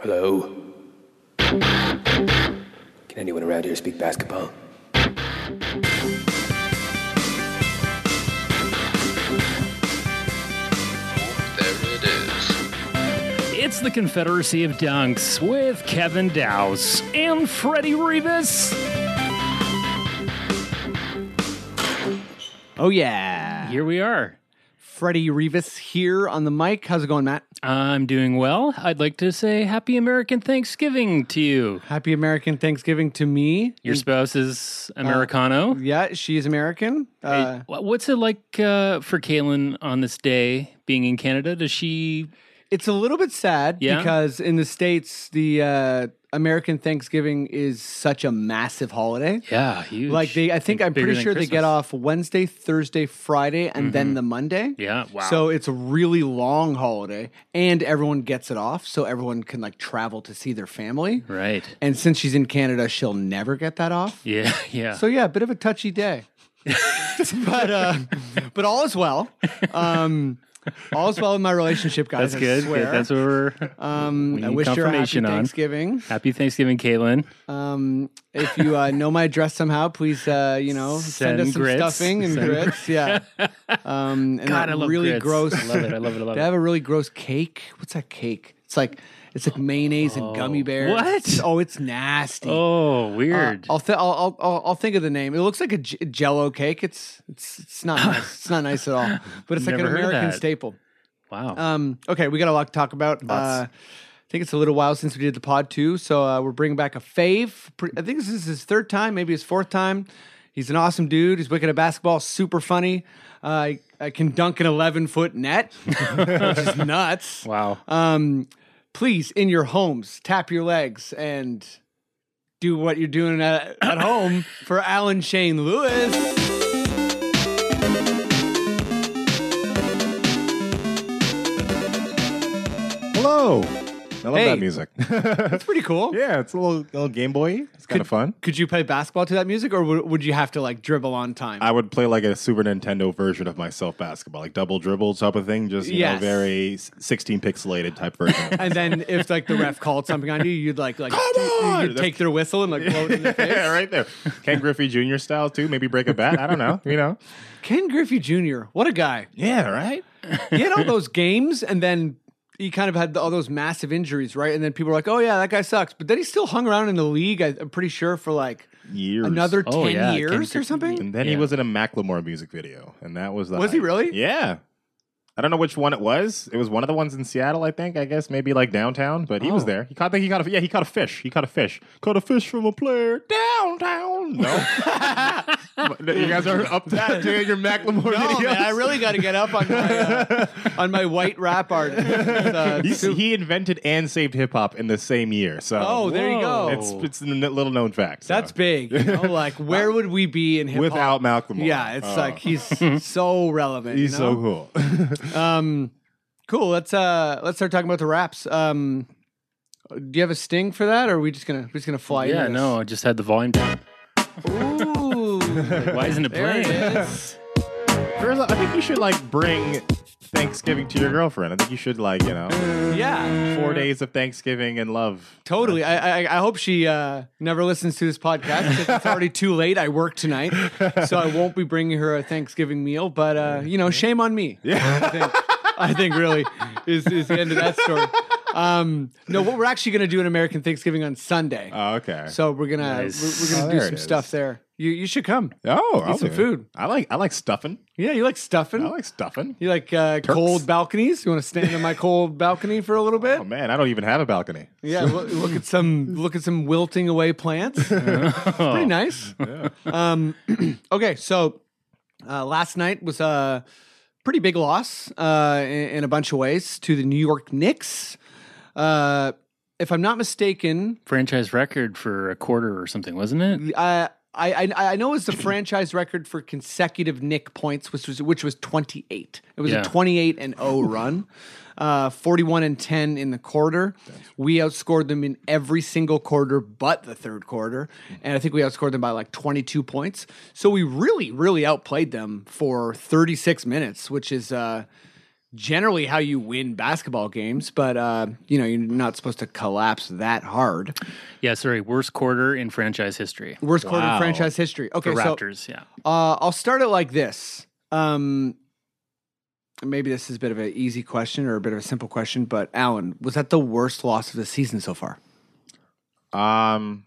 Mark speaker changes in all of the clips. Speaker 1: Hello? Can anyone around here speak basketball?
Speaker 2: There it is.
Speaker 3: It's the Confederacy of Dunks with Kevin Dowse and Freddie Rivas.
Speaker 4: Oh yeah.
Speaker 3: Here we are.
Speaker 4: Freddie Rivas here on the mic. How's it going, Matt?
Speaker 3: I'm doing well. I'd like to say Happy American Thanksgiving to you.
Speaker 4: Happy American Thanksgiving to me.
Speaker 3: Your spouse is Americano.
Speaker 4: Yeah, she's American. Uh,
Speaker 3: Wha- What's it like uh, for Kaylin on this day being in Canada? Does she?
Speaker 4: it's a little bit sad
Speaker 3: Yeah?
Speaker 4: because in the states, the uh, American Thanksgiving is such a massive holiday.
Speaker 3: Yeah, huge.
Speaker 4: Like they, I think I'm
Speaker 3: bigger
Speaker 4: pretty
Speaker 3: than
Speaker 4: sure they get
Speaker 3: Christmas. Mm-hmm.
Speaker 4: off Wednesday, Thursday, Friday, and then the Monday.
Speaker 3: Yeah, wow.
Speaker 4: So it's a really long holiday, and everyone gets it off, so everyone can like travel to see their family.
Speaker 3: right.
Speaker 4: And since she's in Canada, she'll never get that off.
Speaker 3: Yeah, yeah.
Speaker 4: So yeah, a bit of a touchy day. but uh, but all is well. Um, all is well in my relationship, guys.
Speaker 3: that's good.
Speaker 4: I
Speaker 3: good.
Speaker 4: swear.
Speaker 3: That's what we're.
Speaker 4: um,
Speaker 3: we
Speaker 4: I
Speaker 3: need
Speaker 4: wish you a happy
Speaker 3: confirmation on.
Speaker 4: Thanksgiving.
Speaker 3: Happy Thanksgiving, Caitlin.
Speaker 4: Um, if you uh, know my address somehow, please uh, you know
Speaker 3: Send
Speaker 4: send, us some
Speaker 3: grits.
Speaker 4: stuffing and
Speaker 3: Send-
Speaker 4: grits. Yeah. Um, and
Speaker 3: God,
Speaker 4: that
Speaker 3: I love
Speaker 4: really
Speaker 3: grits.
Speaker 4: gross.
Speaker 3: I love it. I love it. I love
Speaker 4: They
Speaker 3: it.
Speaker 4: have a really gross cake. What's that cake? It's like it's like mayonnaise and gummy bears.
Speaker 3: What?
Speaker 4: Oh, it's nasty.
Speaker 3: Oh, weird.
Speaker 4: Uh, I'll, th- I'll, I'll I'll I'll think of the name. It looks like a j- Jello cake. It's it's it's not nice. it's not nice at all. But it's like an
Speaker 3: Never heard of
Speaker 4: American
Speaker 3: that.
Speaker 4: staple.
Speaker 3: wow.
Speaker 4: Um. Okay, we got a lot to talk about. Uh,
Speaker 3: Lots.
Speaker 4: I think it's a little while since we did the pod too, so uh, we're bringing back a fave. Pre- I think this is his third time, maybe his fourth time. He's an awesome dude. He's wicked at basketball, super funny. Uh, I, I can dunk an eleven foot net, which is nuts.
Speaker 3: wow.
Speaker 4: Um, please, in your homes, tap your legs and do what you're doing at, at home for Alan Shane Lewis.
Speaker 5: Hello. I love
Speaker 4: Hey.
Speaker 5: that music.
Speaker 4: That's pretty cool.
Speaker 5: yeah, it's a little, little Game Boy. It's kind of fun.
Speaker 4: Could you play basketball to that music, or would, would you have to like dribble on time?
Speaker 5: I would play like a Super Nintendo version of myself basketball, like double dribble type of thing, just you
Speaker 4: Yes.
Speaker 5: know, very s- 16 pixelated type version.
Speaker 4: and then if like the ref called something on you, you'd like like
Speaker 5: Come
Speaker 4: you-
Speaker 5: on!
Speaker 4: you'd take their whistle and like blow it in their face.
Speaker 5: yeah, right there. Ken Griffey Jr. style too. Maybe break a bat. I don't know. You know.
Speaker 4: Ken Griffey Jr. What a guy!
Speaker 5: Yeah. Right.
Speaker 4: He had all those games, and then he kind of had all those massive injuries, right? And then people were like, "Oh yeah, that guy sucks," but then he still hung around in the league. I, I'm pretty sure for like
Speaker 5: Years.
Speaker 4: another
Speaker 3: Oh,
Speaker 4: 10
Speaker 3: yeah, Ken
Speaker 4: years or
Speaker 3: Griffey.
Speaker 4: something
Speaker 5: And then
Speaker 3: Yeah.
Speaker 5: he was in a Macklemore music video, and that was the.
Speaker 4: Was he
Speaker 5: hype.
Speaker 4: really?
Speaker 5: Yeah. I don't know which one it was. It was one of the ones in Seattle, I think. I guess maybe like downtown, but he was
Speaker 3: Oh.
Speaker 5: there. He caught. I think he caught. A, yeah, he caught a fish. He caught a fish. Caught a fish from a player downtown. No. you guys are up to that doing your Macklemore
Speaker 4: no
Speaker 5: videos.
Speaker 4: Oh, man i really got to get up on my uh, on my white rap art Uh,
Speaker 5: He's- he invented and saved hip hop in the same year. So
Speaker 4: oh there you go
Speaker 3: Whoa.
Speaker 5: it's uh, it's a n- little known fact. so.
Speaker 4: that's big you know, like where would we be in hip hop
Speaker 5: without Macklemore.
Speaker 4: yeah it's
Speaker 5: Oh.
Speaker 4: like he's so relevant
Speaker 5: he's
Speaker 4: you
Speaker 5: so
Speaker 4: know?
Speaker 5: cool.
Speaker 4: um cool let's uh let's start talking about the raps um do you have a sting for that or are we just gonna we're just gonna fly
Speaker 3: Oh, yeah,
Speaker 4: into
Speaker 3: no, I just had the volume down.
Speaker 4: this? ooh
Speaker 3: Why isn't it
Speaker 4: there it
Speaker 3: playing?
Speaker 4: is
Speaker 5: First, I think you should like bring Thanksgiving to your girlfriend. I think you should like you know
Speaker 4: yeah
Speaker 5: four days of Thanksgiving and love.
Speaker 4: Totally. I, I I hope she uh, never listens to this podcast. 'cause It's already too late. I work tonight, so I won't be bringing her a Thanksgiving meal. But uh, you know, shame on me. Yeah, I think, I think really is is the end of that story. Um, no, what we're actually going to do an American Thanksgiving on Sunday.
Speaker 5: Oh, okay.
Speaker 4: so we're gonna
Speaker 3: Nice.
Speaker 4: we're, we're
Speaker 5: Oh,
Speaker 4: gonna
Speaker 5: there
Speaker 4: do some
Speaker 5: it is.
Speaker 4: stuff there. You you should come.
Speaker 5: oh, I'll
Speaker 4: some
Speaker 5: do it.
Speaker 4: food.
Speaker 5: I like I like stuffing.
Speaker 4: Yeah, you like stuffing.
Speaker 5: I like stuffing.
Speaker 4: you like uh, cold balconies. You want to stand on my cold balcony for a little bit?
Speaker 5: Oh man, I don't even have a balcony.
Speaker 4: Yeah, look, look at some look at some wilting away plants. It's pretty nice. Um, okay, so uh, last night was a pretty big loss uh, in, in a bunch of ways to the New York Knicks. Uh, if I'm not mistaken,
Speaker 3: Franchise record for a quarter or something, wasn't it?
Speaker 4: uh, I, I I know it's the franchise record for consecutive Nick points, which was which was 28. It was
Speaker 3: Yeah.
Speaker 4: a 28 and 0 run, uh, 41 and 10 in the quarter. We outscored them in every single quarter but the third quarter, and I think we outscored them by like 22 points. So we really really outplayed them for 36 minutes, which is. Uh, generally how you win basketball games, but uh, you know, you're not supposed to collapse that hard.
Speaker 3: Yeah, sorry. Worst quarter in franchise history.
Speaker 4: Worst quarter in
Speaker 5: Wow.
Speaker 4: franchise history. Okay,
Speaker 3: The
Speaker 4: so
Speaker 3: Raptors, yeah.
Speaker 4: uh, I'll start it like this. Um, maybe this is a bit of an easy question or a bit of a simple question, but Alan, was that the worst loss of the season so far?
Speaker 5: Um,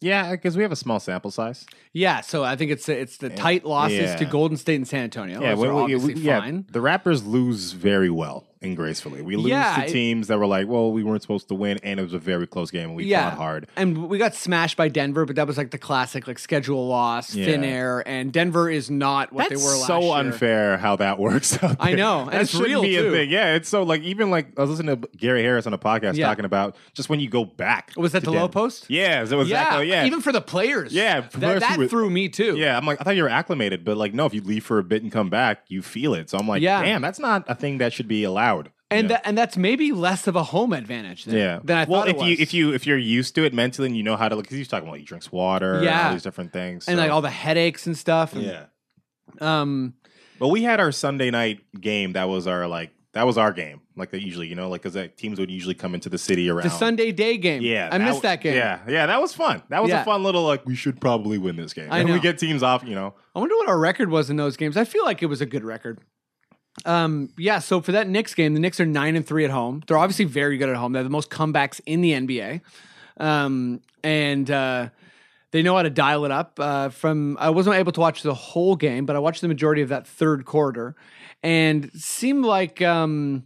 Speaker 5: yeah, because we have a small sample size.
Speaker 4: Yeah, so I think it's it's the tight losses
Speaker 5: yeah.
Speaker 4: to Golden State and San Antonio.
Speaker 5: yeah,
Speaker 4: Yeah,
Speaker 5: we-
Speaker 4: Those are
Speaker 5: we-
Speaker 4: obviously
Speaker 5: we- yeah,
Speaker 4: fine.
Speaker 5: The Raptors lose very well and gracefully. We lose
Speaker 4: Yeah,
Speaker 5: to
Speaker 4: it-
Speaker 5: teams that were like, well, we weren't supposed to win, and it was a very close game, and we
Speaker 4: yeah,
Speaker 5: fought hard.
Speaker 4: and we got smashed by Denver, but that was like the classic like schedule loss, thin
Speaker 5: Yeah.
Speaker 4: air, and Denver is not what
Speaker 5: That's
Speaker 4: they were. last
Speaker 5: so
Speaker 4: year.
Speaker 5: unfair how that works. Out
Speaker 4: I
Speaker 5: there.
Speaker 4: know, and
Speaker 5: that
Speaker 4: it's
Speaker 5: shouldn't
Speaker 4: real,
Speaker 5: be
Speaker 4: too.
Speaker 5: a thing. Yeah, it's so like even like I was listening to Gary Harris on a podcast
Speaker 4: Yeah.
Speaker 5: talking about just when you go back.
Speaker 4: Was that
Speaker 5: to
Speaker 4: the low
Speaker 5: Denver.
Speaker 4: post?
Speaker 5: Yeah, so was that- oh, yeah.
Speaker 4: even for the players.
Speaker 5: Yeah,
Speaker 4: that,
Speaker 5: for players
Speaker 4: that
Speaker 5: who were-
Speaker 4: threw me too.
Speaker 5: yeah, I'm like I thought you were acclimated, but like no, if you leave for a bit and come back, you feel it. So I'm like,
Speaker 4: Yeah.
Speaker 5: damn, that's not a thing that should be allowed.
Speaker 4: and
Speaker 5: you know?
Speaker 4: that, and that's maybe less of a home advantage than,
Speaker 5: yeah.
Speaker 4: than I
Speaker 5: well,
Speaker 4: thought.
Speaker 5: if
Speaker 4: it was.
Speaker 5: you if you if you're used to it mentally and you know how to, because you're talking about he drinks water, and
Speaker 4: Yeah.
Speaker 5: all these different things,
Speaker 4: and
Speaker 5: so-
Speaker 4: like all the headaches and stuff. and,
Speaker 5: yeah.
Speaker 4: Um.
Speaker 5: But we had our Sunday night game. That was our like that was our game. Like they usually, you know, like because teams would usually come into the city around
Speaker 4: The Sunday day game.
Speaker 5: Yeah,
Speaker 4: I missed
Speaker 5: w-
Speaker 4: that game.
Speaker 5: Yeah, yeah, that was fun. That was
Speaker 4: Yeah.
Speaker 5: a fun little like we should probably win this game.
Speaker 4: I
Speaker 5: and
Speaker 4: know.
Speaker 5: we get teams off, you know.
Speaker 4: I wonder what our record was in those games. I feel like it was a good record. Um, yeah, so for that Knicks game, the Knicks are nine and three at home. They're obviously very good at home. They have the most comebacks in the NBA, um, and uh, they know how to dial it up. Uh, from I wasn't able to watch the whole game, but I watched the majority of that third quarter, and it seemed like. Um,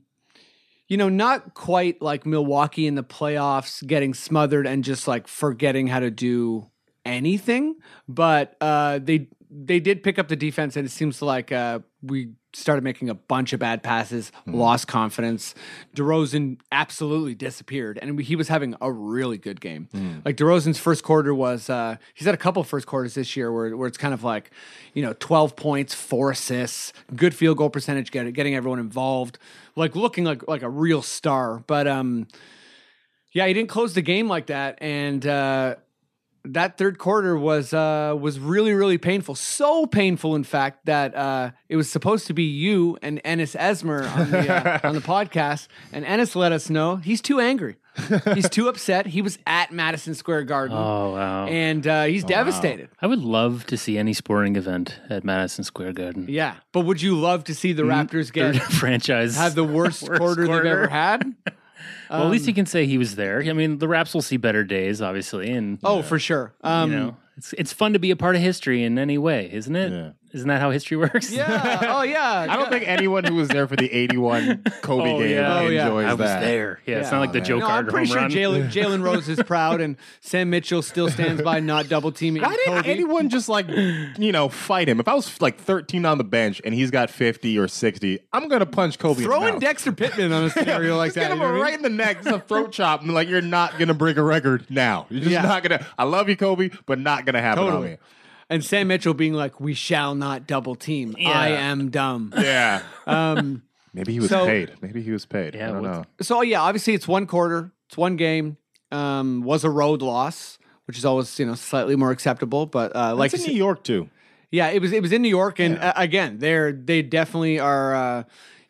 Speaker 4: you know, not quite like Milwaukee in the playoffs getting smothered and just like forgetting how to do anything, but uh, they they did pick up the defense, and it seems like uh, we started making a bunch of bad passes, lost confidence. DeRozan absolutely disappeared, and he was having a really good game. Like DeRozan's first quarter was, uh, he's had a couple first quarters this year where where it's kind of like, you know, twelve points, four assists, good field goal percentage, get- getting everyone involved, like looking like like a real star, but um. Yeah, he didn't close the game like that, and uh, that third quarter was uh, was really really painful. So painful, in fact, that uh, it was supposed to be you and Ennis Esmer on the uh, on the podcast, and Ennis let us know he's too angry, he's too upset. He was at Madison Square Garden,
Speaker 3: Oh, wow.
Speaker 4: Mm. and uh, he's devastated.
Speaker 3: I would love to see any sporting event at Madison Square Garden.
Speaker 4: Yeah, but would you love to see the Raptors
Speaker 3: Third
Speaker 4: get
Speaker 3: franchise.
Speaker 4: have the um, worst,
Speaker 3: Mm-hmm. Worst
Speaker 4: quarter,
Speaker 3: quarter.
Speaker 4: they've ever had?
Speaker 3: well, at least he can say he was there. I mean, the Raps will see better days, obviously, and
Speaker 4: Oh, for sure. Um,
Speaker 3: you know, it's it's fun to be a part of history in any way, isn't it?
Speaker 5: Yeah.
Speaker 3: not that how history works?
Speaker 4: Yeah. Oh, yeah.
Speaker 5: I don't think anyone who was there for the '81 Kobe
Speaker 3: Oh,
Speaker 5: game
Speaker 3: yeah. Oh,
Speaker 4: yeah.
Speaker 5: enjoys
Speaker 3: I was
Speaker 5: that.
Speaker 3: there. Yeah, it's
Speaker 4: Yeah.
Speaker 3: not like the Joe
Speaker 4: No, I'm
Speaker 3: Carter
Speaker 4: pretty sure
Speaker 3: home run.
Speaker 4: Jalen Jalen Rose is proud, and Sam Mitchell still stands by not double teaming
Speaker 5: Why didn't
Speaker 4: Kobe.
Speaker 5: anyone just like, you know, fight him? If I was like 13 on the bench and he's got 50 or 60, I'm gonna punch Kobe.
Speaker 4: Throw
Speaker 5: in
Speaker 4: in
Speaker 5: the mouth.
Speaker 4: Dexter Pittman on a scenario like
Speaker 5: Just
Speaker 4: that.
Speaker 5: get
Speaker 4: you
Speaker 5: him
Speaker 4: know what I mean?
Speaker 5: right in the neck. It's a throat chop, and like you're not gonna break a record now. You're just
Speaker 4: Yeah.
Speaker 5: not gonna. I love you, Kobe, but not gonna happen
Speaker 4: Totally.
Speaker 5: on me.
Speaker 4: And Sam Mitchell being like, "We shall not double team. I am dumb."
Speaker 5: Yeah.
Speaker 4: Um,
Speaker 5: Maybe he was
Speaker 4: So-
Speaker 5: paid. Maybe he was paid.
Speaker 3: Yeah,
Speaker 5: I don't
Speaker 3: what's-
Speaker 5: know.
Speaker 4: so yeah, obviously it's one quarter, it's one game. Um, was a road loss, which is always you know slightly more acceptable. But uh, like
Speaker 5: It's in
Speaker 4: you
Speaker 5: New York too.
Speaker 4: Yeah, it was it was in New York, and uh, again, they're they definitely are. Uh,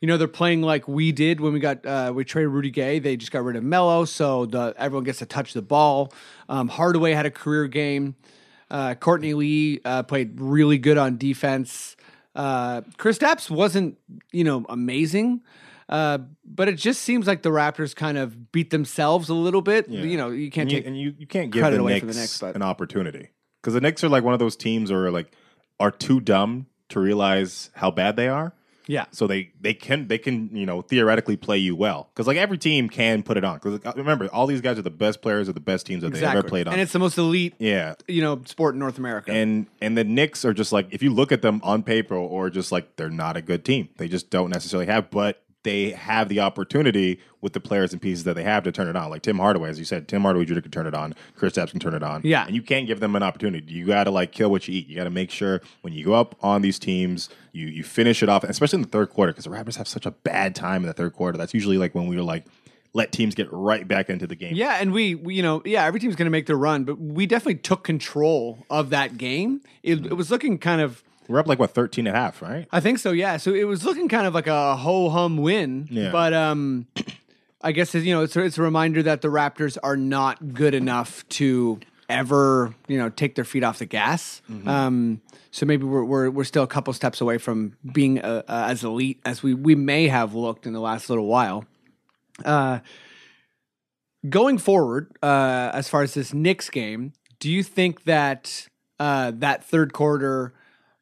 Speaker 4: you know, they're playing like we did when we got uh, we traded Rudy Gay. They just got rid of Mello, so the everyone gets to touch the ball. Um, Hardaway had a career game. Uh, Courtney Lee uh, played really good on defense. Uh, Chris Stapps wasn't you know amazing. Uh, but it just seems like the Raptors kind of beat themselves a little bit. You know, you can't
Speaker 5: and you,
Speaker 4: take
Speaker 5: and you, you can't give
Speaker 4: credit
Speaker 5: the
Speaker 4: away
Speaker 5: Knicks
Speaker 4: from the Knicks, but-
Speaker 5: an opportunity because the Knicks are like one of those teams or like are too dumb to realize how bad they are.
Speaker 4: yeah.
Speaker 5: So they they can they can you know theoretically play you well because like every team can put it on because remember all these guys are the best players of the best teams that they ever played on.
Speaker 4: and it's the most elite,
Speaker 5: yeah,
Speaker 4: you know, sport in North America.
Speaker 5: and and the Knicks are just like if you look at them on paper or just like they're not a good team. They just don't necessarily have, but they have the opportunity with the players and pieces that they have to turn it on. Like Tim Hardaway, as you said, Tim Hardaway Jr. can turn it on. Chris Stapps can turn it on.
Speaker 4: Yeah.
Speaker 5: and you can't give them an opportunity. You got to like kill what you eat. You got to make sure when you go up on these teams, you you finish it off, especially in the third quarter because the Raptors have such a bad time in the third quarter. That's usually like when we were like let teams get right back into the game.
Speaker 4: Yeah, and we, we you know, yeah, every team's going to make their run, but we definitely took control of that game. It, it was looking kind of
Speaker 5: We're up like what 13 and a half, right?
Speaker 4: I think so. Yeah. So it was looking kind of like a ho hum win.
Speaker 5: Yeah.
Speaker 4: But um, I guess it's, you know it's a, it's a reminder that the Raptors are not good enough to ever you know take their feet off the gas. Um, so maybe we're, we're we're still a couple steps away from being uh, uh, as elite as we we may have looked in the last little while. Uh, going forward, uh, as far as this Knicks game, do you think that uh, that third quarter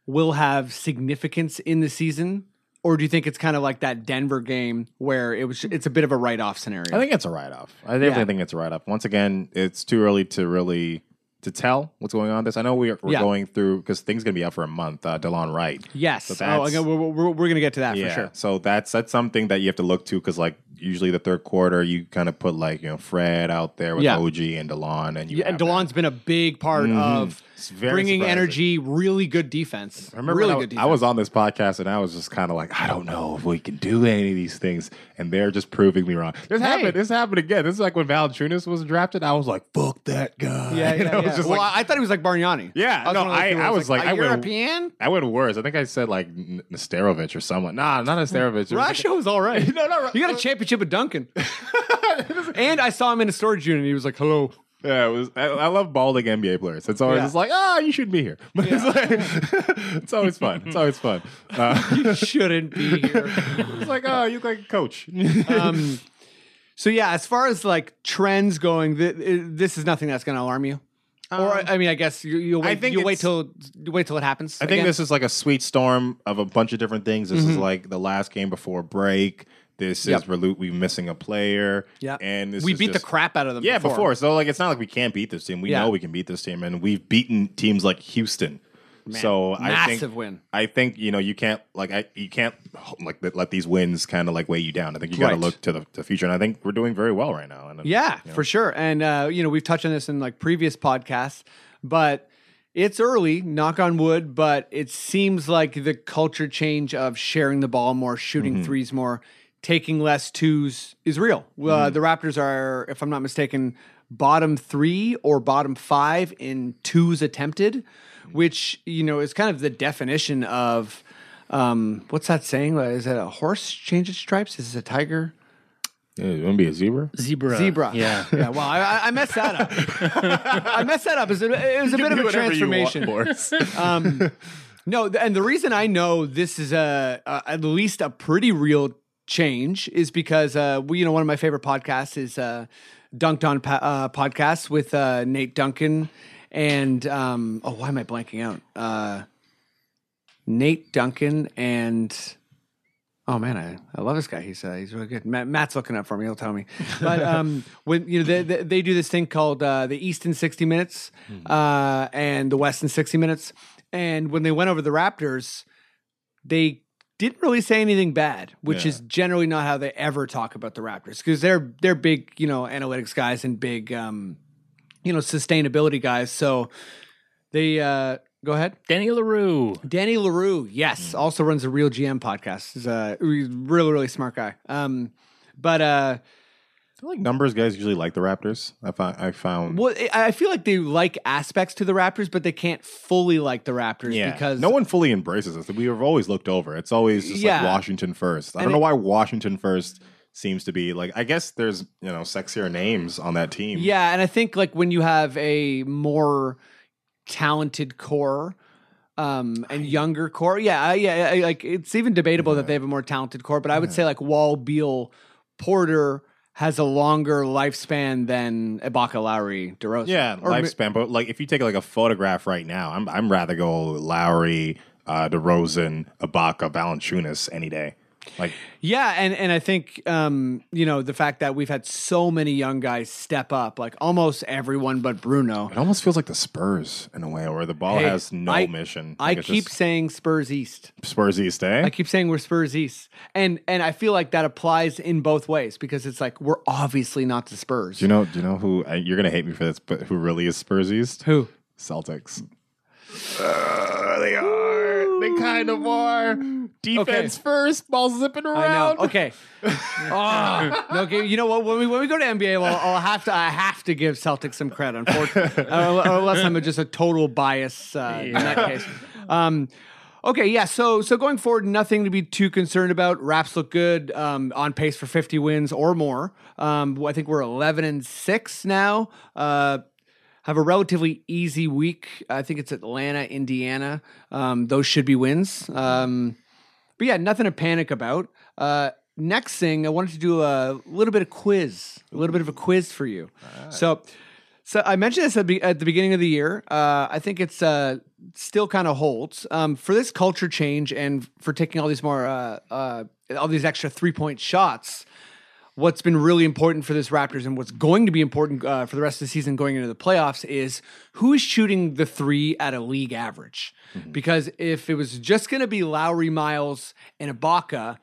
Speaker 4: will have significance in the season, or do you think it's kind of like that Denver game where it was it's a bit of a write off scenario?
Speaker 5: I think it's a write off. I definitely
Speaker 4: Yeah.
Speaker 5: think it's a write off. Once again, it's too early to really to tell what's going on. This I know we are, we're
Speaker 4: Yeah.
Speaker 5: going through because things gonna be out for a month. Uh, Delon Wright,
Speaker 4: yes.
Speaker 5: But
Speaker 4: Oh,
Speaker 5: that's-
Speaker 4: okay, we're, we're, we're gonna get to that for sure.
Speaker 5: So that's that's something that you have to look to because like usually the third quarter you kind of put like you know Fred out there with
Speaker 4: Yeah.
Speaker 5: OG and Delon and you
Speaker 4: Yeah, and
Speaker 5: have that.
Speaker 4: Delon's been a big part of
Speaker 5: Mm-hmm. It's very
Speaker 4: bringing
Speaker 5: surprising.
Speaker 4: energy, really good defense.
Speaker 5: I remember
Speaker 4: really
Speaker 5: when I,
Speaker 4: good defense.
Speaker 5: I was on this podcast and I was just kind of like, I don't know if we can do any of these things, and they're just proving me wrong. This happened. This happened again. This is like when Valanciunas was drafted. I was like, fuck that guy.
Speaker 4: yeah,
Speaker 5: And
Speaker 4: yeah,
Speaker 5: I was
Speaker 4: yeah.
Speaker 5: just
Speaker 4: well,
Speaker 5: like-
Speaker 4: I I thought he was like Bargnani.
Speaker 5: Yeah, no,
Speaker 4: one of those
Speaker 5: I-
Speaker 4: people
Speaker 5: I
Speaker 4: that's
Speaker 5: was like,
Speaker 4: "A
Speaker 5: I went-
Speaker 4: European.
Speaker 5: I went worse. I think I said like N- Nesterovich or someone. Nah, not Nesterovich. It was like-
Speaker 4: Russia was all right.
Speaker 5: No, no, Ru-
Speaker 4: You got a championship with Duncan. and I saw him in a storage unit. and He was like, "Hello."
Speaker 5: Yeah, it was. I, I love balding NBA players. It's always
Speaker 4: Yeah.
Speaker 5: it's like, ah, you shouldn't be here. But it's, like, it's always fun. It's always fun. Uh,
Speaker 4: You shouldn't be here.
Speaker 5: it's like, oh, you like a coach.
Speaker 4: Um, so yeah, as far as like trends going, th- i- this is nothing that's going to alarm you. or
Speaker 5: Um,
Speaker 4: I mean, I guess you, you'll
Speaker 5: I
Speaker 4: wait,
Speaker 5: think
Speaker 4: you wait
Speaker 5: it's-
Speaker 4: till you wait till it happens.
Speaker 5: I think this is like a sweet storm of a bunch of different things. This is like the last game before break. This
Speaker 4: Mm-hmm. Yep.
Speaker 5: is Relu- we missing a player.
Speaker 4: yeah,
Speaker 5: and this
Speaker 4: we
Speaker 5: is
Speaker 4: beat
Speaker 5: just-
Speaker 4: the crap out of them.
Speaker 5: Yeah,
Speaker 4: before.
Speaker 5: before. So like, it's not like we can't beat this team. We
Speaker 4: Yeah.
Speaker 5: know we can beat this team, and we've beaten teams like Houston. so I think
Speaker 4: massive win.
Speaker 5: I think you know you can't like I you can't like th- let these wins kind of like weigh you down. I think you got to
Speaker 4: Right.
Speaker 5: look to the, the future, and I think we're doing very well right now. And
Speaker 4: Yeah, for sure. And uh, you know, we've touched on this in like previous podcasts, but it's early, knock on wood, but it seems like the culture change of sharing the ball more, shooting threes more, taking less twos is real. Uh, the Raptors are, if I'm not mistaken, bottom 3 or bottom 5 in twos attempted, which, you know, is kind of the definition of um, what's that saying? Is that a horse changes stripes? Is it a tiger?
Speaker 5: yeah, you want to be a zebra?
Speaker 3: Zebra.
Speaker 4: Zebra.
Speaker 3: Yeah.
Speaker 4: Yeah. Well, I- I, I messed that up. I messed that up. It was a, it was a bit of a transformation. Um, no, th- and the reason I know this is a, a at least a pretty real change is because uh, we, you know, one of my favorite podcasts is uh, Dunked On pa- uh, podcast with uh, Nate Duncan and um, oh, why am I blanking out? Uh, Nate Duncan and. Oh man, I, I love this guy. He's uh, he's really good. Matt, Matt's looking up for me. He'll tell me. But um, when you know they, they, they do this thing called uh, the East in sixty minutes uh, and the West in sixty minutes. And when they went over the Raptors, they didn't really say anything bad, which
Speaker 5: Yeah.
Speaker 4: is generally not how they ever talk about the Raptors because they're they're big you know analytics guys and big um, you know sustainability guys. So they uh, go ahead.
Speaker 3: Danny LaRue.
Speaker 4: Danny LaRue, yes,
Speaker 5: Mm.
Speaker 4: also runs the Real GM podcast. He's a he's a really, really smart guy. Um, but uh,
Speaker 5: like numbers guys usually like the Raptors. I found I found
Speaker 4: well, I I feel like they like aspects to the Raptors, but they can't fully like the Raptors because
Speaker 5: no one fully embraces us. We have always looked over. It's always just
Speaker 4: Yeah.
Speaker 5: like Washington first. I
Speaker 4: And
Speaker 5: don't know
Speaker 4: it-
Speaker 5: why Washington first seems to be like. I guess there's you know sexier names on that team.
Speaker 4: Yeah, and I think like when you have a more talented core um and younger core, yeah, I, yeah, I, like it's even debatable that they have a more talented core, but I would say like Wall, Beal, Porter has a longer lifespan than Ibaka, Lowry, DeRozan.
Speaker 5: Yeah,
Speaker 4: Or mi-
Speaker 5: lifespan. But like, if you take like a photograph right now, I'm I'm rather go Lowry, uh, DeRozan, Ibaka, Valanciunas any day. Like,
Speaker 4: Yeah, and and I think um, you know the fact that we've had so many young guys step up, like almost everyone but Bruno.
Speaker 5: it almost feels like the Spurs in a way, where the ball
Speaker 4: Hey,
Speaker 5: has no
Speaker 4: I-
Speaker 5: mission.
Speaker 4: I
Speaker 5: Like, it's
Speaker 4: keep
Speaker 5: just
Speaker 4: saying Spurs East.
Speaker 5: Spurs East, eh?
Speaker 4: I keep saying we're Spurs East, and and I feel like that applies in both ways because it's like we're obviously not the Spurs.
Speaker 5: do you know? Do you know who? I, you're gonna hate me for this, but who really is Spurs East?
Speaker 4: Who?
Speaker 5: Celtics. Uh, they are. They kind of are. Defense first, ball zipping around.
Speaker 4: I know. Okay. oh, no, okay. You know what? When we when we go to NBA, well, I'll have to I have to give Celtics some credit, unfortunately, uh, unless I'm just a total bias uh, in that case. Um, Okay, yeah. So so going forward, nothing to be too concerned about. Raps look good, um, on pace for 50 wins or more. Um, I think we're 11 and six now. Uh, have a relatively easy week. I think it's Atlanta, Indiana. Um, those should be wins. Um, but yeah, nothing to panic about. Uh, next thing, I wanted to do a little bit of quiz, a little bit of a quiz for you. So, so I mentioned this at, be- at the beginning of the year. Uh, I think it's uh, still kind of holds um, for this culture change and for taking all these more uh, uh, all these extra three point shots what's been really important for this Raptors and what's going to be important uh, for the rest of the season going into the playoffs is who is shooting the three at a league average. Because if it was just going to be Lowry, Miles, and Ibaka,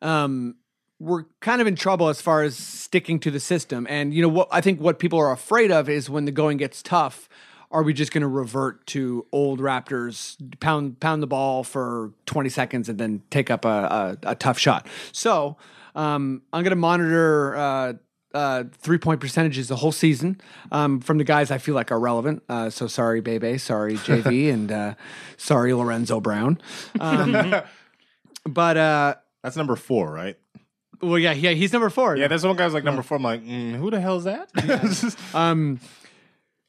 Speaker 4: um, we're kind of in trouble as far as sticking to the system. And you know what? I think what people are afraid of is when the going gets tough. Are we just going to revert to old Raptors pound pound the ball for 20 seconds and then take up a, a, a tough shot? So um, I'm going to monitor uh, uh, three point percentages the whole season um, from the guys I feel like are relevant. Uh, so sorry, Bebe, sorry JV, and uh, sorry Lorenzo Brown. Um, but uh,
Speaker 5: That's number four, right?
Speaker 4: well, yeah, yeah, he's number four.
Speaker 5: Yeah, there's one guy who's like number four. I'm like, mm, who the hell's that?
Speaker 4: Um,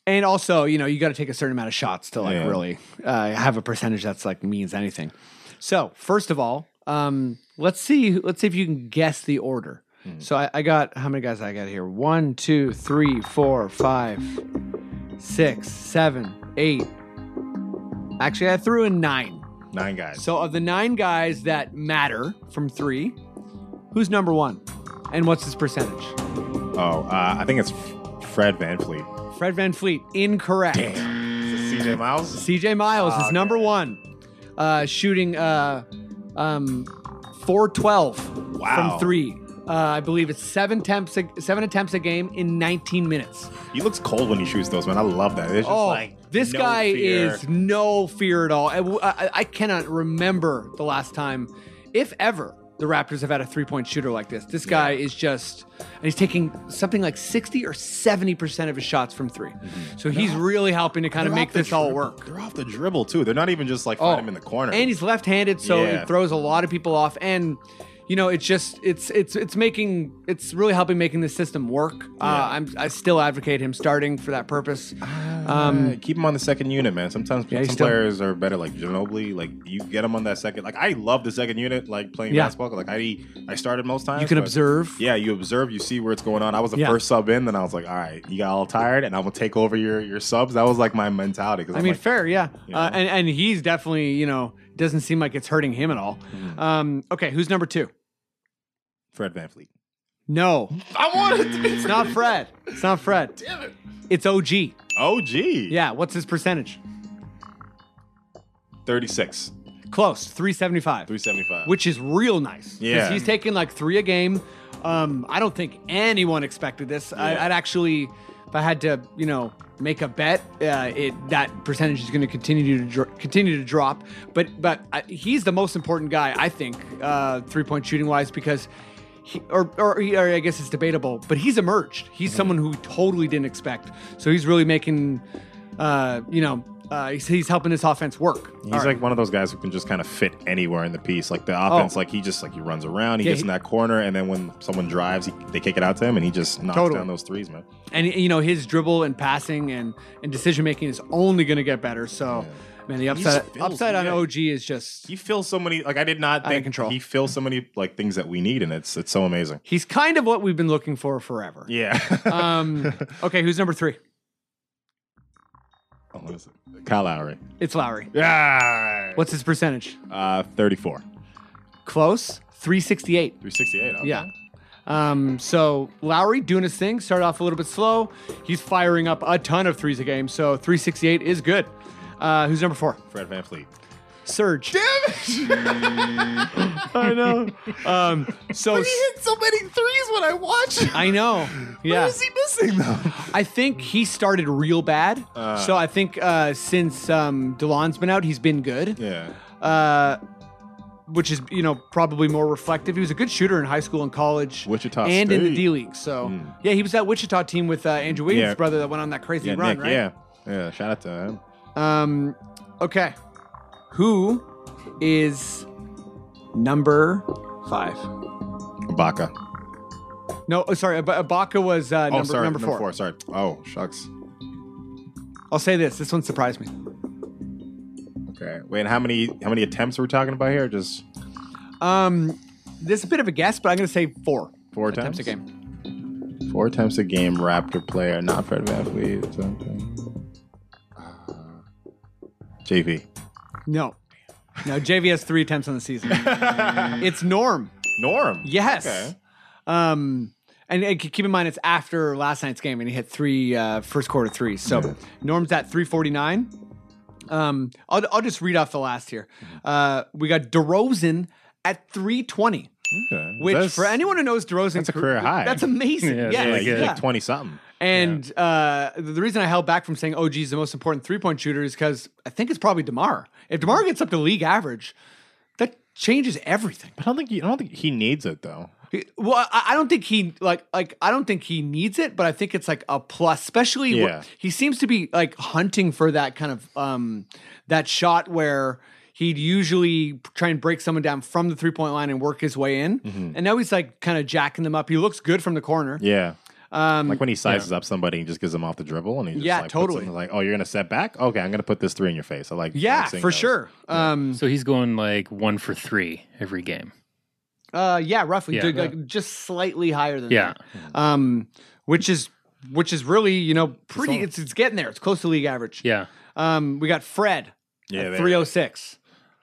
Speaker 4: and also, you know, you got to take a certain amount of shots to like
Speaker 5: Yeah.
Speaker 4: really uh, have a percentage that's like means anything. So first of all, um, let's see, let's see if you can guess the order. So I, I got how many guys I got here? One, two, three, four, five, six, seven, eight. Actually, I threw in nine.
Speaker 5: Nine guys.
Speaker 4: So of the nine guys that matter from three, who's number one, and what's his percentage?
Speaker 5: Oh, uh, I think it's Fred Van Fleet.
Speaker 4: Fred Van Fleet, incorrect.
Speaker 5: Is it CJ Miles?
Speaker 4: CJ Miles
Speaker 5: Ah,
Speaker 4: is number one, uh, shooting uh, um, 412
Speaker 5: Wow.
Speaker 4: from three. Uh, I believe it's seven attempts, a, seven attempts a game in 19 minutes.
Speaker 5: He looks cold when he shoots those, man. I love that. It's just
Speaker 4: oh,
Speaker 5: like
Speaker 4: this
Speaker 5: no
Speaker 4: guy
Speaker 5: fear.
Speaker 4: is no fear at all. I, I- I cannot remember the last time, if ever, the Raptors have had a three point shooter like this. This guy is just, and he's taking something like 60 or 70% of his shots from 3
Speaker 5: Mm-hmm.
Speaker 4: So he's really helping to kind of
Speaker 5: They're
Speaker 4: make
Speaker 5: off the
Speaker 4: this all
Speaker 5: dribble-
Speaker 4: work. Oh,
Speaker 5: They're off the dribble too. They're not even just like find him in the corner.
Speaker 4: And he's left-handed, so
Speaker 5: Yeah.
Speaker 4: it throws a lot of people off. And you know, it's just it's it's it's making it's really helping making the system work. Uh, I'm I still advocate him starting for that purpose.
Speaker 5: Uh, keep him on the second unit, man. Sometimes
Speaker 4: um, Yeah, he's
Speaker 5: some
Speaker 4: still-
Speaker 5: players are better, like Ginobili. Like you get him on that second. Like I love the second unit, like playing
Speaker 4: Yeah.
Speaker 5: basketball. Like I I started most times.
Speaker 4: You can
Speaker 5: but-
Speaker 4: observe.
Speaker 5: Yeah, you observe. You see where it's going on. I was the
Speaker 4: Yeah.
Speaker 5: first sub in, then I was like, all right, you got all tired, and I'm gonna take over your your subs. That was like my mentality. Because
Speaker 4: I mean,
Speaker 5: like,
Speaker 4: fair, yeah. Uh,
Speaker 5: know?
Speaker 4: and and he's definitely you know doesn't seem like it's hurting him at all.
Speaker 5: Mm-hmm.
Speaker 4: Um, okay, who's number two?
Speaker 5: Fred Van Fleet.
Speaker 4: No,
Speaker 5: I wanted to be
Speaker 4: it's not Fred. It's not Fred.
Speaker 5: Damn it.
Speaker 4: It's OG.
Speaker 5: OG. Yeah.
Speaker 4: Yeah. What's his percentage?
Speaker 5: 36,
Speaker 4: Close. Three seventy-five.
Speaker 5: 375.
Speaker 4: which is real nice. 'Cause
Speaker 5: uh, Yeah.
Speaker 4: he's taking like three a game. Um, I don't think anyone expected this. I,
Speaker 5: Yeah.
Speaker 4: I'd actually, if I had to, you know, make a bet, uh, it that percentage is going to continue to dro- continue to drop. But but I, he's the most important guy, I think, uh, three point shooting wise, because. He, or, or, he- or I guess it's debatable, but he's emerged. He's someone who we totally didn't expect. So he's really making, uh, you know, uh, he's, he's helping this offense work.
Speaker 5: He's
Speaker 4: All right.
Speaker 5: like one of those guys who can just kind of fit anywhere in the piece. Like the offense,
Speaker 4: Oh.
Speaker 5: like he just like he runs around, he
Speaker 4: Yeah,
Speaker 5: gets in
Speaker 4: he-
Speaker 5: that corner, and then when someone drives, he, they kick it out to him, and he just knocks
Speaker 4: Totally.
Speaker 5: down those threes, man.
Speaker 4: and you know his dribble and passing and and decision making is only going to get better. So, man, the
Speaker 5: He's
Speaker 4: upside
Speaker 5: fills-
Speaker 4: upside on
Speaker 5: yeah.
Speaker 4: OG is just
Speaker 5: He fills so many. Like I did not
Speaker 4: Out of
Speaker 5: think
Speaker 4: control.
Speaker 5: he fills so many like things that we need, and it's it's so amazing.
Speaker 4: he's kind of what we've been looking for forever.
Speaker 5: Yeah.
Speaker 4: Um, okay, who's number three?
Speaker 5: Oh, what is it? Kyle Lowry.
Speaker 4: It's Lowry.
Speaker 5: Yeah.
Speaker 4: What's his percentage?
Speaker 5: Uh, 34,
Speaker 4: Close, three sixty eight.
Speaker 5: 368. okay.
Speaker 4: Yeah. Um, so Lowry doing his thing, started off a little bit slow. He's firing up a ton of threes a game, so 368 is good. Uh, who's number four?
Speaker 5: Fred Van Fleet.
Speaker 4: Surge. Damn it! I know. Um, so
Speaker 5: so many threes when I watch.
Speaker 4: I know. Yeah.
Speaker 5: he missing though?
Speaker 4: I think he started real bad.
Speaker 5: Uh.
Speaker 4: so I think uh, since um, DeLon's been out, he's been good,
Speaker 5: Yeah.
Speaker 4: uh, which is you know probably more reflective. He was a good shooter in high school and college,
Speaker 5: Wichita
Speaker 4: and in the
Speaker 5: State. Hmm.
Speaker 4: D League. So yeah, he was that Wichita team with uh, Andrew Williams'
Speaker 5: Yeah.
Speaker 4: brother that went on that crazy
Speaker 5: Yeah.
Speaker 4: run,
Speaker 5: Nick.
Speaker 4: right?
Speaker 5: Yeah. Yeah. Shout out to him.
Speaker 4: Um, okay, who is number five.
Speaker 5: Ibaka.
Speaker 4: No, oh, sorry, Ab- Ibaka was uh,
Speaker 5: Oh,
Speaker 4: number,
Speaker 5: sorry,
Speaker 4: number four.
Speaker 5: Sorry. Oh, shucks.
Speaker 4: I'll say this. This one surprised me.
Speaker 5: Okay. Wait, and how many how many attempts are we talking about here? Just
Speaker 4: Um, this is a bit of a guess, but I'm going to say four
Speaker 5: four
Speaker 4: attempts
Speaker 5: times
Speaker 4: a game.
Speaker 5: Four times a game. Raptor player, not Fred VanVleet. Something. Uh, JV.
Speaker 4: No, no. JV has three attempts on the season. it's Norm.
Speaker 5: Norm.
Speaker 4: Yes.
Speaker 5: Okay.
Speaker 4: Um, and, and keep in mind it's after last night's game, and he hit three uh, first quarter threes. So Norm's at three forty nine. Um, I'll I'll just read off the last here. Uh, we got DeRozan at three twenty,
Speaker 5: Okay.
Speaker 4: which
Speaker 5: That's-
Speaker 4: for anyone who knows DeRozan,
Speaker 5: that's a career high.
Speaker 4: That's amazing.
Speaker 3: Yeah,
Speaker 4: Yeah,
Speaker 3: it's
Speaker 5: yeah,
Speaker 3: really
Speaker 5: he's
Speaker 3: good.
Speaker 5: like twenty something.
Speaker 4: And uh, the reason I held back from saying OG is the most important three point shooter is because I think it's probably Demar. If Demar gets up to league average, that changes everything.
Speaker 5: I don't think he, I don't think he needs it though.
Speaker 4: He- Well, I I don't think he like like I don't think he needs it, but I think it's like a plus. Especially wh-
Speaker 5: Yeah.
Speaker 4: he seems to be like hunting for that kind of um that shot where he'd usually try and break someone down from the three point line and work his way in. And now he's like kind of jacking them up. He looks good from the corner.
Speaker 5: Mm-hmm. Yeah. Um, like when he sizes up somebody and just gives them off the dribble, and he just
Speaker 4: Yeah,
Speaker 5: like puts
Speaker 4: totally.
Speaker 5: him, like, oh, you're gonna set back? Okay, I'm gonna put this three in your face. I like, I
Speaker 4: Yeah,
Speaker 5: like seeing
Speaker 4: for
Speaker 5: those.
Speaker 4: sure. Um,
Speaker 3: So he's going like one for three every game.
Speaker 4: Uh, yeah, roughly,
Speaker 3: Yeah.
Speaker 4: ju- like just slightly higher than
Speaker 3: Yeah.
Speaker 4: that. Um, which is which is really you know pretty. It's it's getting there. It's close to league aververage.
Speaker 3: Yeah.
Speaker 4: Um, we got Fred
Speaker 5: Yeah,
Speaker 4: at
Speaker 5: there.
Speaker 4: three oh six.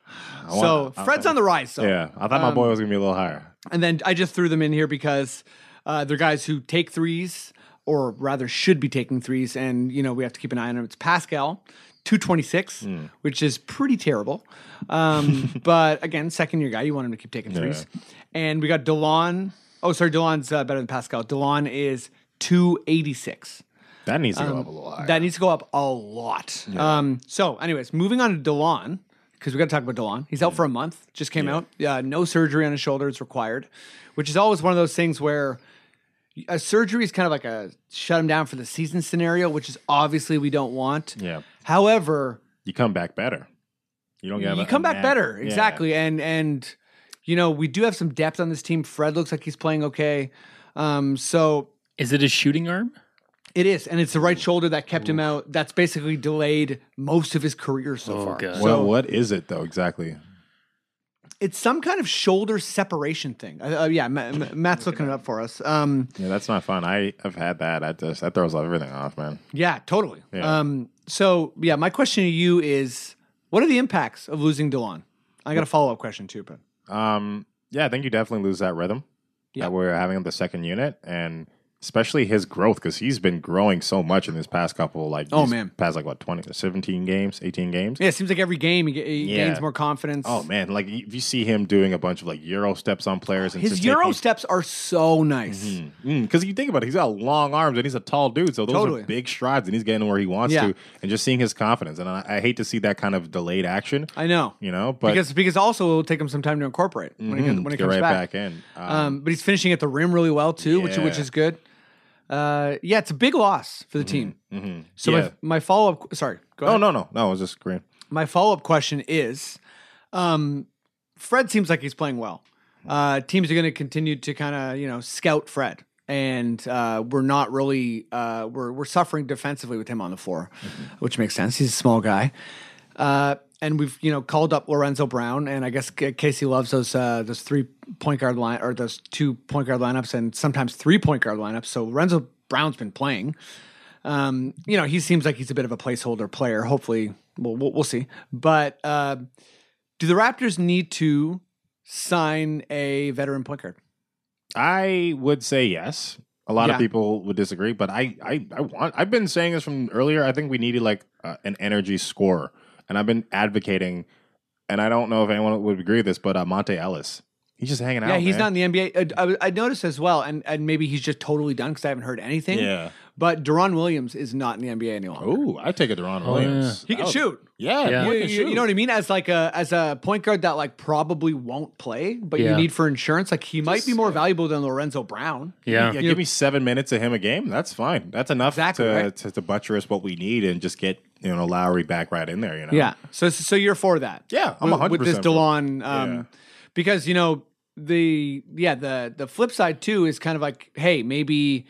Speaker 5: I want-
Speaker 4: So
Speaker 5: I-
Speaker 4: Fred's on the rise. So
Speaker 5: Yeah, I thought my
Speaker 4: Um,
Speaker 5: boy was gonna be a little higher.
Speaker 4: and then I just threw them in here because uh, they're guys who take threes, or rather should be taking threes, and you know we have to keep an eye on them. It's Pascal, two twenty six, which is pretty terrible. Um, but again, second year guy, you want him to keep taking threes. And we got Delon. Oh, sorry, Delon's uh, better than Pascal. Delon is two eighty six.
Speaker 5: That needs to go up a little higher.
Speaker 4: Um, That needs to go up a lot. Um, so, anyways, moving on to DeLon, because we got to talk about DeLon. He's out for a month, just came out. Yeah, no surgery on his shoulder is required, which is always one of those things where a surgery is kind of like a shut him down for the season scenario, which is obviously we don't want.
Speaker 5: yeah,
Speaker 4: However,
Speaker 5: you come back better. You don't get
Speaker 4: you
Speaker 5: a-
Speaker 4: come
Speaker 5: a
Speaker 4: back
Speaker 5: nap.
Speaker 4: better.
Speaker 5: Yeah.
Speaker 4: Exactly. And and you know, we do have some depth on this team. Fred looks like he's playing okay. Um, so
Speaker 3: Is it a shooting arm?
Speaker 4: It is, and it's the right shoulder that kept him out. That's basically delayed most of his career so
Speaker 3: Oh,
Speaker 4: far.
Speaker 3: God.
Speaker 4: So
Speaker 5: Well, what is it though exactly?
Speaker 4: it's some kind of shoulder separation thing. Uh, uh, yeah, Ma- Ma- Matt's looking it up for us. Um,
Speaker 5: Yeah, that's not fun. I have had that. I just that throws everything off, man.
Speaker 4: yeah, totally.
Speaker 5: Yeah.
Speaker 4: Um, so yeah, my question to you is, what are the impacts of losing Delon? I got a follow up question too, but
Speaker 5: Um, yeah, I think you definitely lose that rhythm
Speaker 4: Yeah.
Speaker 5: that we're having on the second unit, and especially his growth because he's been growing so much in this past couple, like
Speaker 4: Oh,
Speaker 5: these
Speaker 4: man.
Speaker 5: past like what 20, 17 games, eighteen games.
Speaker 4: yeah, it seems like every game he, g- he
Speaker 5: Yeah.
Speaker 4: gains more confidence.
Speaker 5: Oh man, like if you see him doing a bunch of like euro steps on players, and
Speaker 4: his euro steps are so nice.
Speaker 5: Mm-hmm. because Mm, you think about it, he's got long arms and he's a tall dude, so those
Speaker 4: Totally.
Speaker 5: are big strides, and he's getting where he wants
Speaker 4: Yeah.
Speaker 5: to, and just seeing his confidence, and I, I hate to see that kind of delayed action,
Speaker 4: I know.
Speaker 5: you know, but
Speaker 4: because because also it'll take him some time to incorporate when he,
Speaker 5: Mhm,
Speaker 4: comes- when he
Speaker 5: get
Speaker 4: comes
Speaker 5: right
Speaker 4: back.
Speaker 5: back, in. Um,
Speaker 4: Um, but he's finishing at the rim really well too, which which
Speaker 5: Yeah. Mm-hmm.
Speaker 4: is good. Uh, yeah, it's a big loss for the team. So
Speaker 5: Yeah.
Speaker 4: my, my follow up, sorry, go
Speaker 5: oh
Speaker 4: ahead.
Speaker 5: no, no, no, it was just green.
Speaker 4: My follow up question is, um, Fred seems like he's playing well. Uh, teams are going to continue to kind of you know scout Fred, and uh, we're not really uh, we're we're suffering defensively with him on the floor, which makes sense. He's a small guy. Uh, and we've you know called up Lorenzo Brown, and I guess K- Casey loves those uh, those three point guard line or those two point guard lineups, and sometimes three point guard lineups. So Lorenzo Brown's been playing. Um, you know, he seems like he's a bit of a placeholder player. Hopefully, we'll we'll, we'll see. But uh, do the Raptors need to sign a veteran point guard?
Speaker 5: I would say yes. A lot
Speaker 4: Yeah.
Speaker 5: of people would disagree, but I, I, I want. I've been saying this from earlier. I think we needed like uh, an energy scorer, and I've been advocating. And I don't know if anyone would agree with this, but uh, Monte Ellis. He's just hanging out.
Speaker 4: Yeah, he's
Speaker 5: man.
Speaker 4: not in the NBA. I, I- I noticed as well, and, and maybe he's just totally done because I haven't heard anything.
Speaker 5: Yeah.
Speaker 4: But Deron Williams is not in the NBA any longer.
Speaker 5: Ooh, I take it to Ron Williams.
Speaker 4: He can
Speaker 5: Oh,
Speaker 4: shoot.
Speaker 5: Yeah,
Speaker 3: Yeah.
Speaker 5: boy
Speaker 4: You,
Speaker 5: can
Speaker 4: you-
Speaker 5: shoot.
Speaker 4: you know what I mean? As like a as a point guard that like probably won't play, but
Speaker 3: Yeah.
Speaker 4: you need for insurance. Like he might be more valuable than Lorenzo Brown.
Speaker 3: Yeah.
Speaker 5: Yeah, give me seven minutes of him a game. That's fine. That's enough
Speaker 4: Exactly,
Speaker 5: to,
Speaker 4: right.
Speaker 5: to to butcher us what we need and just get you know Lowry back right in there. You know.
Speaker 4: So so you're for that?
Speaker 5: Yeah, I'm
Speaker 4: With- with this
Speaker 5: 100% for it.
Speaker 4: Delon, um,
Speaker 5: Yeah.
Speaker 4: because you know the yeah the the flip side too is kind of like hey maybe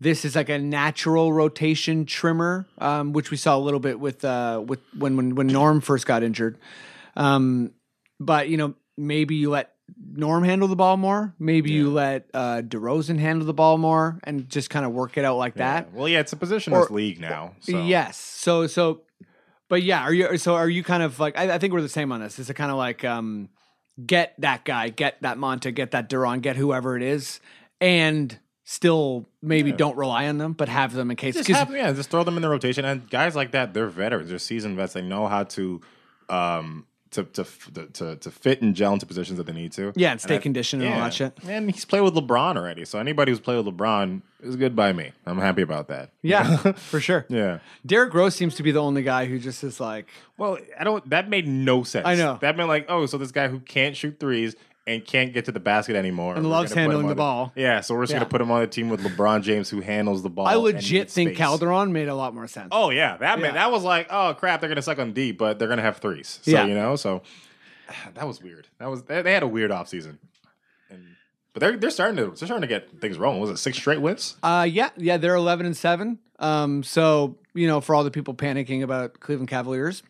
Speaker 4: this is like a natural rotation trimmer, um, which we saw a little bit with uh with when when when Norm first got injured, um, but you know maybe you let. Norm handle the ball more. Maybe you let uh, DeRozan handle the ball more, and just kind of work it out like that.
Speaker 5: Well, yeah, it's a positionless
Speaker 4: Or-
Speaker 5: league now. So.
Speaker 4: Yes. So so, but yeah. Are you so? Are you kind of like? I, I think we're the same on this. It's a kind of like um, get that guy, get that Monta, get that Duran, get whoever it is, and still maybe don't rely on them, but have them in case.
Speaker 5: Just
Speaker 4: 'cause-
Speaker 5: have, yeah, just throw them in the rotation. And guys like that, they're veterans. They're seasoned vets. They know how to um to to to, to, to fit and gel into positions that they need to.
Speaker 4: yeah, and stay
Speaker 5: I-
Speaker 4: conditioned and all that shit.
Speaker 5: And he's played with LeBron already. So anybody who's played with LeBron is good by me. I'm happy about that.
Speaker 4: Yeah, for sure.
Speaker 5: Yeah.
Speaker 4: Derek Rose seems to be the only guy who just is like,
Speaker 5: Well, I don't. That made no sense.
Speaker 4: I know.
Speaker 5: That meant like, oh, so this guy who can't shoot threes and can't get to the basket anymore
Speaker 4: And
Speaker 5: we're
Speaker 4: loves
Speaker 5: gonna put him
Speaker 4: handling
Speaker 5: on
Speaker 4: the ball.
Speaker 5: Yeah, so we're just
Speaker 4: Yeah.
Speaker 5: gonna put him on the team with LeBron James, who handles the ball.
Speaker 4: I
Speaker 5: and
Speaker 4: legit
Speaker 5: gets
Speaker 4: think
Speaker 5: space.
Speaker 4: Calderon made a lot more sense.
Speaker 5: Oh yeah, that
Speaker 4: Yeah.
Speaker 5: meant that was like, oh crap, they're gonna suck on D, but they're gonna have threes. So
Speaker 4: Yeah.
Speaker 5: you know, so that was weird. That was they, they had a weird offseason. and but they're they're starting to they're starting to get things rolling. Was it six straight wins?
Speaker 4: Uh, yeah, yeah, they're eleven and seven. Um, so you know, for all the people panicking about Cleveland Cavaliers,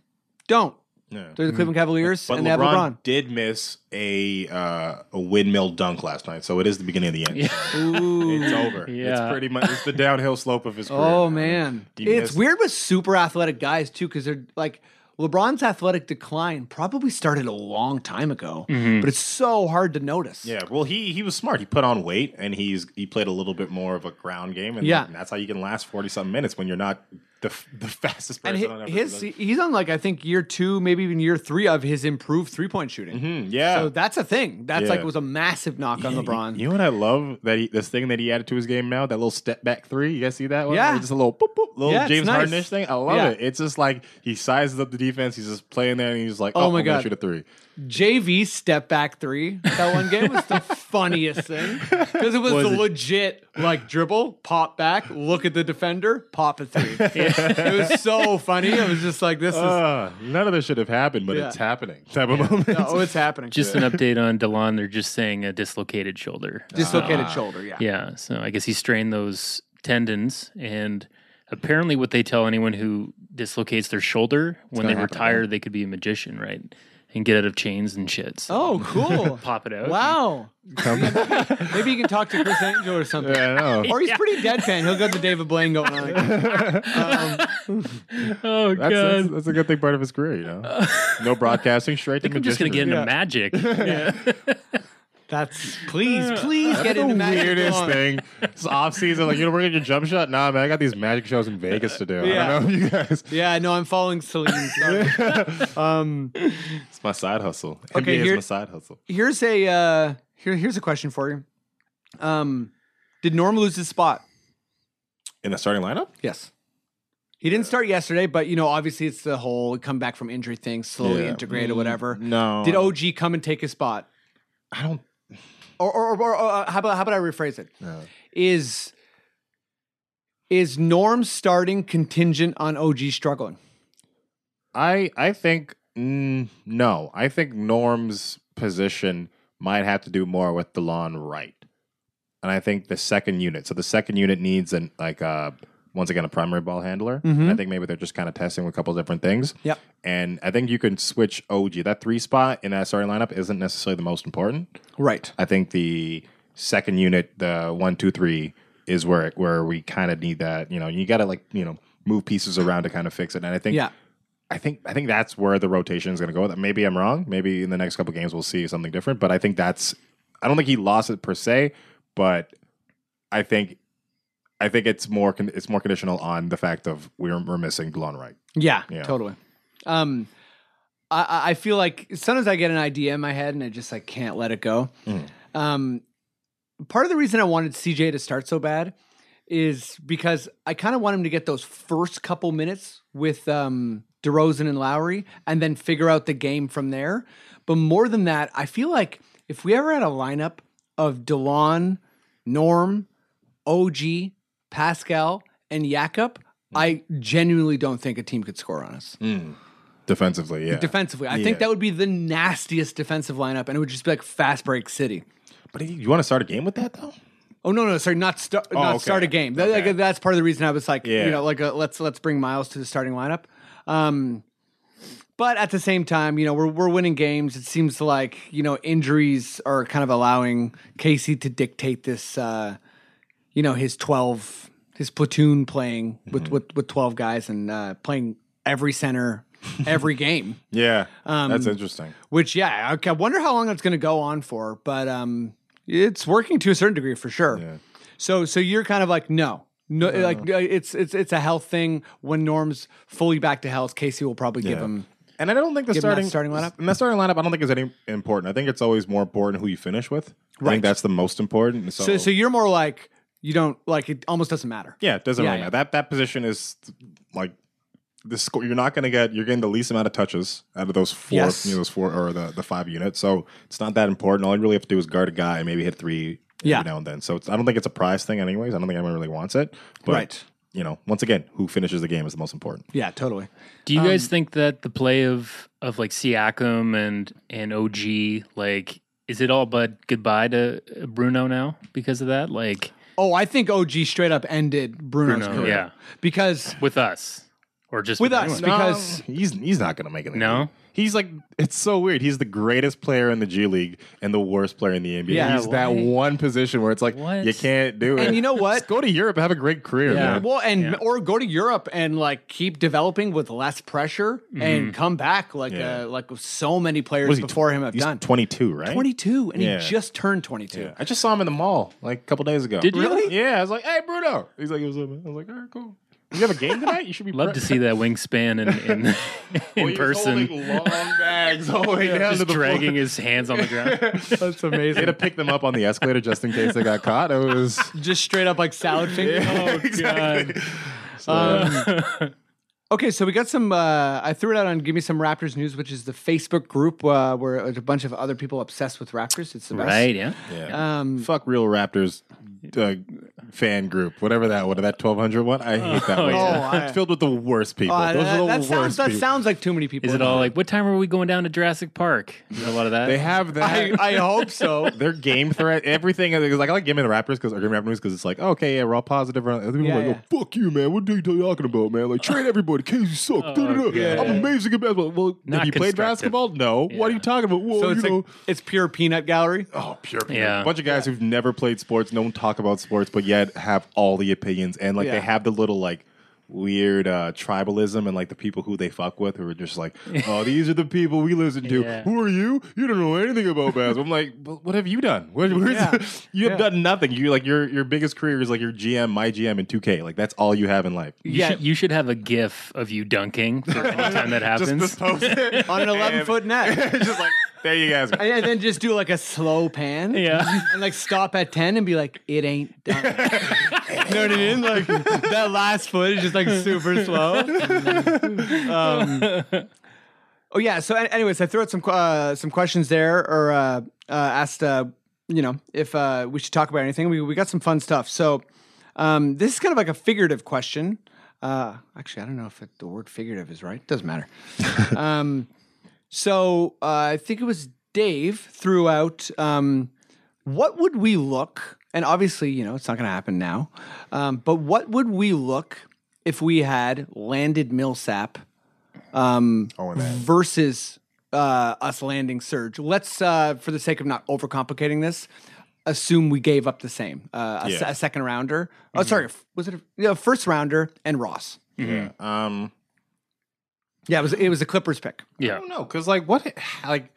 Speaker 4: don't.
Speaker 5: Yeah.
Speaker 4: They're the Cleveland Cavaliers,
Speaker 5: Hmm. But
Speaker 4: and they have LeBron.
Speaker 5: LeBron did miss a uh, a windmill dunk last night, so it is the beginning of the end. It's over.
Speaker 3: Yeah.
Speaker 5: It's pretty much it's the downhill slope of his career.
Speaker 4: Mm. Oh man,
Speaker 5: You
Speaker 4: it's
Speaker 5: missed-
Speaker 4: weird with super athletic guys too, because they're like LeBron's athletic decline probably started a long time ago, but it's so hard to notice.
Speaker 5: Mm-hmm. Yeah, well, he he was smart. He put on weight, and he's he played a little bit more of a ground game, and,
Speaker 4: Yeah.
Speaker 5: and that's how you can last forty something minutes when you're not the the fastest
Speaker 4: and
Speaker 5: person.
Speaker 4: hi-
Speaker 5: on every
Speaker 4: his he's on like I think year two, maybe even year three of his improved three point shooting.
Speaker 5: Hmm, yeah.
Speaker 4: So that's a thing. That's
Speaker 5: Yeah.
Speaker 4: like was a massive knock on
Speaker 5: Yeah,
Speaker 4: LeBron.
Speaker 5: You, you know what I love that he, this thing that he added to his game now, that little step back three. You guys see that one?
Speaker 4: Yeah.
Speaker 5: Where just a little boop boop, little
Speaker 4: Yeah, it's
Speaker 5: James
Speaker 4: nice.
Speaker 5: Hardenish thing. I love
Speaker 4: Yeah.
Speaker 5: it. It's just like he sizes up the defense. He's just playing there, and he's like,
Speaker 4: Oh
Speaker 5: "Oh,
Speaker 4: my
Speaker 5: my god,
Speaker 4: God.
Speaker 5: shoot a three.
Speaker 4: JV step back three. That one game was the funniest thing because it was,
Speaker 5: Was
Speaker 4: the
Speaker 5: it-
Speaker 4: legit like dribble, pop back, look at the defender, pop a three. It was so funny. It was just like this is
Speaker 5: Uh, none of this should have happened, but
Speaker 4: Yeah.
Speaker 5: it's happening. Type of moment.
Speaker 4: oh, it's happening.
Speaker 3: Just an update on Delon. They're just saying a dislocated shoulder.
Speaker 4: dislocated shoulder. Yeah.
Speaker 3: Ah. Yeah, so I guess he strained those tendons, and apparently, what they tell anyone who dislocates their shoulder when they
Speaker 5: gonna happen,
Speaker 3: retire, they could be a magician, right? And get out of chains and shit. So
Speaker 4: Oh, cool.
Speaker 3: pop it out.
Speaker 4: wow. Maybe you can talk to Chris Angel or something.
Speaker 5: Yeah, I know.
Speaker 4: Or he's pretty deadpan. He'll go to David Blaine going on.
Speaker 3: Oh
Speaker 5: That's, that's,
Speaker 3: god.
Speaker 5: that's a good thing part of his career, you know. No broadcasting, straight to
Speaker 3: I'm just gonna get
Speaker 5: magician.
Speaker 3: into magic.
Speaker 4: That's please, please get into
Speaker 5: the
Speaker 4: Magic
Speaker 5: weirdest
Speaker 4: Wand.
Speaker 5: thing. It's off season. Like, you know, we're gonna get your jump shot. Nah, man, I got these magic shows in Vegas to do.
Speaker 4: Yeah.
Speaker 5: I don't know if you guys.
Speaker 4: Yeah, no, I'm following Celine. Sorry.
Speaker 5: Um, It's my side hustle.
Speaker 4: Okay,
Speaker 5: NBA
Speaker 4: here-
Speaker 5: is my side hustle.
Speaker 4: here's a uh here here's a question for you. Um did Norm lose his spot?
Speaker 5: In the starting lineup?
Speaker 4: Yes. He didn't start yesterday, but you know, obviously it's the whole come back from injury thing, slowly
Speaker 5: Yeah.
Speaker 4: integrate or whatever.
Speaker 5: Mm-hmm. No.
Speaker 4: Did OG come and take his spot?
Speaker 5: I don't.
Speaker 4: Or or, or, or uh, how about how about I rephrase it?
Speaker 5: No.
Speaker 4: Is is Norm starting contingent on OG struggling?
Speaker 5: I I think mm, no. I think Norm's position might have to do more with DeLon Wright, and I think the second unit. So the second unit needs an like uh once again a primary ball handler. And I think maybe they're just kind of testing with a couple different things.
Speaker 4: Yep.
Speaker 5: And I think you can switch OG. That three spot in that starting lineup isn't necessarily the most important.
Speaker 4: Right.
Speaker 5: I think the second unit, the one, two, three, is where where we kind of need that. You know, you got to like you know move pieces around to kind of fix it. And I think
Speaker 4: Yeah.
Speaker 5: I think I think that's where the rotation is going to go. That maybe I'm wrong. Maybe in the next couple games we'll see something different. But I think that's I don't think he lost it per se, but I think I think it's more con- it's more conditional on the fact of we're we're missing DeLon Wright.
Speaker 4: Yeah,
Speaker 5: Yeah.
Speaker 4: totally. Um, I- I, I feel like sometimes I get an idea in my head and I just like can't let it go. Um, part of the reason I wanted CJ to start so bad is because I kind of want him to get those first couple minutes with um, DeRozan and Lowry and then figure out the game from there. But more than that, I feel like if we ever had a lineup of DeLon, Norm, OG, Pascal, and Jakob, I genuinely don't think a team could score on us
Speaker 5: defensively. Yeah,
Speaker 4: defensively. I
Speaker 5: Yeah.
Speaker 4: think that would be the nastiest defensive lineup, and it would just be like fast break city.
Speaker 5: But you, you want to start a game with that though?
Speaker 4: Oh no, no, sorry, not start, not
Speaker 5: Oh, okay.
Speaker 4: start a game. That-
Speaker 5: Okay.
Speaker 4: like, that's part of the reason I was like,
Speaker 5: Yeah.
Speaker 4: you know, like uh let's let's bring Miles to the starting lineup. Um, but at the same time, you know, we're we're winning games. It seems like you know injuries are kind of allowing Casey to dictate this. Uh, you know, his twelve, his platoon playing
Speaker 5: Mm-hmm.
Speaker 4: with with with twelve guys and uh, playing every center every game.
Speaker 5: Yeah, that's interesting.
Speaker 4: Which, yeah, okay, I wonder how long that's going to go on for, but um, it's working to a certain degree for sure.
Speaker 5: Yeah.
Speaker 4: So, so you're kind of like, no, no, like uh, it's it's it's a health thing. When Norm's fully back to health, Casey will probably give
Speaker 5: Yeah.
Speaker 4: him.
Speaker 5: And I don't think the
Speaker 4: Give him that
Speaker 5: starting
Speaker 4: starting lineup?
Speaker 5: And that starting lineup, I don't think is any important. I think it's always more important who you finish with. I
Speaker 4: Right.
Speaker 5: think that's the most important. So,
Speaker 4: So, so you're more like you don't like it. Almost doesn't matter.
Speaker 5: yeah, it doesn't
Speaker 4: Yeah,
Speaker 5: really
Speaker 4: yeah.
Speaker 5: matter. That that position is like the score. You're not going to get. You're getting the least amount of touches out of those four.
Speaker 4: Yes.
Speaker 5: You know, those four or the the five units. So it's not that important. All you really have to do is guard a guy and maybe hit three. every
Speaker 4: Yeah.
Speaker 5: now and then. So it's, I don't think it's a prize thing, anyways. I don't think anyone really wants it. But,
Speaker 4: Right.
Speaker 5: You know, once again, who finishes the game is the most important.
Speaker 4: Yeah, totally.
Speaker 3: Do you guys think that the play of of like Siakam and and OG like is it all but goodbye to uh, Bruno now because of that? Like
Speaker 4: Oh, I think OG straight up ended Bruno's
Speaker 3: Bruno,
Speaker 4: career.
Speaker 3: yeah.
Speaker 4: because
Speaker 3: with us or just
Speaker 4: With us,
Speaker 3: anyone?
Speaker 4: No. Because-
Speaker 5: he's he's not going to make it. in the
Speaker 3: No?
Speaker 5: league. he's like it's so weird. He's the greatest player in the G League and the worst player in the NBA.
Speaker 4: Yeah,
Speaker 5: he's that
Speaker 3: why?
Speaker 5: one position where it's like
Speaker 3: What?
Speaker 5: you can't do it.
Speaker 4: And you know what?
Speaker 5: Just go to Europe, have a great career,
Speaker 3: Yeah.
Speaker 5: man.
Speaker 4: well, and
Speaker 3: Yeah.
Speaker 4: or go to Europe and like keep developing with less pressure and come back like
Speaker 5: Mm-hmm. Yeah.
Speaker 4: uh, like so many players
Speaker 5: What is he,
Speaker 4: before him
Speaker 5: tw-
Speaker 4: have
Speaker 5: he's
Speaker 4: done.
Speaker 5: 22, right?
Speaker 4: 22 and
Speaker 5: Yeah.
Speaker 4: he just turned 22
Speaker 5: Yeah. I just saw him in the mall like a couple days ago.
Speaker 3: Did you? Really?
Speaker 5: Yeah, I was like, "Hey, Bruno." He's like, "What's up?" man?" I was like, "All right, cool. You have a game tonight? You should be
Speaker 3: Love to see that wingspan in in, in person.
Speaker 5: long bags all the way down to
Speaker 3: Just
Speaker 5: the floor.
Speaker 3: dragging his hands on the ground.
Speaker 4: that's
Speaker 5: They had
Speaker 4: amazing
Speaker 5: to pick them up on the escalator just in case they got caught. It was
Speaker 4: just straight up like salad finger
Speaker 3: Oh,
Speaker 5: exactly. So,
Speaker 3: Uh,
Speaker 4: okay so we got some uh, i threw it out on give me some raptors news which is the facebook group uh, where a bunch of other people obsessed with raptors it's the best
Speaker 3: Right, yeah.
Speaker 5: yeah.
Speaker 4: um,
Speaker 5: Fuck real Raptors uh, fan group, whatever that one, that twelve hundred one. I hate that
Speaker 3: Oh,
Speaker 5: one.
Speaker 4: yeah. Oh, I-
Speaker 5: it's filled with the worst people.
Speaker 4: uh,
Speaker 5: Those
Speaker 4: that,
Speaker 5: are the
Speaker 4: that
Speaker 5: worst
Speaker 4: sounds, that
Speaker 5: people.
Speaker 4: sounds like too many people
Speaker 3: Is it all like what time are we going down to Jurassic Park? Is there a lot of that?
Speaker 5: they have that.
Speaker 4: I, I hope so
Speaker 5: their game threat, everything is like I like Gimme the Raptors because or Gimme Raptors because it's like okay, yeah, we're all positive. Other people
Speaker 4: Yeah,
Speaker 5: are like,
Speaker 4: yeah.
Speaker 5: oh, fuck you, man. What are you talking about, man? Like trade everybody. Casey suck.
Speaker 4: Oh,
Speaker 5: da, da, da.
Speaker 3: yeah.
Speaker 5: I'm amazing at basketball. Well,
Speaker 3: Not
Speaker 5: have you played
Speaker 3: constructive.
Speaker 5: basketball? No. What are
Speaker 3: Yeah.
Speaker 5: you talking about? Well,
Speaker 4: so
Speaker 5: oh, you
Speaker 4: it's
Speaker 5: know,
Speaker 4: like it's pure peanut gallery
Speaker 5: Oh, pure people.
Speaker 3: Yeah.
Speaker 5: A bunch of guys who've never played sports, no one talk about sports, but yet have all the opinions. And like
Speaker 4: Yeah.
Speaker 5: they have the little like weird uh, tribalism and like the people who they fuck with who are just like, oh, these are the people we listen to.
Speaker 3: Yeah.
Speaker 5: Who are you? You don't know anything about basketball. I'm like, but what have you done? What, where's
Speaker 4: Yeah.
Speaker 5: you have done nothing. You like your your biggest career is like your GM, my GM, and 2K. Like that's all you have in life.
Speaker 3: you, should, you should have a GIF of you dunking for any time that
Speaker 5: Just,
Speaker 3: happens.
Speaker 5: just post it.
Speaker 4: on an 11 foot net
Speaker 5: just like, there you guys go.
Speaker 4: and then just do like a slow pan
Speaker 3: yeah.
Speaker 4: and like stop at 10 and be like, it ain't done. you know what I mean? Like that last footage is like super slow. Um, oh, yeah. So, an- anyways, I threw out some qu- uh, some questions there or uh, uh, asked, uh, you know, if uh, we should talk about anything. We, we got some fun stuff. So, um, this is kind of like a figurative question. Uh, actually, I don't know if it, the word figurative is right. Doesn't matter. um, so uh, I think it was Dave threw out um, what would we look, and obviously, you know, it's not going to happen now, um, but what would we look if we had landed Millsap um,
Speaker 5: Oh, and that.
Speaker 4: versus uh, us landing Surge? Let's, uh, for the sake of not overcomplicating this, assume we gave up the same uh, a, se-
Speaker 5: Yeah. Mm-hmm.
Speaker 4: a second rounder. Oh, sorry, f- was it a yeah, first rounder and Ross?
Speaker 5: Yeah. Um,
Speaker 4: Yeah, it was it was a Clippers pick.
Speaker 3: Yeah.
Speaker 5: I don't know, because like what, like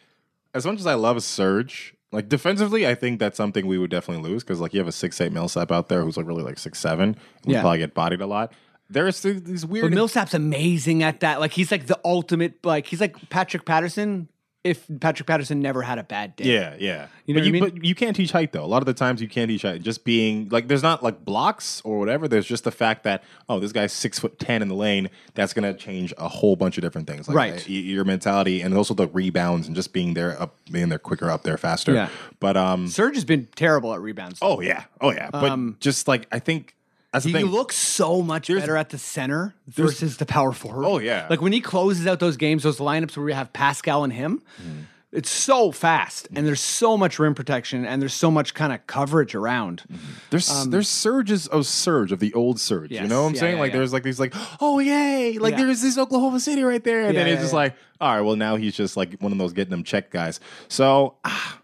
Speaker 5: as much as I love Surge, like defensively, I think that's something we would definitely lose because like you have a six eight Millsap out there who's like really like six seven, and
Speaker 4: Yeah.
Speaker 5: we probably get bodied a lot. There's th- these
Speaker 4: But
Speaker 5: weird.
Speaker 4: Millsap's amazing at that. Like he's like the ultimate. Like he's like Patrick Patterson. If Patrick Patterson never had a bad day,
Speaker 5: yeah, yeah.
Speaker 4: You know
Speaker 5: but,
Speaker 4: what I
Speaker 5: you,
Speaker 4: mean?
Speaker 5: but you can't teach height though. A lot of the times you can't teach height. Just being like, there's not like blocks or whatever. There's just the fact that oh, this guy's six foot ten in the lane. That's gonna change a whole bunch of different things. Like,
Speaker 4: Right.
Speaker 5: y- your mentality and also the rebounds and just being there up, being there quicker, up there faster.
Speaker 4: Yeah.
Speaker 5: But um.
Speaker 4: Serge has been terrible at rebounds.
Speaker 5: Oh yeah. Oh yeah. But
Speaker 4: Um,
Speaker 5: just like I think that's the
Speaker 4: He
Speaker 5: thing.
Speaker 4: looks so much
Speaker 5: There's-
Speaker 4: better at the center versus the power forward.
Speaker 5: Oh, yeah.
Speaker 4: like when he closes out those games, those lineups where we have Pascal and him,
Speaker 5: Mm-hmm.
Speaker 4: it's so fast, and there's so much rim protection, and there's so much kind of coverage around.
Speaker 5: There's there's surges of surge of the old surge. You
Speaker 4: um, Yes.
Speaker 5: know what I'm
Speaker 4: Yeah,
Speaker 5: saying?
Speaker 4: yeah,
Speaker 5: like
Speaker 4: yeah.
Speaker 5: there's like these like oh yay like
Speaker 4: Yeah.
Speaker 5: there's this Oklahoma City right there, and
Speaker 4: Yeah,
Speaker 5: then it's
Speaker 4: yeah,
Speaker 5: just
Speaker 4: yeah.
Speaker 5: like all right, well now he's just like one of those getting them checked guys. So ah,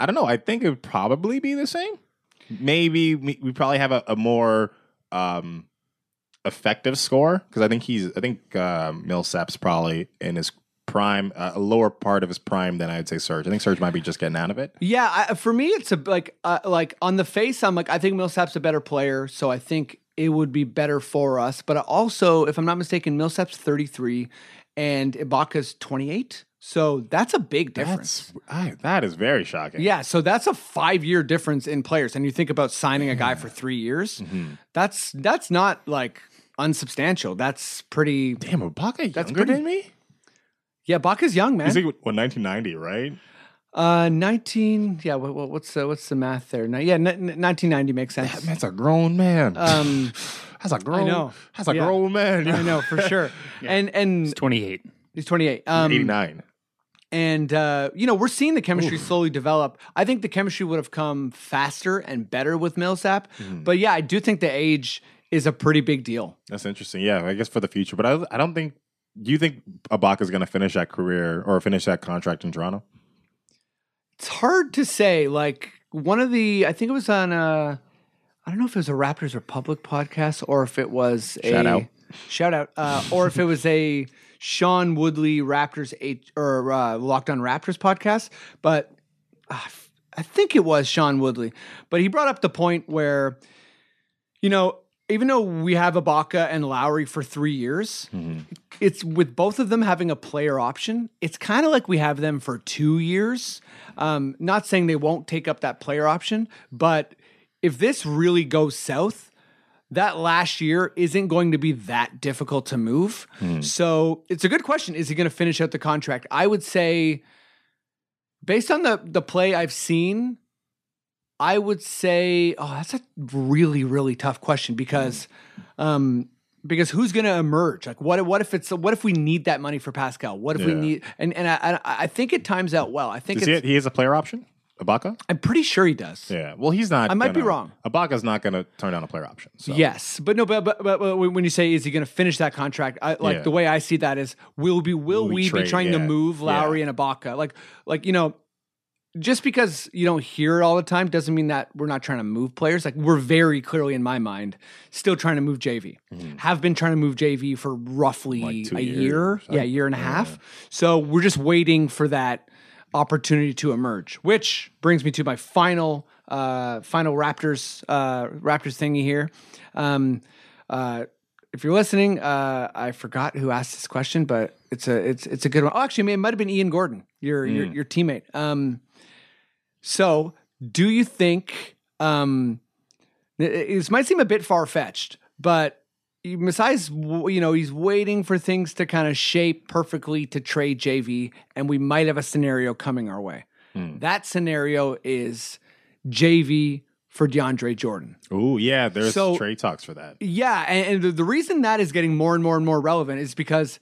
Speaker 5: I don't know. I think it would probably be the same. Maybe we, we probably have a, a more um effective score because I think he's I think uh, Millsap's probably in his prime uh, a lower part of his prime than I'd say Surge. I think Surge might be just getting out of it.
Speaker 4: Yeah, I, uh, for me, it's a like uh, like on the face, I'm like I think Millsap's a better player, so I think it would be better for us. But also, if I'm not mistaken, Millsap's 33 and Ibaka's 28, so that's a big difference.
Speaker 5: That's I, that is very shocking.
Speaker 4: Yeah, so that's a five year difference in players. And you think about signing a guy for three years,
Speaker 5: Mm-hmm.
Speaker 4: that's that's not like unsubstantial. That's pretty
Speaker 5: Damn, Ibaka
Speaker 4: That's
Speaker 5: younger
Speaker 4: pretty-
Speaker 5: than me?
Speaker 4: yeah, Baca's young, man.
Speaker 5: He's like, what, 1990, right?
Speaker 4: uh nineteen yeah, what, what, what's the what's the math there? Ni- yeah, nineteen ninety makes sense.
Speaker 5: That's a grown man.
Speaker 4: Um
Speaker 5: that's a grown,
Speaker 4: know.
Speaker 5: that's a
Speaker 4: Yeah.
Speaker 5: grown man.
Speaker 4: I know for sure. And and
Speaker 3: He's 28.
Speaker 4: he's twenty eight. Um
Speaker 5: 89.
Speaker 4: and uh, you know we're seeing the chemistry slowly develop. I think the chemistry would have come faster and better with Millsap, but yeah, I do think the age is a pretty big deal.
Speaker 5: That's interesting. Yeah, I guess for the future. But I, I don't think, do you think Ibaka's going to finish that career or finish that contract in Toronto?
Speaker 4: it's hard to say. Like one of the, I think it was on a, I don't know if it was a Raptors Republic podcast or if it was a
Speaker 5: Shout out.
Speaker 4: shout out, uh, or if it was a Sean Woodley Raptors H, or uh, Locked On Raptors podcast. But uh, I think it was Sean Woodley, but he brought up the point where, you know, even though we have Ibaka and Lowry for three years,
Speaker 5: Mm-hmm.
Speaker 4: it's with both of them having a player option. It's kind of like we have them for two years. Um, not saying they won't take up that player option, but if this really goes south, that last year isn't going to be that difficult to move.
Speaker 5: Hmm.
Speaker 4: So it's a good question. Is he going to finish out the contract? I would say, based on the the play I've seen, I would say, oh, that's a really really tough question because, um, because who's going to emerge? Like, what what if it's what if we need that money for Pascal? What if we
Speaker 5: Yeah.
Speaker 4: need and and I, I I think it times out well. I think
Speaker 5: Does he,
Speaker 4: it's,
Speaker 5: he has a player option? Ibaka?
Speaker 4: I'm pretty sure he does.
Speaker 5: Yeah. Well, he's not.
Speaker 4: I might be
Speaker 5: gonna-
Speaker 4: wrong.
Speaker 5: Ibaka's not going to turn down a player option. So.
Speaker 4: Yes, but no, but, but but but when you say is he going to finish that contract? I, like
Speaker 5: Yeah.
Speaker 4: the way I see that is will be will,
Speaker 5: Will we
Speaker 4: we,
Speaker 5: trade?
Speaker 4: be trying to
Speaker 5: Yeah.
Speaker 4: move Lowry and Ibaka? Like like you know, just because you don't hear it all the time doesn't mean that we're not trying to move players. Like we're very clearly in my mind still trying to move JV. Have been trying to move JV for roughly
Speaker 5: Mm-hmm. Like two
Speaker 4: a
Speaker 5: years,
Speaker 4: year,
Speaker 5: I-
Speaker 4: yeah, year and a half. So we're just waiting for that opportunity to emerge, which brings me to my final uh, final Raptors uh, Raptors thingy here. Um, uh, if you're listening, uh, I forgot who asked this question, but it's a it's it's a good one. Oh, actually, it might have been Ian Gordon, your
Speaker 5: Mm.
Speaker 4: your, your teammate. Um, so, do you think um, th- this might seem a bit far fetched, but Masai's, w- you know, he's waiting for things to kind of shape perfectly to trade JV, and we might have a scenario coming our way. That scenario is JV for DeAndre Jordan.
Speaker 5: Ooh, yeah. There's
Speaker 4: So-
Speaker 5: trade talks for that.
Speaker 4: Yeah, and, and the, the reason that is getting more and more and more relevant is because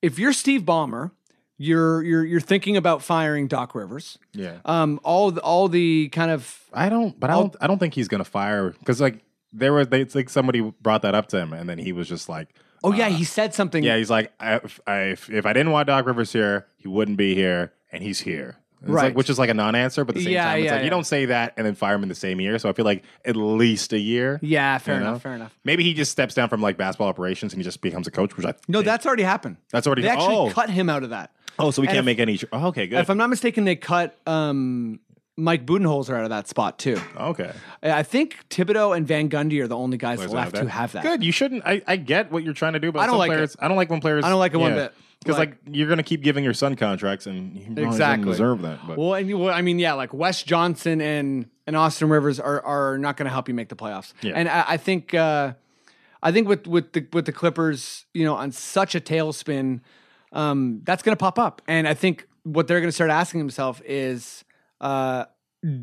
Speaker 4: if you're Steve Ballmer, you're you're you're thinking about firing Doc Rivers.
Speaker 5: Yeah.
Speaker 4: Um, all the, all the kind of
Speaker 5: I don't, but I don't, I don't think he's gonna fire because like there was, they, it's like somebody brought that up to him, and then he was just like,
Speaker 4: oh yeah,
Speaker 5: uh,
Speaker 4: he said something.
Speaker 5: yeah, he's like, I, if, I, if, if I didn't want Doc Rivers here, he wouldn't be here, and he's here. It's like-
Speaker 4: Right.
Speaker 5: which is like a non-answer, but at the same
Speaker 4: Yeah,
Speaker 5: time, it's
Speaker 4: yeah,
Speaker 5: like you
Speaker 4: yeah.
Speaker 5: don't say that and then fire him in the same year. So I feel like at least a year.
Speaker 4: yeah, fair
Speaker 5: you know?
Speaker 4: enough, fair enough.
Speaker 5: Maybe he just steps down from like basketball operations and he just becomes a coach. Which I
Speaker 4: No,
Speaker 5: think-
Speaker 4: that's already happened.
Speaker 5: that's already
Speaker 4: They actually
Speaker 5: oh
Speaker 4: cut him out of that.
Speaker 5: oh so we
Speaker 4: and
Speaker 5: can't
Speaker 4: if-
Speaker 5: make any. Oh, okay, good.
Speaker 4: If I'm not mistaken, they cut um Mike Budenholzer out of that spot too.
Speaker 5: Okay.
Speaker 4: I I think Thibodeau and Van Gundy are the only guys
Speaker 5: Players
Speaker 4: left who have that.
Speaker 5: Good. You shouldn't. I, I get what you're trying to do, but
Speaker 4: I don't
Speaker 5: some
Speaker 4: like it.
Speaker 5: players. I don't like when players.
Speaker 4: I don't like it one bit.
Speaker 5: Because
Speaker 4: Like-
Speaker 5: like, you're gonna keep giving your son contracts, and you probably
Speaker 4: Exactly.
Speaker 5: didn't deserve that. But
Speaker 4: Well, and you, well, I mean, yeah, like Wes Johnson and and Austin Rivers are are not going to help you make the playoffs.
Speaker 5: Yeah.
Speaker 4: And I, I think uh, I think with with the with the Clippers, you know, on such a tailspin, um, that's going to pop up. And I think what they're going to start asking themselves is, uh,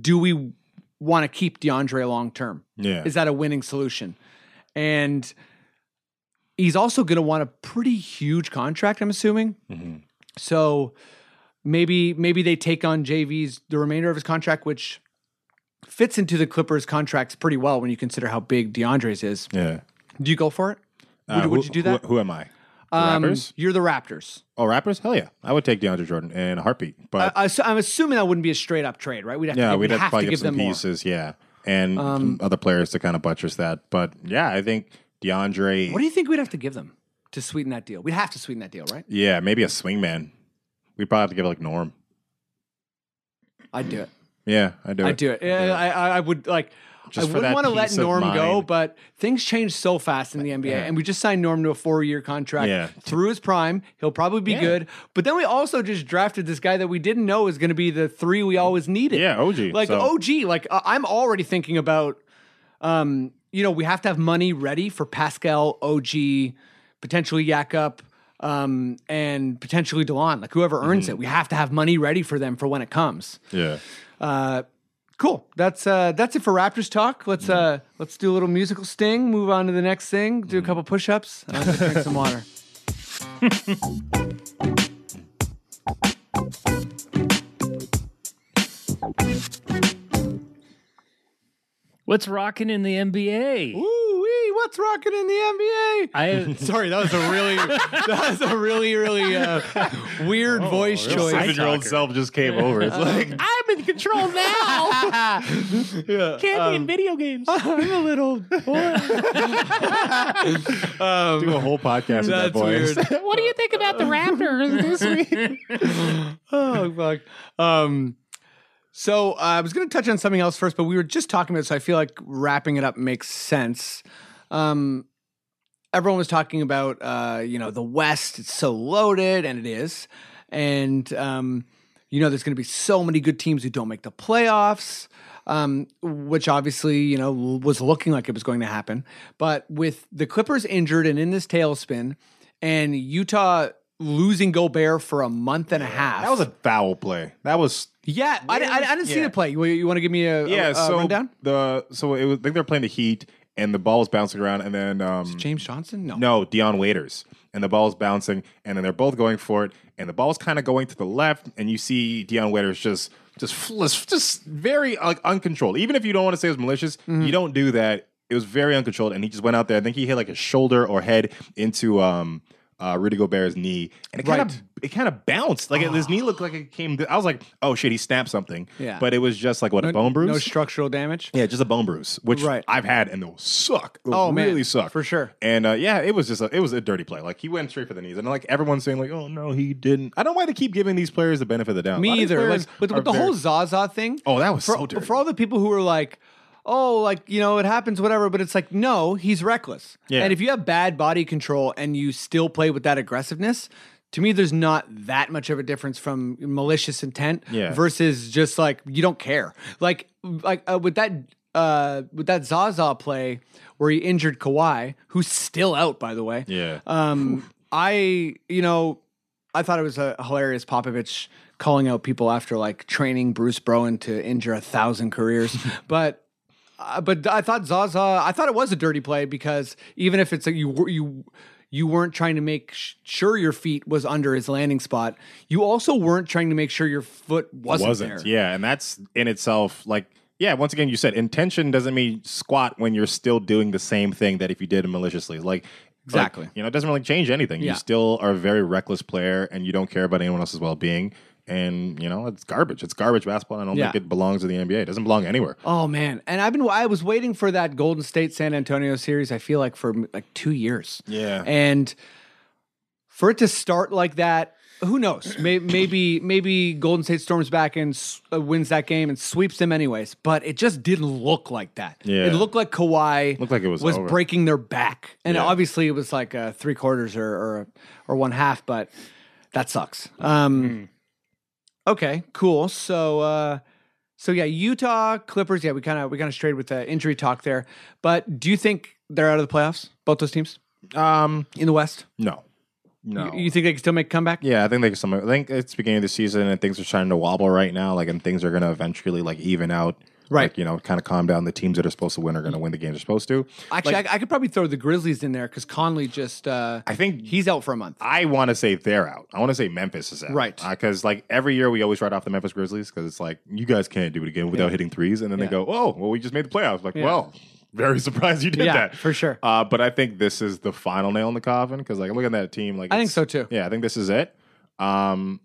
Speaker 4: do we want to keep DeAndre long term?
Speaker 5: yeah,
Speaker 4: Is that a winning solution? And he's also going to want a pretty huge contract, I'm assuming.
Speaker 5: Mhm.
Speaker 4: So maybe maybe they take on JV's the remainder of his contract, which fits into the Clippers contracts pretty well when you consider how big DeAndre's is.
Speaker 5: yeah.
Speaker 4: Do you go for it?
Speaker 5: Uh,
Speaker 4: would, would
Speaker 5: who-
Speaker 4: you do that? Um,
Speaker 5: Who, who am I? The rappers?
Speaker 4: You're the Raptors.
Speaker 5: Oh, rappers? Hell yeah! I would take DeAndre Jordan in a heartbeat. But
Speaker 4: I, am assuming that wouldn't be a straight up trade, right? We'd have
Speaker 5: Yeah,
Speaker 4: to,
Speaker 5: we'd, have to probably give
Speaker 4: give
Speaker 5: some
Speaker 4: them more. Um,
Speaker 5: pieces, yeah, and some other players to kind of buttress that. But yeah, I think DeAndre.
Speaker 4: What do you think we'd have to give them to sweeten that deal? We'd have to sweeten that deal, right?
Speaker 5: yeah, maybe a swingman. We'd probably have to give it like Norm.
Speaker 4: I'd do it.
Speaker 5: Yeah, I do.
Speaker 4: I do it. Yeah, I, I I would like.
Speaker 5: Just
Speaker 4: I
Speaker 5: for
Speaker 4: wouldn't
Speaker 5: that
Speaker 4: want to let
Speaker 5: peace of
Speaker 4: Norm go,
Speaker 5: mind.
Speaker 4: but things change so fast in the NBA, and we just signed Norm to a four-year contract
Speaker 5: Yeah.
Speaker 4: through his prime. He'll probably be good, but then we also just drafted this guy that we didn't know was going to be the three we always needed.
Speaker 5: Yeah, OG.
Speaker 4: like
Speaker 5: so-
Speaker 4: OG. Like uh, I'm already thinking about, um, you know, we have to have money ready for Pascal, OG, potentially Yakup, um, and potentially Delon. Like whoever earns
Speaker 5: Mm-hmm.
Speaker 4: it, we have to have money ready for them for when it comes.
Speaker 5: Yeah.
Speaker 4: Uh, cool. That's uh, that's it for Raptors talk. Let's uh, let's do a little musical sting. Move on to the next thing. Do a couple push-ups. and I'm gonna drink some water.
Speaker 3: What's rocking in the NBA?
Speaker 4: Ooh wee! What's rocking in the NBA?
Speaker 3: I
Speaker 4: Sorry, that was a really that was a really really uh, weird voice choice.
Speaker 5: Seven-year-old self just came over.
Speaker 3: Um,
Speaker 5: It's like
Speaker 3: I'm in control now. Can't be
Speaker 5: um,
Speaker 3: in video games.
Speaker 4: I'm a little boy.
Speaker 5: do a whole podcast with
Speaker 4: That's
Speaker 5: that voice.
Speaker 4: weird.
Speaker 3: what do you think about the Raptors this week?
Speaker 4: oh fuck. Um, so uh, I was going to touch on something else first, but we were just talking about. It, so I feel like wrapping it up makes sense. Um, everyone was talking about uh, you know the West. It's so loaded, and it is. And um, you know there's going to be so many good teams who don't make the playoffs. Um, which obviously, you know, was looking like it was going to happen. But with the Clippers injured and in this tailspin, and Utah losing Gobert for a month and a half,
Speaker 5: That was a foul play. That was uh,
Speaker 4: yeah, I, I, I didn't see
Speaker 5: Yeah.
Speaker 4: the play. You, want to give me a,
Speaker 5: yeah.
Speaker 4: a, a
Speaker 5: so
Speaker 4: rundown?
Speaker 5: the so it was. I think they're playing the Heat, and the ball was bouncing around, and then um,
Speaker 4: James Johnson? No.
Speaker 5: No, Dion Waiters. And the ball's bouncing, and then they're both going for it, and the ball's kind of going to the left, and you see Dion Waiters just, just, fl- just very like uncontrolled. Even if you don't want to say it was malicious,
Speaker 4: Mm-hmm.
Speaker 5: you don't do that. It was very uncontrolled, and he just went out there. I think he hit like a shoulder or head into um, uh, Rudy Gobert's knee, and it kind of
Speaker 4: Right.
Speaker 5: it kind of bounced. Like his knee looked like it came. I was like, oh shit, he snapped something.
Speaker 4: Yeah.
Speaker 5: but it was just like what a bone bruise.
Speaker 4: No structural damage?
Speaker 5: Yeah, just a bone bruise, which
Speaker 4: Right.
Speaker 5: I've had, and they'll suck. They'll
Speaker 4: Oh, man.
Speaker 5: really suck
Speaker 4: For sure.
Speaker 5: And uh, yeah, it was just a, it was a dirty play. Like he went straight for the knees, and like everyone's saying, like, oh no, he didn't. I don't know why they keep giving these players the benefit of the doubt. A
Speaker 4: Me
Speaker 5: lot of these
Speaker 4: either. Like,
Speaker 5: players
Speaker 4: with,
Speaker 5: are
Speaker 4: with the
Speaker 5: very-
Speaker 4: whole Zaza thing.
Speaker 5: oh, that was
Speaker 4: for,
Speaker 5: so dirty.
Speaker 4: for all the people who are like, oh, like, you know, it happens, whatever, but it's like, no, he's reckless.
Speaker 5: Yeah.
Speaker 4: And if you have bad body control and you still play with that aggressiveness, to me, there's not that much of a difference from malicious intent
Speaker 5: Yeah.
Speaker 4: versus just like you don't care. Like, like uh, with that. Uh, with that Zaza play where he injured Kawhi, who's still out, by the way.
Speaker 5: yeah,
Speaker 4: Um, I, you know, I thought it was a hilarious Popovich calling out people after like training Bruce Brown to injure a thousand careers, but. Uh, but I thought Zaza. I thought it was a dirty play because even if it's a, you were- you you weren't trying to make sh- sure your feet was under his landing spot, you also weren't trying to make sure your foot wasn't, there.
Speaker 5: Yeah, and that's in itself like yeah. Once again, you said intention doesn't mean squat when you're still doing the same thing that if you did it maliciously. Like
Speaker 4: Exactly.
Speaker 5: like, you know, it doesn't really change anything.
Speaker 4: Yeah.
Speaker 5: You still are a very reckless player, and you don't care about anyone else's well being. And you know, it's garbage. It's garbage basketball. and I don't
Speaker 4: Yeah.
Speaker 5: think it belongs to the NBA. It doesn't belong anywhere.
Speaker 4: Oh man, and I've been I was waiting for that Golden State San Antonio series. I feel like for like two years.
Speaker 5: Yeah.
Speaker 4: and for it to start like that who knows? May- Maybe maybe Golden State storms back and s- uh, wins that game and sweeps them anyways. But it just didn't look like that.
Speaker 5: Yeah.
Speaker 4: It looked like Kawhi
Speaker 5: Looked like it was
Speaker 4: was
Speaker 5: over.
Speaker 4: breaking their back, and
Speaker 5: Yeah.
Speaker 4: obviously it was like uh, three quarters or, or or one half. But that sucks.
Speaker 5: Mm-hmm.
Speaker 4: Um, Okay, cool. So uh, so yeah, Utah Clippers. Yeah, we kind of we kind of strayed with the injury talk there. But do you think they're out of the playoffs? Both those teams
Speaker 5: Um,
Speaker 4: in the West.
Speaker 5: no, no.
Speaker 4: You, you think they can still make a comeback?
Speaker 5: yeah, I think they some. I think it's the beginning of the season and things are starting to wobble right now. Like, and things are going to eventually like even out.
Speaker 4: Right.
Speaker 5: Like, you know, kind of calm down. The teams that are supposed to win are going to win the games they're supposed to.
Speaker 4: Actually, I, I could probably throw the Grizzlies in there because Conley just uh,
Speaker 5: I think
Speaker 4: he's out for a month.
Speaker 5: I want to say they're out. I want to say Memphis is out.
Speaker 4: Right.
Speaker 5: Because like every year we always write off the Memphis Grizzlies because it's like, you guys can't do it again without hitting threes. And then they go, oh, well, we just made the playoffs. Like, well, very surprised you did
Speaker 4: Yeah,
Speaker 5: that.
Speaker 4: for sure.
Speaker 5: Uh, but I think this is the final nail in the coffin because like, look at that team. Like,
Speaker 4: I think
Speaker 5: it's-
Speaker 4: so, too.
Speaker 5: Yeah, I think this is it. Um,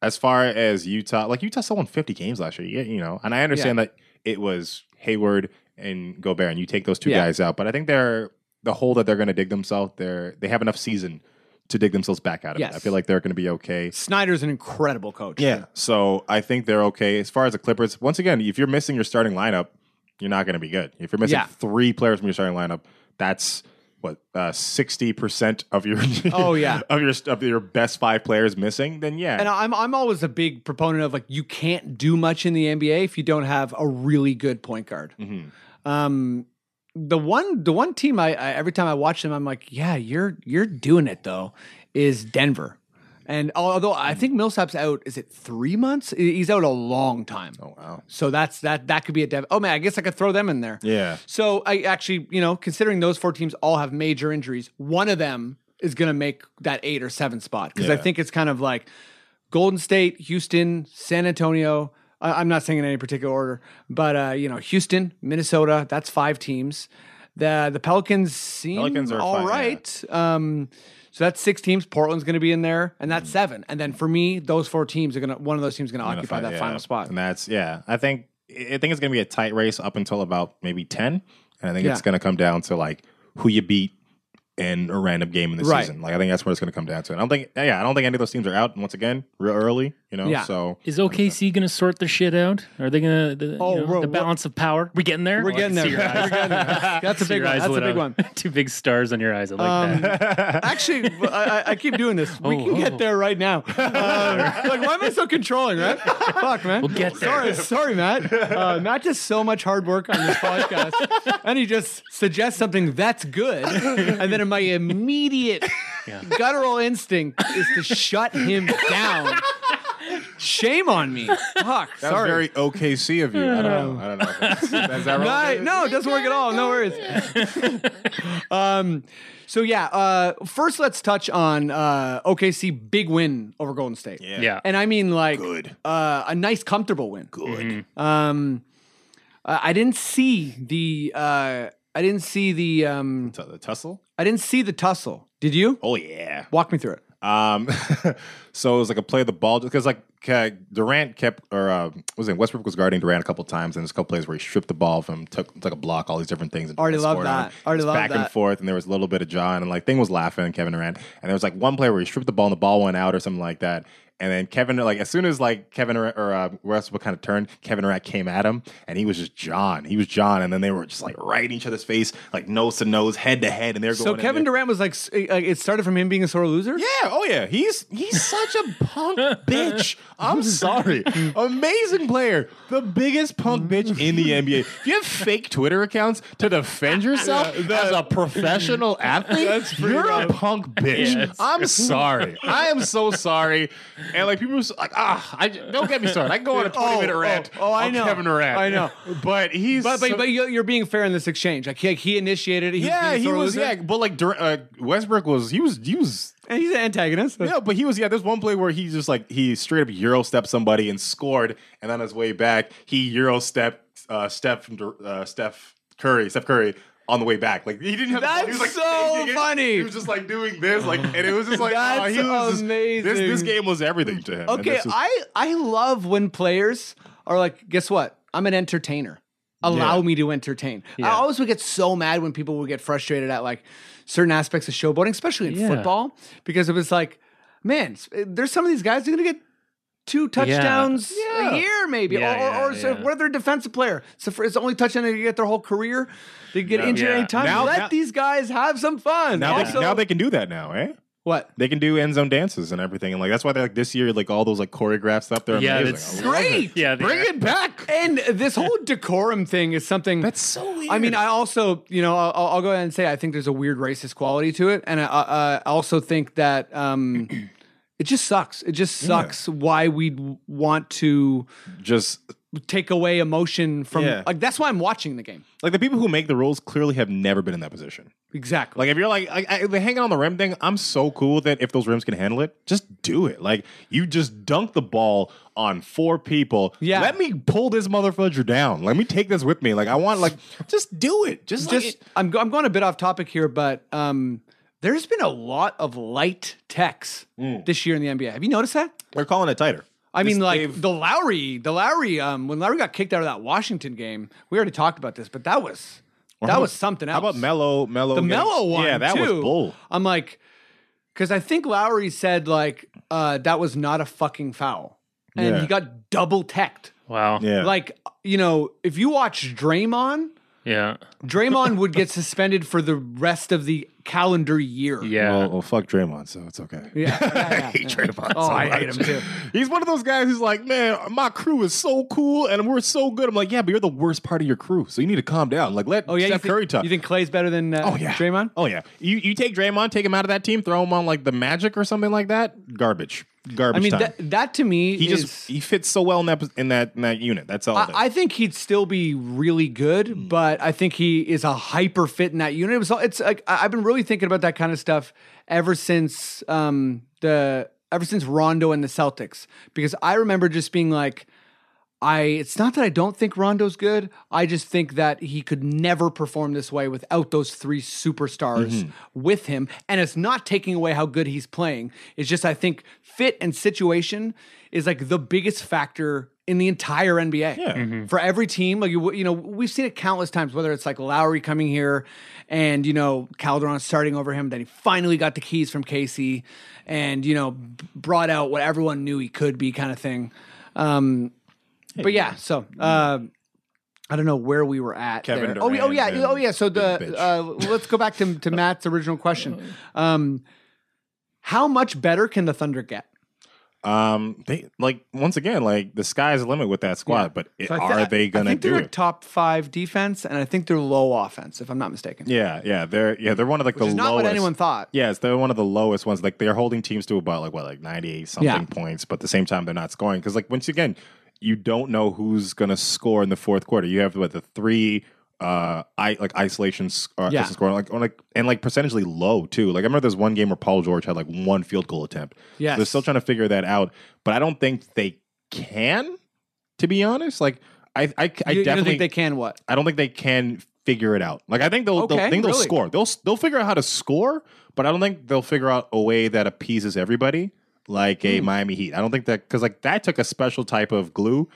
Speaker 5: as far as Utah, like Utah still won 50 games last year, you, you know, and I understand that it was Hayward and Gobert, and you take those two
Speaker 4: Yeah.
Speaker 5: guys out, but I think they're the hole that they're going to dig themselves. They're they have enough season to dig themselves back out of it. I
Speaker 4: Yes.
Speaker 5: feel like they're going to be okay.
Speaker 4: Snyder's an incredible coach.
Speaker 5: So I think they're okay. As far as the Clippers, once again, if you're missing your starting lineup, you're not going to be good. If you're missing
Speaker 4: Yeah.
Speaker 5: three players from your starting lineup, that's what uh, sixty percent of your
Speaker 4: Oh, yeah.
Speaker 5: of your of your best five players missing. Then yeah,
Speaker 4: And I'm I'm always a big proponent of like you can't do much in the NBA if you don't have a really good point guard.
Speaker 5: Mhm.
Speaker 4: Um, the one the one team I, I every time I watch them I'm like yeah you're you're doing it though is Denver, and although I think Millsap's out is it three months he's out a long time.
Speaker 5: Oh wow.
Speaker 4: So that's that that could be a dev. Oh man, I guess I could throw them in there.
Speaker 5: Yeah.
Speaker 4: So I actually, you know, considering those four teams all have major injuries, one of them is going to make that eight or seven spot because I
Speaker 5: Yeah.
Speaker 4: think it's kind of like Golden State, Houston, San Antonio. I- I'm not saying in any particular order, but uh, you know, Houston, Minnesota. That's five teams. The the Pelicans seem
Speaker 5: Pelicans are
Speaker 4: all
Speaker 5: fine, yeah.
Speaker 4: right. Um, so that's six teams. Portland's going to be in there, and
Speaker 5: Mm.
Speaker 4: that's seven. And then for me, those four teams are going to one of those teams is going to occupy
Speaker 5: Identify,
Speaker 4: that
Speaker 5: yeah.
Speaker 4: final spot.
Speaker 5: And that's yeah. I think I think it's gonna be a tight race up until about maybe ten, and I think it's
Speaker 4: Yeah.
Speaker 5: gonna come down to like who you beat in a random game in the
Speaker 4: Right.
Speaker 5: season. Like I think that's what it's gonna come down to. And I don't think yeah, I don't think any of those teams are out. And once again, real early, you know.
Speaker 4: Yeah.
Speaker 5: So
Speaker 3: Is OKC going to sort their shit out? Are they going to
Speaker 4: Oh,
Speaker 3: you know,
Speaker 4: bro,
Speaker 3: the
Speaker 4: what-
Speaker 3: balance of power? We getting there?
Speaker 4: We're
Speaker 3: Oh, I can
Speaker 4: getting there.
Speaker 3: see your eyes.
Speaker 4: We're getting there. That's a
Speaker 3: See
Speaker 4: big
Speaker 3: your
Speaker 4: one.
Speaker 3: eyes
Speaker 4: That's a
Speaker 3: lit
Speaker 4: big
Speaker 3: up.
Speaker 4: one.
Speaker 3: Two big stars on your eyes. I like
Speaker 4: Um,
Speaker 3: that.
Speaker 4: Actually, w- I, I- I keep doing this. We
Speaker 3: Oh,
Speaker 4: can get
Speaker 3: oh.
Speaker 4: there right now. Um, like, why am I so controlling, right? Fuck, man.
Speaker 3: We'll get there.
Speaker 4: Sorry, sorry, Matt. Uh, Matt does so much hard work on this podcast, and he just suggests something that's good, and then my immediate guttural instinct is to shut him down. Shame on me. Fuck.
Speaker 5: that was
Speaker 4: sorry.
Speaker 5: very OKC of you. I don't know. I don't know. if that's- Is that
Speaker 4: Right.
Speaker 5: relevant?
Speaker 4: No, it doesn't work at all. No worries. um, so yeah, uh, first let's touch on uh, OKC big win over Golden State.
Speaker 5: Yeah.
Speaker 3: yeah.
Speaker 4: And I mean like
Speaker 5: Good.
Speaker 4: uh, a nice comfortable win.
Speaker 5: Good.
Speaker 4: Um, uh, I didn't see the uh, I didn't see the um,
Speaker 5: T- the tussle.
Speaker 4: I didn't see the tussle. Did you?
Speaker 5: Oh yeah.
Speaker 4: Walk me through it.
Speaker 5: Um, so it was like a play of the ball because like Ka- Durant kept or uh, was it Westbrook was guarding Durant a couple times, and there's a couple plays where he stripped the ball from him, took took a block, all these different things. And
Speaker 4: Already
Speaker 5: Durant
Speaker 4: love
Speaker 5: scored on
Speaker 4: that.
Speaker 5: him.
Speaker 4: Already
Speaker 5: It was
Speaker 4: love
Speaker 5: back and
Speaker 4: that.
Speaker 5: forth, and there was a little bit of John, and like thing was laughing, Kevin Durant, and there was like one play where he stripped the ball and the ball went out or something like that. And then Kevin, like as soon as like Kevin Durant- or uh, Westbrook kind of turned, Kevin Durant came at him, and he was just John. He was John, and then they were just like right in each other's face, like nose to nose, head to head, and they're going.
Speaker 4: So
Speaker 5: at
Speaker 4: Kevin
Speaker 5: it.
Speaker 4: Durant was like, s- uh, it started from him being a sore loser.
Speaker 5: Yeah, oh yeah. He's he's such a punk bitch. I'm sorry. Amazing player. The biggest punk bitch in the NBA. If you have fake Twitter accounts to defend yourself as a professional athlete, you're a punk bitch.
Speaker 3: Yeah, it's
Speaker 5: I'm sorry. I am so sorry. And like people are so- like, ah, I, j- don't get me started. I can go on a 20 minute
Speaker 4: oh,
Speaker 5: rant.
Speaker 4: oh, I
Speaker 5: on
Speaker 4: know.
Speaker 5: Kevin Durant.
Speaker 4: I know.
Speaker 5: But he's
Speaker 4: But, but,
Speaker 5: so-
Speaker 4: but you- you're being fair in this exchange. Like he, he initiated it. He was
Speaker 5: yeah,
Speaker 4: being a
Speaker 5: he
Speaker 4: sore
Speaker 5: was.
Speaker 4: loser.
Speaker 5: Yeah, but like Dur- uh, Westbrook was. He was. He was
Speaker 4: And he's an antagonist.
Speaker 5: Yeah, but he was yeah. There's one play where he just like he straight up euro stepped somebody and scored, and on his way back he euro stepped uh, Steph uh, Steph Curry Steph Curry on the way back. Like he didn't have.
Speaker 4: That's
Speaker 5: he was, like,
Speaker 4: so
Speaker 5: faking it.
Speaker 4: funny.
Speaker 5: He was just like doing this, like, and it was just like oh,
Speaker 4: That's
Speaker 5: he was just- this
Speaker 4: amazing.
Speaker 5: this game was everything to him. And
Speaker 4: Okay,
Speaker 5: this was-
Speaker 4: I I love when players are like, guess what? I'm an entertainer. Allow
Speaker 5: Yeah.
Speaker 4: me to entertain. I
Speaker 3: Yeah.
Speaker 4: always would get so mad when people would get frustrated at like certain aspects of showboating, especially in
Speaker 3: Yeah.
Speaker 4: football, because it was like, man, s- eh, there's some of these guys who are going to get two touchdowns
Speaker 5: Yeah.
Speaker 4: a year, maybe.
Speaker 3: Yeah,
Speaker 4: or or, or
Speaker 3: yeah,
Speaker 4: so
Speaker 3: yeah.
Speaker 4: what if they're a defensive player? So for, it's the only touchdown they get their whole career. They get injured
Speaker 3: Yeah.
Speaker 4: anytime.
Speaker 5: Now-
Speaker 4: Let
Speaker 5: now-
Speaker 4: these guys have some fun.
Speaker 5: Now,
Speaker 4: Also-
Speaker 5: they, now they can do that now, eh?
Speaker 4: what?
Speaker 5: They can do end zone dances and everything, and like that's why they're like this year, like all those like choreographed stuff. They're
Speaker 3: Yeah,
Speaker 5: amazing. Oh,
Speaker 3: that's-
Speaker 5: I love it.
Speaker 4: Great.
Speaker 3: Yeah, they-
Speaker 4: bring it back. And this whole decorum thing is something
Speaker 5: that's so weird.
Speaker 4: I mean, I also, you know, I'll, I'll go ahead and say I think there's a weird racist quality to it, and I, I, I also think that um, it just sucks. It just sucks why we'd want to
Speaker 5: just
Speaker 4: take away emotion from.
Speaker 5: Yeah.
Speaker 4: Like that's why I'm watching the game.
Speaker 5: like the people who make the rules clearly have never been in that position.
Speaker 4: Exactly.
Speaker 5: Like if you're like I, I, the hanging on the rim thing, I'm so cool that if those rims can handle it, just do it. Like you just dunk the ball on four people.
Speaker 4: Yeah.
Speaker 5: let me pull this motherfucker down. Let me take this with me. Like I want like just do it. Just like,
Speaker 4: just
Speaker 5: it-
Speaker 4: I'm go- I'm going a bit off topic here, but um, there's been a lot of light techs this year in the NBA. Have you noticed that?
Speaker 5: they're calling it tighter.
Speaker 4: I mean,
Speaker 5: This-
Speaker 4: like
Speaker 5: they've-
Speaker 4: the Lowry, the Lowry. Um, when Lowry got kicked out of that Washington game, we already talked about this, but that was
Speaker 5: Or
Speaker 4: that
Speaker 5: how
Speaker 4: was
Speaker 5: about-
Speaker 4: something else.
Speaker 5: How about Mello? Mello,
Speaker 4: the
Speaker 5: getting-
Speaker 4: mellow one.
Speaker 5: Yeah, that
Speaker 4: too.
Speaker 5: was bull.
Speaker 4: I'm like, because I think Lowry said like uh, that was not a fucking foul, and
Speaker 5: Yeah.
Speaker 4: he got double teched.
Speaker 3: Wow.
Speaker 5: Yeah,
Speaker 4: Like you know, if you watch Draymond,
Speaker 3: Yeah.
Speaker 4: Draymond would get suspended for the rest of the calendar year.
Speaker 3: Yeah.
Speaker 5: Well, well, fuck Draymond, so it's okay.
Speaker 4: Yeah, yeah,
Speaker 5: I
Speaker 4: yeah,
Speaker 5: hate
Speaker 4: yeah.
Speaker 5: Draymond.
Speaker 4: Oh,
Speaker 5: so
Speaker 4: I hate
Speaker 5: much.
Speaker 4: him too.
Speaker 5: He's one of those guys who's like, man, my crew is so cool and we're so good. I'm like, yeah, but you're the worst part of your crew, so you need to calm down. Like, let
Speaker 4: Oh yeah, you
Speaker 5: Steph
Speaker 4: think,
Speaker 5: Curry talk.
Speaker 4: You think Clay's better than uh,
Speaker 5: oh yeah,
Speaker 4: Draymond?
Speaker 5: Oh yeah, you you take Draymond, take him out of that team, throw him on like the Magic or something like that. Garbage,
Speaker 4: I
Speaker 5: garbage.
Speaker 4: mean,
Speaker 5: time.
Speaker 4: that, that to me
Speaker 5: he
Speaker 4: is,
Speaker 5: just he fits so well in that in that in that unit. That's all. it is.
Speaker 4: I, I think he'd still be really good, but I think he is a hyper fit in that unit. It was, all- it's like I- I've been really thinking about that kind of stuff ever since um, the ever since Rondo and the Celtics because I remember just being like, I it's not that I don't think Rondo's good. I just think that he could never perform this way without those three superstars with him. And it's not taking away how good he's playing. It's just I think fit and situation is like the biggest factor in the entire NBA.
Speaker 5: Yeah.
Speaker 4: For every team, like you, you know, we've seen it countless times whether it's like Lowry coming here and you know, Calderon starting over him then he finally got the keys from Casey and you know, b- brought out what everyone knew he could be kind of thing. Um but yeah, so uh, I don't know where we were at.
Speaker 5: Kevin
Speaker 4: there. oh, yeah, oh
Speaker 5: Durant
Speaker 4: yeah,
Speaker 5: and
Speaker 4: oh yeah. So
Speaker 5: Big
Speaker 4: the
Speaker 5: Bitch.
Speaker 4: uh, let's go back to, to Matt's original question. Um, how much better can the Thunder get?
Speaker 5: um, they like once again like the sky's the limit with that squad. But it,
Speaker 4: So I thi-
Speaker 5: are they
Speaker 4: I
Speaker 5: gonna
Speaker 4: think
Speaker 5: do
Speaker 4: they're
Speaker 5: it?
Speaker 4: a top five defense, and I think they're low offense, if I'm not mistaken.
Speaker 5: yeah, yeah, they're yeah they're one of like
Speaker 4: which
Speaker 5: the
Speaker 4: is not
Speaker 5: lowest.
Speaker 4: what anyone thought.
Speaker 5: Yes, they're one of the lowest ones. Like they're holding teams to about like what, like ninety something
Speaker 4: Yeah.
Speaker 5: points, but at the same time they're not scoring because like once again, you don't know who's gonna score in the fourth quarter. You have what the three uh I like isolation s- uh,
Speaker 4: Yeah.
Speaker 5: yeah. score like on like and like percentagely low too. Like I remember there's one game where Paul George had like one field goal attempt.
Speaker 4: Yes.
Speaker 5: So they're still trying to figure that out, but I don't think they can. To be honest, like I I, I
Speaker 4: You, you
Speaker 5: definitely
Speaker 4: don't think they can what?
Speaker 5: I don't think they can figure it out. Like I think they'll,
Speaker 4: Okay,
Speaker 5: they'll think they'll
Speaker 4: really?
Speaker 5: score. They'll they'll figure out how to score, but I don't think they'll figure out a way that appeases everybody like
Speaker 4: Hmm.
Speaker 5: a Miami Heat. I don't think that cuz like that took a special type of glue.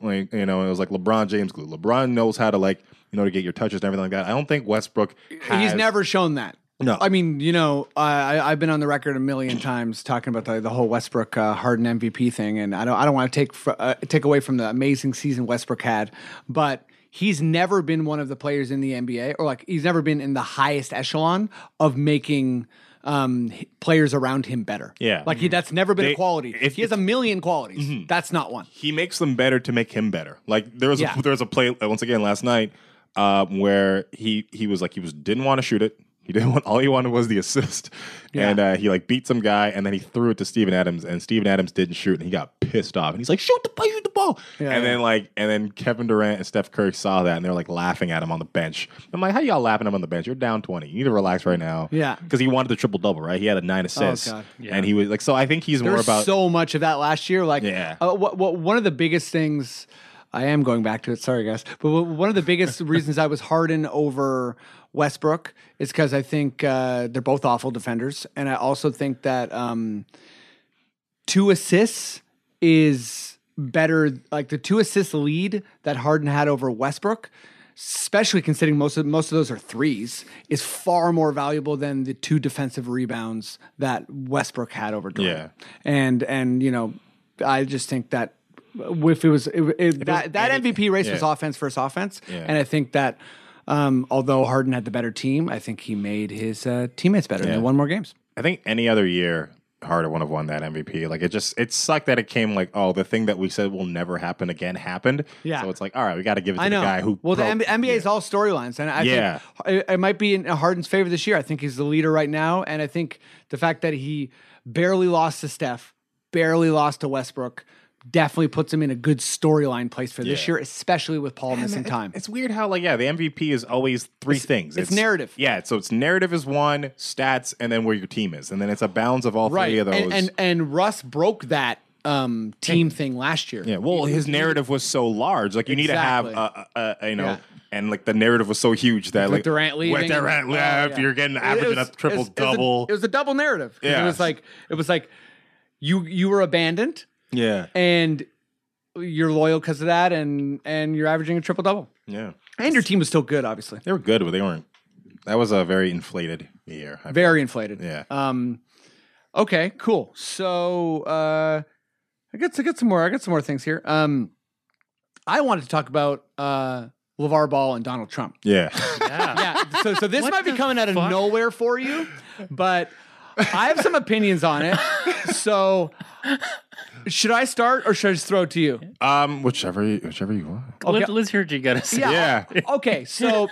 Speaker 5: Like you know, it was like LeBron James glue. LeBron knows how to like you know to get your touches and everything like that. I don't think Westbrook has
Speaker 4: He's never shown that.
Speaker 5: No.
Speaker 4: I mean, you know, I, I- I've been on the record a million times talking about the, the whole Westbrook uh, Harden MVP thing, and I don't I don't want to take fr- uh, take away from the amazing season Westbrook had, but he's never been one of the players in the NBA, or like he's never been in the highest echelon of making um h- players around him better.
Speaker 5: Yeah. Mm-hmm.
Speaker 4: like he, that's never been a
Speaker 5: They-
Speaker 4: quality.
Speaker 5: if- Mm-hmm.
Speaker 4: he has a million qualities, that's not one.
Speaker 5: he makes them better to make him better. Like there was
Speaker 4: Yeah.
Speaker 5: a, there was a play uh, once again last night um, where he he was like he was didn't want to shoot it. He didn't want all he wanted was the assist, and uh, he like beat some guy, and then he threw it to Steven Adams, and Steven Adams didn't shoot, and he got pissed off, and he's like shoot the ball, shoot the ball, and then like and then Kevin Durant and Steph Curry saw that, and they're like laughing at him on the bench. I'm like, how y'all laughing at him on the bench? You're down twenty. You need to relax right now.
Speaker 4: Yeah. Oh,
Speaker 5: because he wanted the triple double, right? He had a nine assists,
Speaker 4: God.
Speaker 5: and he was like, so I think he's more
Speaker 4: There's
Speaker 5: about
Speaker 4: so much of that last year. Like,
Speaker 5: Yeah.
Speaker 4: uh, what, what, one of the biggest things I am going back to it. Sorry, guys, but wh- one of the biggest reasons I was Harden over Westbrook is because I think uh, they're both awful defenders, and I also think that um, two assists is better. Like the two assist lead that Harden had over Westbrook especially considering most of most of those are threes, is far more valuable than the two defensive rebounds that Westbrook had over Durant.
Speaker 5: Yeah.
Speaker 4: And and you know, I just think that if it was it, it- that that MVP race was
Speaker 5: yeah.
Speaker 4: offense versus offense,
Speaker 5: Yeah.
Speaker 4: and I think that. Um, although Harden had the better team, I think he made his uh, teammates better. And they
Speaker 5: Yeah.
Speaker 4: won more games.
Speaker 5: I think any other year, Harden would have won that MVP. Like it just it sucked that it came like oh the thing that we said will never happen again happened.
Speaker 4: Yeah.
Speaker 5: So it's like all right, we got to give it to
Speaker 4: I know.
Speaker 5: the guy who.
Speaker 4: well,
Speaker 5: broke-
Speaker 4: the NBA is all storylines, and I
Speaker 5: Yeah.
Speaker 4: think it, it might be in Harden's favor this year. I think he's the leader right now, and I think the fact that he barely lost to Steph, barely lost to Westbrook, definitely puts him in a good storyline place for this
Speaker 5: Yeah.
Speaker 4: year, especially with Paul missing time.
Speaker 5: It's weird how like yeah, the MVP is always three things.
Speaker 4: it's narrative.
Speaker 5: Yeah, so it's narrative is one, stats, and then where your team is, and then it's a balance of all three of those.
Speaker 4: and, and and Russ broke that um, team thing last year.
Speaker 5: yeah, well, his narrative was so large. Like you need
Speaker 4: Exactly.
Speaker 5: to have a, a, a you know.
Speaker 4: Yeah.
Speaker 5: And like the narrative was so huge that like
Speaker 4: Durant leaving,
Speaker 5: with Durant
Speaker 4: and- oh,
Speaker 5: left,
Speaker 4: yeah.
Speaker 5: you're getting
Speaker 4: It- it
Speaker 5: averaging
Speaker 4: was-
Speaker 5: a triple
Speaker 4: it was- it was a-
Speaker 5: double.
Speaker 4: It was a double narrative. 'Cause
Speaker 5: Yeah.
Speaker 4: It was like it was like you you were abandoned.
Speaker 5: yeah,
Speaker 4: and you're loyal because of that, and and you're averaging a triple double.
Speaker 5: yeah.
Speaker 4: And your team was still good, obviously.
Speaker 5: They were good, but they weren't. That was a very inflated year. I-
Speaker 4: Very inflated.
Speaker 5: Yeah.
Speaker 4: Um. Okay. Cool. So uh, I got I got some more. I got some more things here. Um, I wanted to talk about uh Levar Ball and Donald Trump.
Speaker 5: Yeah.
Speaker 3: Yeah.
Speaker 4: Yeah. So so this
Speaker 3: What
Speaker 4: might be
Speaker 3: the
Speaker 4: coming out of
Speaker 3: fuck?
Speaker 4: nowhere for you, but I have some opinions on it. So should I start or should I just throw it to you?
Speaker 5: um, whichever, you- whichever you want.
Speaker 3: Let, let's hear what you gotta say.
Speaker 4: Yeah.
Speaker 5: Yeah.
Speaker 4: okay, so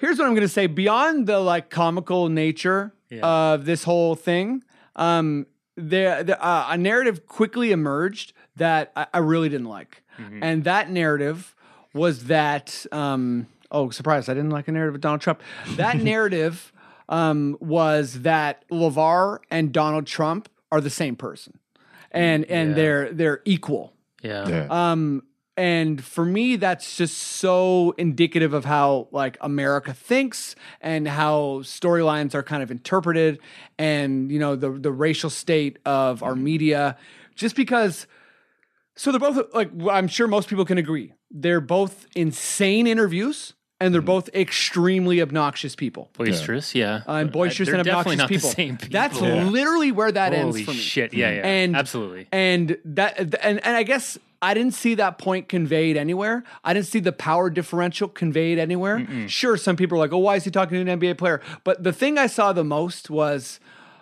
Speaker 4: here's what I'm gonna say. Beyond the like comical nature
Speaker 3: Yeah.
Speaker 4: of this whole thing, um, there, there uh, a narrative quickly emerged that I, I really didn't like,
Speaker 3: Mm-hmm.
Speaker 4: and that narrative was that. Um, oh, surprise! I didn't like a narrative of Donald Trump. That narrative um, was that Levar and Donald Trump are the same person, and and
Speaker 3: Yeah.
Speaker 4: they're they're equal.
Speaker 3: Yeah.
Speaker 5: Yeah.
Speaker 4: Um, and for me, that's just so indicative of how like America thinks and how storylines are kind of interpreted, and you know the the racial state of
Speaker 3: Mm-hmm.
Speaker 4: our media. Just because, so they're both like I'm sure most people can agree they're both insane interviews and they're
Speaker 3: Mm-hmm.
Speaker 4: both extremely obnoxious people.
Speaker 3: Boisterous. Yeah.
Speaker 4: Uh, and
Speaker 3: But
Speaker 4: boisterous
Speaker 3: they're
Speaker 4: and
Speaker 3: definitely
Speaker 4: obnoxious
Speaker 3: not the
Speaker 4: people.
Speaker 3: same people.
Speaker 4: That's
Speaker 3: Yeah.
Speaker 4: literally where that ends
Speaker 3: Holy
Speaker 4: for me
Speaker 3: shit. Yeah. Yeah.
Speaker 4: And-
Speaker 3: absolutely.
Speaker 4: and that and and I guess I didn't see that point conveyed anywhere. I didn't see the power differential conveyed anywhere. Sure, some people are like, "Oh, why is he talking to an NBA player?" But the thing I saw the most was,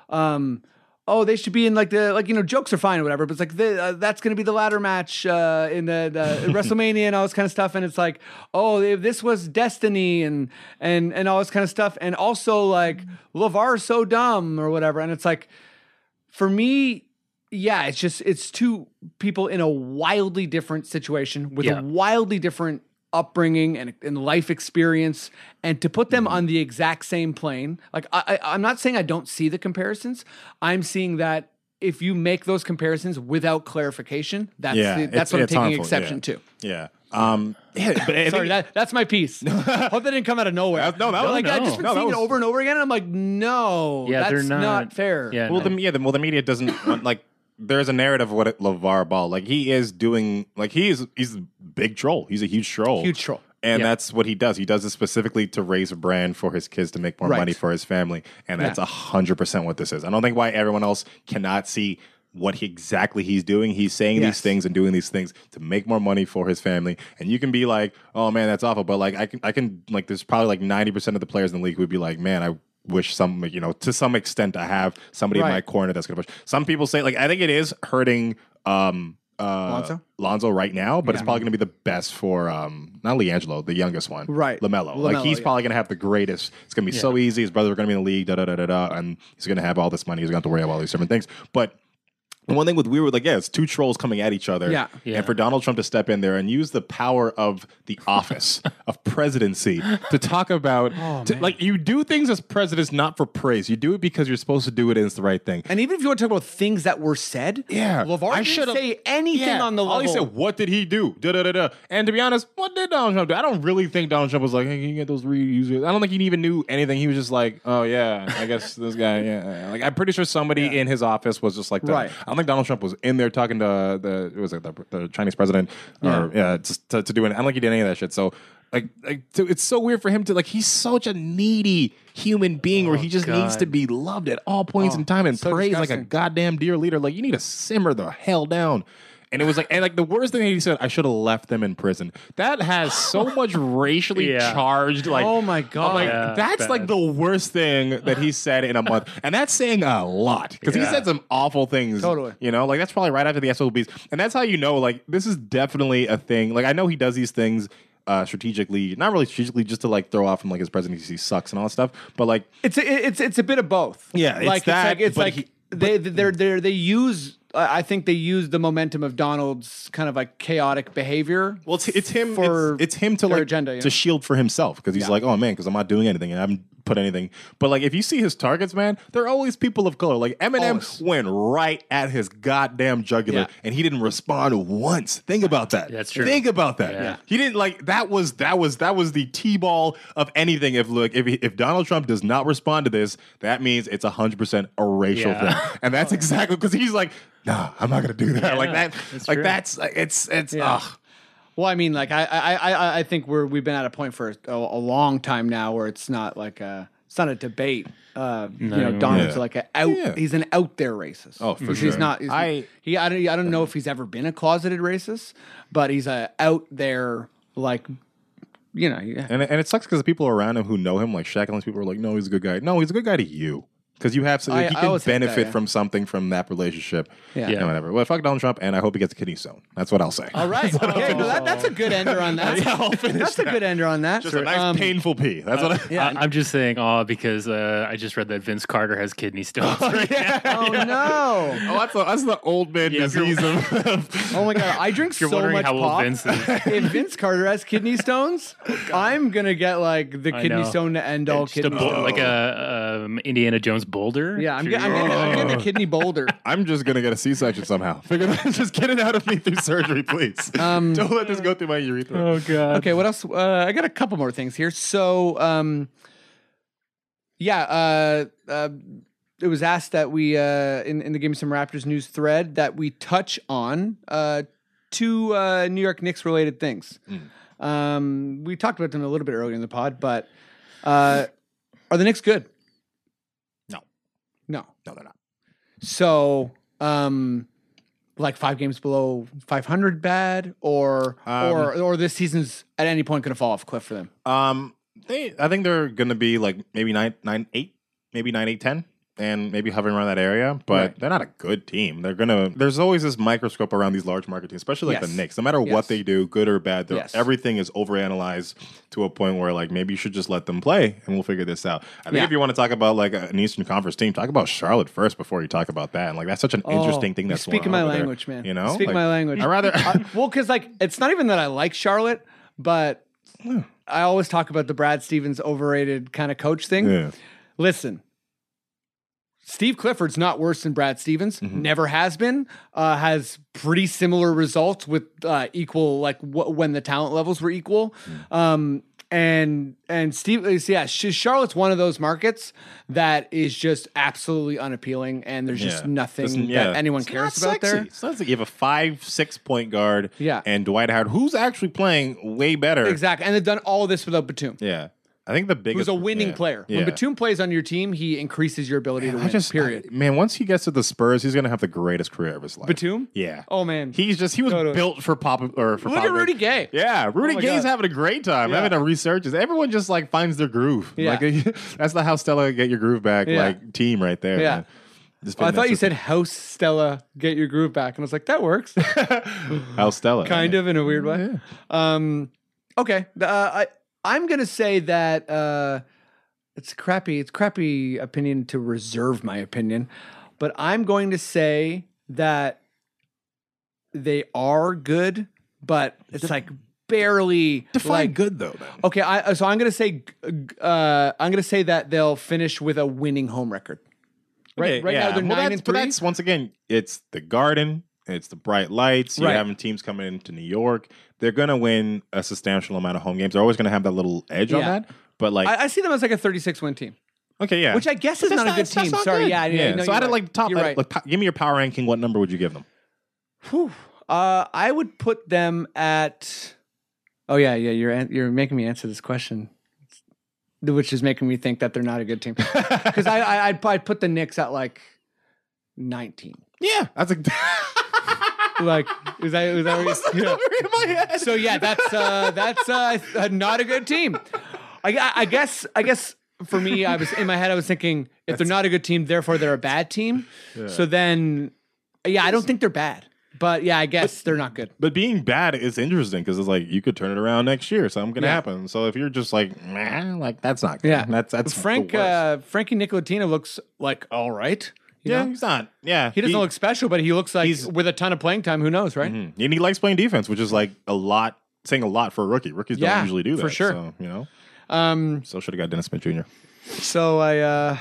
Speaker 4: um, "Oh, they should be in like the like you know jokes are fine or whatever." But it's like the, uh, that's going to be the ladder match uh, in the, the WrestleMania and all this kind of stuff. And it's like, "Oh, if this was destiny and and and all this kind of stuff." And also like Levar's so dumb or whatever. And it's like for me, yeah, it's just it's two people in a wildly different situation with
Speaker 3: Yeah.
Speaker 4: a wildly different upbringing and, and life experience, and to put
Speaker 5: Mm-hmm.
Speaker 4: them on the exact same plane. Like I, I, I'm not saying I don't see the comparisons. I'm seeing that if you make those comparisons without clarification, that's
Speaker 5: Yeah,
Speaker 4: the,
Speaker 5: it's-
Speaker 4: that's what I'm
Speaker 5: it's
Speaker 4: taking
Speaker 5: harmful,
Speaker 4: exception
Speaker 5: yeah.
Speaker 4: to.
Speaker 5: yeah. Um, yeah, but I
Speaker 4: Sorry,
Speaker 5: think-
Speaker 4: that, that's my piece. Hope that didn't come out of nowhere.
Speaker 5: That- no, that was-
Speaker 4: like I've just been
Speaker 5: no, that
Speaker 4: seeing it
Speaker 5: was-
Speaker 4: over and over again. And I'm like, no,
Speaker 3: Yeah.
Speaker 4: that's
Speaker 3: they're not,
Speaker 4: fair.
Speaker 3: Yeah.
Speaker 5: well,
Speaker 3: no.
Speaker 5: the yeah, the, well, the media doesn't want, like. There's a narrative of what it, LeVar Ball like. He is doing like he is he's a big troll. He's a huge troll.
Speaker 4: Huge troll.
Speaker 5: And
Speaker 3: Yeah.
Speaker 5: that's what he does. He does it specifically to raise a brand for his kids to make more
Speaker 4: Right.
Speaker 5: money for his family. And that's a hundred percent what this is. I don't think why everyone else cannot see what he, exactly he's doing. He's saying
Speaker 4: Yes.
Speaker 5: these things and doing these things to make more money for his family. And you can be like, oh man, that's awful. But like I can I can like there's probably like ninety percent of the players in the league would be like, man, I wish some you know to some extent I have somebody
Speaker 4: Right.
Speaker 5: in my corner that's gonna push. Some people say like I think it is hurting um uh
Speaker 4: Lonzo?
Speaker 5: Lonzo right now, but it's probably going to be the best for um, not Leangelo, the youngest one,
Speaker 4: Right.
Speaker 5: Lamelo. Like
Speaker 4: LaMelo,
Speaker 5: he's
Speaker 4: yeah.
Speaker 5: probably going to have the greatest. It's going to be so easy. His brothers are going to be in the league, da da da da da, and he's going to have all this money. He's going to have to worry about all these different things. But the one thing with we were like, yeah, it's two trolls coming at each other.
Speaker 4: Yeah.
Speaker 3: Yeah.
Speaker 5: And for Donald Trump to step in there and use the power of the office of presidency to talk about,
Speaker 4: Oh,
Speaker 5: to- like, you do things as presidents not for praise. You do it because you're supposed to do it and it's the right thing.
Speaker 4: And even if you want to talk about things that were said,
Speaker 5: Yeah,
Speaker 4: Lavar
Speaker 5: I
Speaker 4: didn't
Speaker 5: should've-
Speaker 4: say anything
Speaker 5: Yeah.
Speaker 4: on the
Speaker 5: All
Speaker 4: level.
Speaker 5: he said, "What did he do?" Da da da da. And to be honest, what did Donald Trump do? I don't really think Donald Trump was like, "Hey, can you get those reusers?" I don't think he even knew anything. He was just like, "Oh yeah, I guess this guy." Yeah, like I'm pretty sure somebody in his office was just like, that.
Speaker 4: Right.
Speaker 5: I don't think Donald Trump was in there talking to the it was like the, the Chinese president or yeah, just to, to do it. I don't think he did any of that shit. So Like, like so it's so weird for him to like. He's such a needy human being, where he just needs to
Speaker 3: God.
Speaker 5: be loved at all points in time and
Speaker 4: Oh, so
Speaker 5: praised like a
Speaker 4: disgusting.
Speaker 5: goddamn dear leader. Like, you need to simmer the hell down. And it was like, and like the worst thing that he said, I should have left them in prison. That has so much racially
Speaker 3: Yeah.
Speaker 5: charged, like,
Speaker 4: Oh my God.
Speaker 5: I'm like,
Speaker 3: Yeah,
Speaker 5: that's like
Speaker 3: bad.
Speaker 5: the worst thing that he said in a month, and that's saying a lot because he
Speaker 3: Yeah.
Speaker 5: said some awful things.
Speaker 4: Totally.
Speaker 5: You know, like that's probably right after the SOBs. And that's how you know, like, this is definitely a thing. Like, I know he does these things uh strategically, not really strategically, just to like throw off from like his presidency sucks and all that stuff. But like
Speaker 4: It's a, it's it's a bit of both.
Speaker 5: Yeah, it's
Speaker 4: like
Speaker 5: that,
Speaker 4: like it's
Speaker 5: but
Speaker 4: like
Speaker 5: he-
Speaker 4: they they're they they use. I I think they use the momentum of Donald's kind of like chaotic behavior.
Speaker 5: Well, it's, it's him.
Speaker 4: for
Speaker 5: it's, it's him to
Speaker 4: their
Speaker 5: like
Speaker 4: agenda, yeah.
Speaker 5: to shield for himself because he's like, oh man, because I'm not doing anything and I haven't put anything. But like, if you see his targets, man, they're always people of color. Like Eminem
Speaker 4: Always.
Speaker 5: went right at his goddamn jugular,
Speaker 4: Yeah.
Speaker 5: and he didn't respond once. Think about that.
Speaker 3: That's true.
Speaker 5: Think about that.
Speaker 3: Yeah.
Speaker 5: He didn't like that. Was that was that was the t-ball of anything? If look, if he- if Donald Trump does not respond to this, that means it's hundred percent a racial
Speaker 3: Yeah.
Speaker 5: thing, and that's exactly because he's like, nah, I'm not gonna do that. like that.
Speaker 3: that's
Speaker 5: like
Speaker 3: true.
Speaker 5: that's like, it's it's.
Speaker 4: Yeah.
Speaker 5: ugh.
Speaker 4: Well, I mean, like I I I- I, I think we're we've been at a point for a, a long time now where it's not like a it's not a debate. Uh, you know, Donald's
Speaker 5: Yeah.
Speaker 4: like a out.
Speaker 5: Yeah.
Speaker 4: He's an out there racist.
Speaker 5: Oh, for
Speaker 4: Which
Speaker 5: sure.
Speaker 4: He's not. He's,
Speaker 5: I-
Speaker 4: he I don't I don't know if he's ever been a closeted racist, but he's a out there like, you know. Yeah.
Speaker 5: And and it sucks because the people around him who know him, like Shaq and all these people, are like, no, he's a good guy. No, he's a good guy to you because you have so
Speaker 4: I- I
Speaker 5: he can
Speaker 4: always hate that,
Speaker 5: benefit
Speaker 4: yeah.
Speaker 5: from something from that relationship.
Speaker 4: Yeah.
Speaker 5: and
Speaker 3: Yeah.
Speaker 5: whatever. Well, fuck Donald Trump, and I hope he gets a kidney stone. That's what I'll say.
Speaker 4: All right. Okay. No, that, that's a good ender on that.
Speaker 5: Yeah, I'll finish
Speaker 4: that's a
Speaker 5: that.
Speaker 4: good ender on that.
Speaker 5: Just a nice
Speaker 4: Um,
Speaker 5: painful pee. That's what. I,
Speaker 3: I, am just saying, oh, because uh, I just read that Vince Carter has kidney stones.
Speaker 4: Oh no!
Speaker 5: Oh, that's the, that's the old man
Speaker 3: Yeah, if you're-
Speaker 5: disease of, of-
Speaker 4: Oh my god! I drink
Speaker 3: You're
Speaker 4: so
Speaker 3: wondering
Speaker 4: much
Speaker 3: how old
Speaker 4: pop.
Speaker 3: Vince is. Oh,
Speaker 4: if Vince Carter has kidney stones, I'm gonna get like the
Speaker 3: I
Speaker 4: kidney
Speaker 3: know.
Speaker 4: stone to end all
Speaker 3: Just a
Speaker 4: kidney
Speaker 3: bul-
Speaker 4: stones.
Speaker 3: like a um, Indiana Jones boulder.
Speaker 4: yeah, I'm, get, I'm, getting, I'm getting
Speaker 3: Oh.
Speaker 4: a kidney boulder.
Speaker 5: I'm just gonna get a C-section somehow. Figure that, just get it out of me through surgery, please.
Speaker 4: Um, uh,
Speaker 5: Don't let this go through my urethra.
Speaker 3: Oh god.
Speaker 4: Okay, what else? Uh, I got a couple more things here. So, um, yeah, uh, uh, it was asked that we uh, in in the Give Me Some Raptors news thread that we touch on uh, two uh, New York Knicks related things. Um, we talked about them a little bit earlier in the pod, but uh, are the Knicks good?
Speaker 5: No.
Speaker 4: no,
Speaker 5: No, they're not.
Speaker 4: So, um, like five games below 500 bad, or
Speaker 5: Um,
Speaker 4: or or this season's at any point going to fall off a cliff for them.
Speaker 5: Um, they, I think they're gonna be like maybe nine, nine, eight, maybe nine, eight, ten, and maybe hovering around that area. But
Speaker 4: Right.
Speaker 5: they're not a good team. They're gonna. There's always this microscope around these large market teams, especially like
Speaker 4: Yes.
Speaker 5: the Knicks. No matter
Speaker 4: Yes.
Speaker 5: what they do, good or bad, they're-
Speaker 4: Yes.
Speaker 5: everything is overanalyzed to a point where like maybe you should just let them play, and we'll figure this out. I think
Speaker 4: Yeah.
Speaker 5: if you want to talk about like an Eastern Conference team, talk about Charlotte first before you talk about that. And like that's such an Oh, interesting thing
Speaker 4: you
Speaker 5: that's
Speaker 4: speak in
Speaker 5: going on
Speaker 4: Oh, my
Speaker 5: over there,
Speaker 4: language, man.
Speaker 5: You know,
Speaker 4: speak
Speaker 5: Like,
Speaker 4: my language.
Speaker 5: I rather.
Speaker 4: I- well, because like it's not even that I like Charlotte, but
Speaker 5: Hmm.
Speaker 4: I always talk about the Brad Stevens overrated kind of coach thing.
Speaker 5: Yeah.
Speaker 4: Listen, Steve Clifford's not worse than Brad Stevens.
Speaker 5: Mm-hmm.
Speaker 4: Never has been. Uh, has pretty similar results with uh, equal, like w- when the talent levels were equal.
Speaker 5: Mm.
Speaker 4: Um, and and Steve, is- yeah, Sh- Charlotte's one of those markets that is just absolutely unappealing, and there's just
Speaker 5: Yeah.
Speaker 4: nothing
Speaker 5: Doesn't-
Speaker 4: that anyone cares
Speaker 5: not
Speaker 4: about
Speaker 5: sexy.
Speaker 4: there.
Speaker 5: It's not sexy. You have a five, six point guard,
Speaker 4: Yeah.
Speaker 5: and Dwight Howard, who's actually playing way better.
Speaker 4: Exactly, and they've done all this without Batum.
Speaker 5: Yeah, I think the biggest
Speaker 4: Who's a winning
Speaker 5: yeah.
Speaker 4: player?
Speaker 5: Yeah.
Speaker 4: When Batum plays on your team, he increases your ability to
Speaker 5: I
Speaker 4: win.
Speaker 5: just
Speaker 4: period.
Speaker 5: I- man, once he gets to the Spurs, he's gonna have the greatest career of his life.
Speaker 4: Batum?
Speaker 5: Yeah.
Speaker 4: Oh man,
Speaker 5: He's just he was
Speaker 4: Totally.
Speaker 5: built for pop or for
Speaker 4: look at
Speaker 5: Popovich.
Speaker 4: Rudy Gay.
Speaker 5: Yeah,
Speaker 4: Oh
Speaker 5: Rudy
Speaker 4: my
Speaker 5: Gay's
Speaker 4: God.
Speaker 5: having a great time,
Speaker 4: Yeah.
Speaker 5: having a resurgence. Everyone just like finds their groove.
Speaker 4: Yeah.
Speaker 5: Like that's the how Stella get your groove back
Speaker 4: Yeah.
Speaker 5: like team right there.
Speaker 4: Yeah.
Speaker 5: man. Just
Speaker 4: Well, I thought you
Speaker 5: fantastic.
Speaker 4: said house Stella, get your groove back, and I was like, that works,
Speaker 5: how Stella.
Speaker 4: kind of in a weird way. Um, okay, uh, I I'm gonna say that uh, it's crappy. It's crappy opinion to reserve my opinion, but I'm going to say that they are good, but it's like barely
Speaker 5: Define
Speaker 4: like,
Speaker 5: good though. Then.
Speaker 4: Okay, I, so I'm gonna say uh, I'm gonna say that they'll finish with a winning home record. Right,
Speaker 5: Okay,
Speaker 4: right now they're
Speaker 5: Well,
Speaker 4: nine
Speaker 5: that's-
Speaker 4: and
Speaker 5: But
Speaker 4: three.
Speaker 5: that's once again, it's the garden, it's the bright lights. You're
Speaker 4: Right.
Speaker 5: having teams coming into New York. They're gonna win a substantial amount of home games. They're always gonna have that little edge on
Speaker 4: Yeah.
Speaker 5: that. But like,
Speaker 4: I, I see them as like a 36 win team,
Speaker 5: okay, yeah,
Speaker 4: which I guess is
Speaker 5: That's
Speaker 4: not, a good
Speaker 5: that's
Speaker 4: team.
Speaker 5: not
Speaker 4: Sorry,
Speaker 5: good.
Speaker 4: yeah, yeah. no,
Speaker 5: so
Speaker 4: you're
Speaker 5: I did
Speaker 4: right.
Speaker 5: like top.
Speaker 4: You're
Speaker 5: I-
Speaker 4: right.
Speaker 5: like, po- give me your power ranking. What number would you give them?
Speaker 4: Whew. Uh, I would put them at Oh yeah, yeah. You're an- you're making me answer this question, which is making me think that they're not a good team because I, I I'd, I'd put the Knicks at like nineteen.
Speaker 5: Yeah, that's a.
Speaker 4: Like is that is that,
Speaker 5: What's
Speaker 4: what
Speaker 5: the
Speaker 4: you- yeah.
Speaker 5: number in my head?
Speaker 4: So yeah, that's uh that's uh not a good team. I- I I guess I guess for me I was in my head I was thinking if they're not a good team therefore they're a bad team. So then yeah, I don't think they're bad. But yeah, I guess they're not good.
Speaker 5: But being bad is interesting because it's like you could turn it around next year. Something can
Speaker 4: Yeah.
Speaker 5: happen. So if you're just like, nah, like that's not. Good.
Speaker 4: Yeah.
Speaker 5: that's that's the
Speaker 4: Frank
Speaker 5: worst.
Speaker 4: uh, Frankie Nicolatino looks like all right. you
Speaker 5: yeah,
Speaker 4: know?
Speaker 5: he's not. Yeah,
Speaker 4: he doesn't look special, but he looks like
Speaker 5: he's-
Speaker 4: with a ton of playing time. Who knows, right?
Speaker 5: Mhm. And he likes playing defense, which is like a lot, saying a lot for a rookie. Rookies
Speaker 4: Yeah,
Speaker 5: don't usually do that.
Speaker 4: for sure.
Speaker 5: So, you know,
Speaker 4: Um,
Speaker 5: so should have got Dennis Smith Jr.
Speaker 4: so I, uh,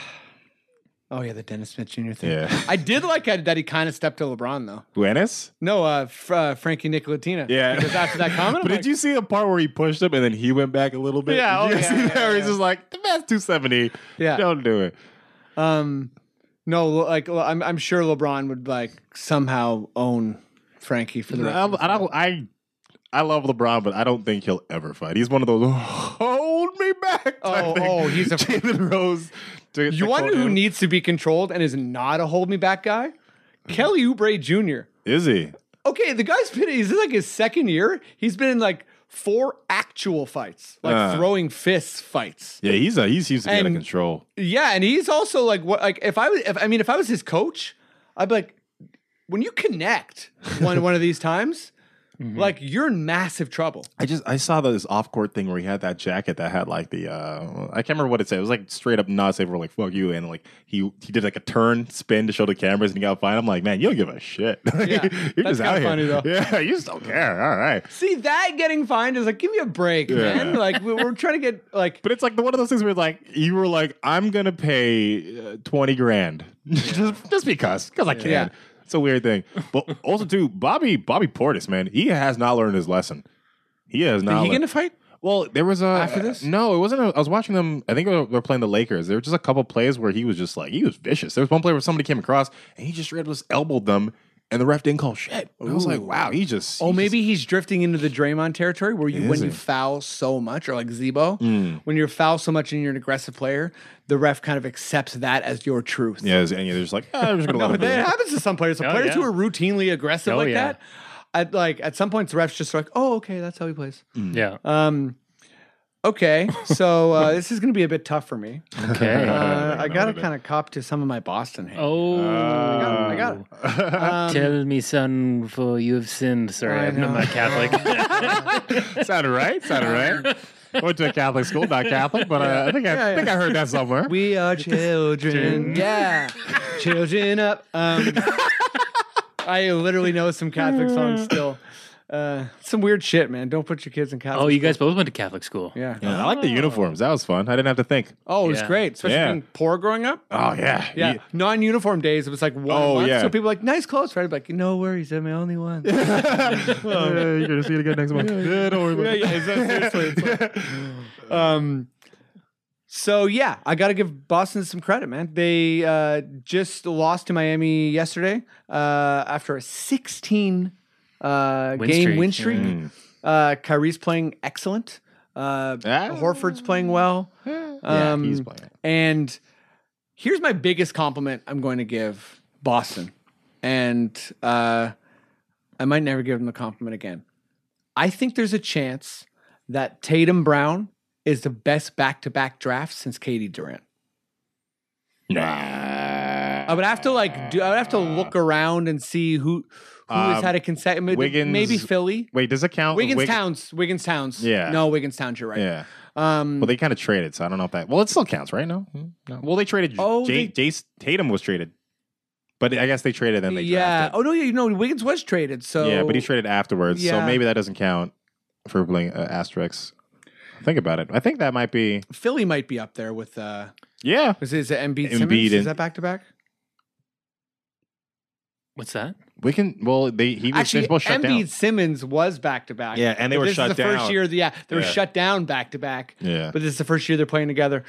Speaker 4: oh yeah, the Dennis Smith Jr. thing.
Speaker 5: Yeah.
Speaker 4: I did like that that he kind of stepped to LeBron though.
Speaker 5: Guinness?
Speaker 4: No, uh, fr- uh Frankie Nicolatino.
Speaker 5: Yeah.
Speaker 4: because after that comment,
Speaker 5: But did you see the part where he pushed him and then he went back a little bit?
Speaker 4: Yeah,
Speaker 5: Did
Speaker 4: oh,
Speaker 5: you
Speaker 4: yeah,
Speaker 5: see
Speaker 4: yeah,
Speaker 5: that? Where he's just like, the man's 270.
Speaker 4: Yeah.
Speaker 5: Don't do it.
Speaker 4: um, no, like well, I'm I'm sure LeBron would like somehow own Frankie for the
Speaker 5: I,
Speaker 4: rest.
Speaker 5: I,
Speaker 4: of his life.
Speaker 5: don't- I, I love LeBron, but I don't think he'll ever fight. He's one of those, hold me back. type
Speaker 4: Oh,
Speaker 5: thing.
Speaker 4: oh, he's a-
Speaker 5: Jalen Rose. To,
Speaker 4: You
Speaker 5: to
Speaker 4: wonder
Speaker 5: quote
Speaker 4: who
Speaker 5: him.
Speaker 4: needs to be controlled and is not a hold me back guy? Kelly Oubre Jr.
Speaker 5: Is he?
Speaker 4: Okay, the guy's been, is this like his second year? He's been in like four actual fights, like
Speaker 5: Uh.
Speaker 4: throwing fists fights.
Speaker 5: Yeah, he's a, he seems to be out of
Speaker 4: And-
Speaker 5: control.
Speaker 4: Yeah, and he's also like, what, like if I was, if, I mean, if I was his coach, I'd be like, when you connect one, one of these times,
Speaker 5: Mm-hmm.
Speaker 4: like you're in massive trouble.
Speaker 5: I just I saw this off court thing where he had that jacket that had like the uh I can't remember what it said. It was like straight up not safe. We're like fuck you, and like he he did like a turn spin to show the cameras and he got fined. I'm like man, you don't give a shit.
Speaker 4: Yeah,
Speaker 5: you're
Speaker 4: that's
Speaker 5: just out
Speaker 4: kinda funny,
Speaker 5: here.
Speaker 4: though.
Speaker 5: Yeah, you just don't care. All right.
Speaker 4: See, that getting fined is like, give me a break, man. Like, we- we're trying to get, like,
Speaker 5: But it's like the one of those things where like you were like I'm gonna pay uh, twenty grand just just because because I can.
Speaker 4: Yeah.
Speaker 5: It's a weird thing. But also too, Bobby Bobby Portis, man, he has not learned his lesson. He has
Speaker 4: did
Speaker 5: not.
Speaker 4: he
Speaker 5: learned-
Speaker 4: get in a fight?
Speaker 5: Well, there was a uh,
Speaker 4: After this?
Speaker 5: No, it wasn't. A, I was watching them. I think they were playing the Lakers. There were just a couple plays where he was just like he was vicious. There was one play where somebody came across and he just straight up just elbowed them, and the ref didn't call shit. And I was like, wow, he just.
Speaker 4: Oh,
Speaker 5: he
Speaker 4: maybe he's drifting into the Draymond territory where you when
Speaker 5: Is Mm.
Speaker 4: you
Speaker 5: he?
Speaker 4: foul so much, or like Zebo, when you're foul so much and you're an aggressive player, the ref kind of accepts that as your truth.
Speaker 5: Just, yeah, and they're just like, "Ah, I'm just gonna let him.
Speaker 4: But
Speaker 5: do
Speaker 4: that
Speaker 5: it."
Speaker 4: happens to some players. So
Speaker 3: Oh,
Speaker 4: players who
Speaker 3: yeah.
Speaker 4: are routinely aggressive
Speaker 3: Oh,
Speaker 4: like
Speaker 3: yeah.
Speaker 4: that, at like at some points, the refs just are like, "Oh, okay, that's how he plays."
Speaker 3: Yeah.
Speaker 4: Um, okay, so uh, this is going to be a bit tough for me.
Speaker 3: Okay.
Speaker 4: Uh, I
Speaker 5: know
Speaker 4: got to
Speaker 5: what it
Speaker 4: kind of cop to some of my Boston hate.
Speaker 3: oh.
Speaker 4: I got it. Um,
Speaker 3: Tell me, son, for you have sinned. Sorry,
Speaker 4: I
Speaker 3: I'm not
Speaker 4: know.
Speaker 3: Catholic.
Speaker 5: Sounded right. Sounded right. Went to a Catholic school, not Catholic, but uh, I think I
Speaker 4: Yeah, yeah.
Speaker 5: think I heard that somewhere.
Speaker 4: We are children. yeah. children up. Um, I literally know some Catholic songs still. Uh, some weird shit, man. Don't put your kids in Catholic.
Speaker 3: oh, you guys both went to Catholic school.
Speaker 4: Yeah.
Speaker 5: Yeah, I like the uniforms. That was fun. I didn't have to think.
Speaker 4: Oh, it was
Speaker 3: Yeah.
Speaker 4: great, especially
Speaker 5: Yeah.
Speaker 4: being poor growing up.
Speaker 5: Oh yeah,
Speaker 4: Yeah. Non-uniform days. It was like one.
Speaker 5: Oh,
Speaker 4: a month.
Speaker 5: yeah.
Speaker 4: So people were like nice clothes, right? I'd be like no worries, I'm the only one.
Speaker 5: Yeah, you're gonna see it again next month. Yeah, don't worry about it. uh,
Speaker 4: um. So yeah, I got to give Boston some credit, man. They uh, just lost to Miami yesterday uh, after a 16 uh,
Speaker 3: Win
Speaker 4: game
Speaker 3: streak.
Speaker 4: win streak.
Speaker 5: Mm.
Speaker 4: Uh, Kyrie's playing excellent. Uh,
Speaker 5: Ah.
Speaker 4: Horford's playing well.
Speaker 5: Yeah,
Speaker 4: Um,
Speaker 5: he's playing.
Speaker 4: And here's my biggest compliment I'm going to give Boston. And uh, I might never give him the compliment again. I think there's a chance that Tatum Brown is the best back to back draft since Katie Durant.
Speaker 5: Nah.
Speaker 4: I would have to like do I would have to look around and see who who
Speaker 5: Um,
Speaker 4: has had a consent maybe,
Speaker 5: Wiggins-
Speaker 4: maybe Philly.
Speaker 5: Wait, does it count?
Speaker 4: Wiggins
Speaker 5: Wig-
Speaker 4: Towns. Wiggins Towns.
Speaker 5: Yeah.
Speaker 4: No, Wiggins Towns, you're right.
Speaker 5: Yeah.
Speaker 4: Um
Speaker 5: Well, they kind of traded, so I don't know if that. Well, it still counts, right? No. Hmm? no. Well, they traded.
Speaker 4: Oh,
Speaker 5: Oh, Jace Tatum was traded, but I guess they traded and they
Speaker 4: yeah.
Speaker 5: drafted.
Speaker 4: Oh no, yeah, you know Wiggins was traded. So
Speaker 5: yeah, but he traded afterwards, so
Speaker 4: Yeah.
Speaker 5: maybe that doesn't count for playing uh, asterisks. Think about it. I think that might be.
Speaker 4: Philly might be up there with uh
Speaker 5: Yeah.
Speaker 4: was is it Embiid,
Speaker 5: Embiid
Speaker 4: Simmons? Is
Speaker 5: and-
Speaker 4: that back to back?
Speaker 3: What's that?
Speaker 5: We can. Well, they he was
Speaker 4: Actually,
Speaker 5: they both shut
Speaker 4: Embiid Simmons was back to back.
Speaker 5: Yeah, and they
Speaker 4: But
Speaker 5: were
Speaker 4: this
Speaker 5: shut
Speaker 4: is the First
Speaker 5: down.
Speaker 4: year, yeah, they were
Speaker 5: Yeah.
Speaker 4: shut down back to back.
Speaker 5: down. Yeah.
Speaker 4: But this is the first year they're playing together.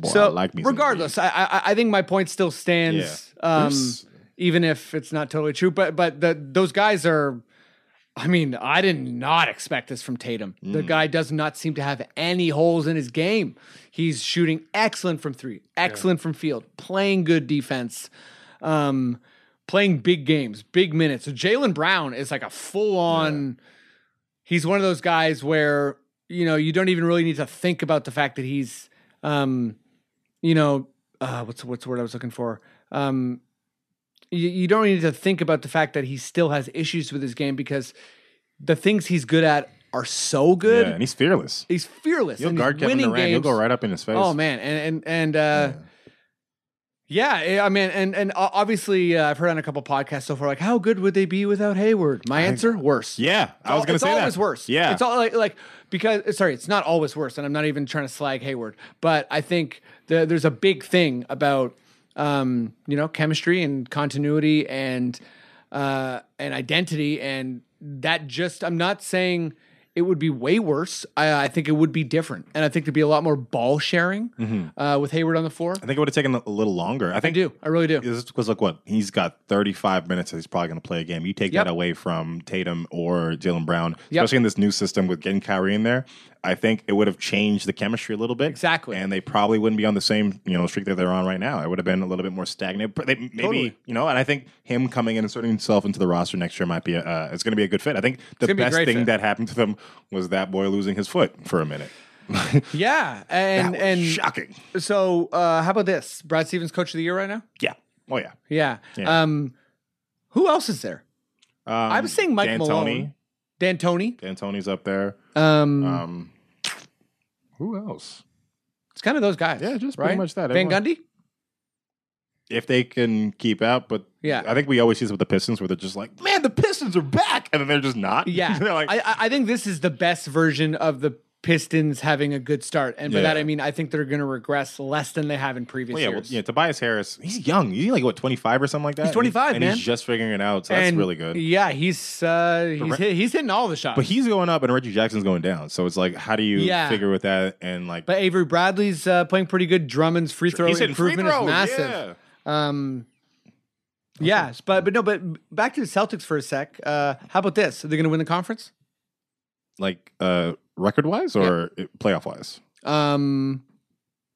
Speaker 5: Boy,
Speaker 4: so,
Speaker 5: I like me some
Speaker 4: regardless, I, I I think my point still stands. Um,
Speaker 5: There's-
Speaker 4: even if it's not totally true, but but the, those guys are I mean, I did not expect this from Tatum. The guy does not seem to have any holes in his game. He's shooting excellent from three, excellent from field, playing good defense, um, playing big games, big minutes. So Jalen Brown is like a full on. He's one of those guys where you know you don't even really need to think about the fact that he's, um, you know, uh, what's what's the word I was looking for? Um, you, you don't need to think about the fact that he still has issues with his game because the things he's good at are so good.
Speaker 5: Yeah, and he's fearless.
Speaker 4: He's fearless.
Speaker 5: You'll
Speaker 4: and
Speaker 5: guard
Speaker 4: he's
Speaker 5: Kevin
Speaker 4: winning
Speaker 5: Durant. You'll
Speaker 4: games.
Speaker 5: go right up in his face.
Speaker 4: Oh man, and and and uh, yeah. eh, I mean, and and o- obviously, uh, I've heard on a couple podcasts so far, like how good would they be without Hayward? My answer, worse.
Speaker 5: Yeah, I was
Speaker 4: It's
Speaker 5: gonna say
Speaker 4: always
Speaker 5: that.
Speaker 4: worse.
Speaker 5: Yeah,
Speaker 4: it's all like like because sorry, it's not always worse, and I'm not even trying to slag Hayward, but I think the, there's a big thing about um, you know chemistry and continuity and uh, and identity, and that just I'm not saying it would be way worse. I, I think it would be different, and I think there'd be a lot more ball sharing
Speaker 5: Mm-hmm.
Speaker 4: uh, with Hayward on the floor.
Speaker 5: I think it would have taken a little longer. I
Speaker 4: I
Speaker 5: think
Speaker 4: do, I really do.
Speaker 5: This was like what he's got 35 minutes that he's probably going to play a game. You take
Speaker 4: Yep.
Speaker 5: that away from Tatum or Jalen Brown,
Speaker 4: Yep.
Speaker 5: especially in this new system with getting Kyrie in there. I think it would have changed the chemistry a little bit,
Speaker 4: Exactly.
Speaker 5: and they probably wouldn't be on the same you know streak that they're on right now. It would have been a little bit more stagnant, but they, maybe
Speaker 4: Totally.
Speaker 5: you know. And I think him coming in and sorting himself into the roster next year might be a, uh, it's going to be a good fit. I think the
Speaker 4: gonna be a
Speaker 5: best
Speaker 4: great
Speaker 5: thing
Speaker 4: fit.
Speaker 5: that happened to them was that boy losing his foot for a minute.
Speaker 4: Yeah,
Speaker 5: That
Speaker 4: and
Speaker 5: was
Speaker 4: and
Speaker 5: shocking.
Speaker 4: so uh, how about this? Brad Stevens, coach of the year right now.
Speaker 5: Yeah. Oh yeah.
Speaker 4: Yeah.
Speaker 5: Yeah.
Speaker 4: Um, who else is there?
Speaker 5: Um,
Speaker 4: I was saying Mike Malone, D'Antoni.
Speaker 5: D'Antoni's up there.
Speaker 4: Um,
Speaker 5: Um, who else?
Speaker 4: it's kind of those guys.
Speaker 5: yeah, just
Speaker 4: right?
Speaker 5: pretty much that.
Speaker 4: Van
Speaker 5: Everyone-
Speaker 4: Gundy.
Speaker 5: If they can keep out, but
Speaker 4: Yeah.
Speaker 5: I think we always see this with the Pistons where they're just like, man, the Pistons are back, and then they're just not.
Speaker 4: Yeah,
Speaker 5: they're like,
Speaker 4: I, I- I think this is the best version of the Pistons having a good start, and by that
Speaker 5: Yeah.
Speaker 4: I mean I think they're going to regress less than they have in previous
Speaker 5: well, yeah, well,
Speaker 4: years.
Speaker 5: yeah. Tobias Harris, he's young. He's like what twenty five or something like that.
Speaker 4: He's 25,
Speaker 5: and
Speaker 4: man.
Speaker 5: he's just figuring it out. So that's
Speaker 4: And,
Speaker 5: really good.
Speaker 4: Yeah, he's uh, he's
Speaker 5: Re-
Speaker 4: hit, he's hitting all the shots.
Speaker 5: But he's going up, and Reggie Jackson's going down. So it's like, how do you
Speaker 4: Yeah.
Speaker 5: figure with that? And like,
Speaker 4: but Avery Bradley's uh, playing pretty good. Drummond's free throw
Speaker 5: he's hitting free
Speaker 4: improvement
Speaker 5: throws,
Speaker 4: is massive.
Speaker 5: yeah.
Speaker 4: Um, yes, but but no, but back to the Celtics for a sec. Uh, how about this? Are they going to win the conference?
Speaker 5: Like uh, record wise or playoff wise?
Speaker 4: Um,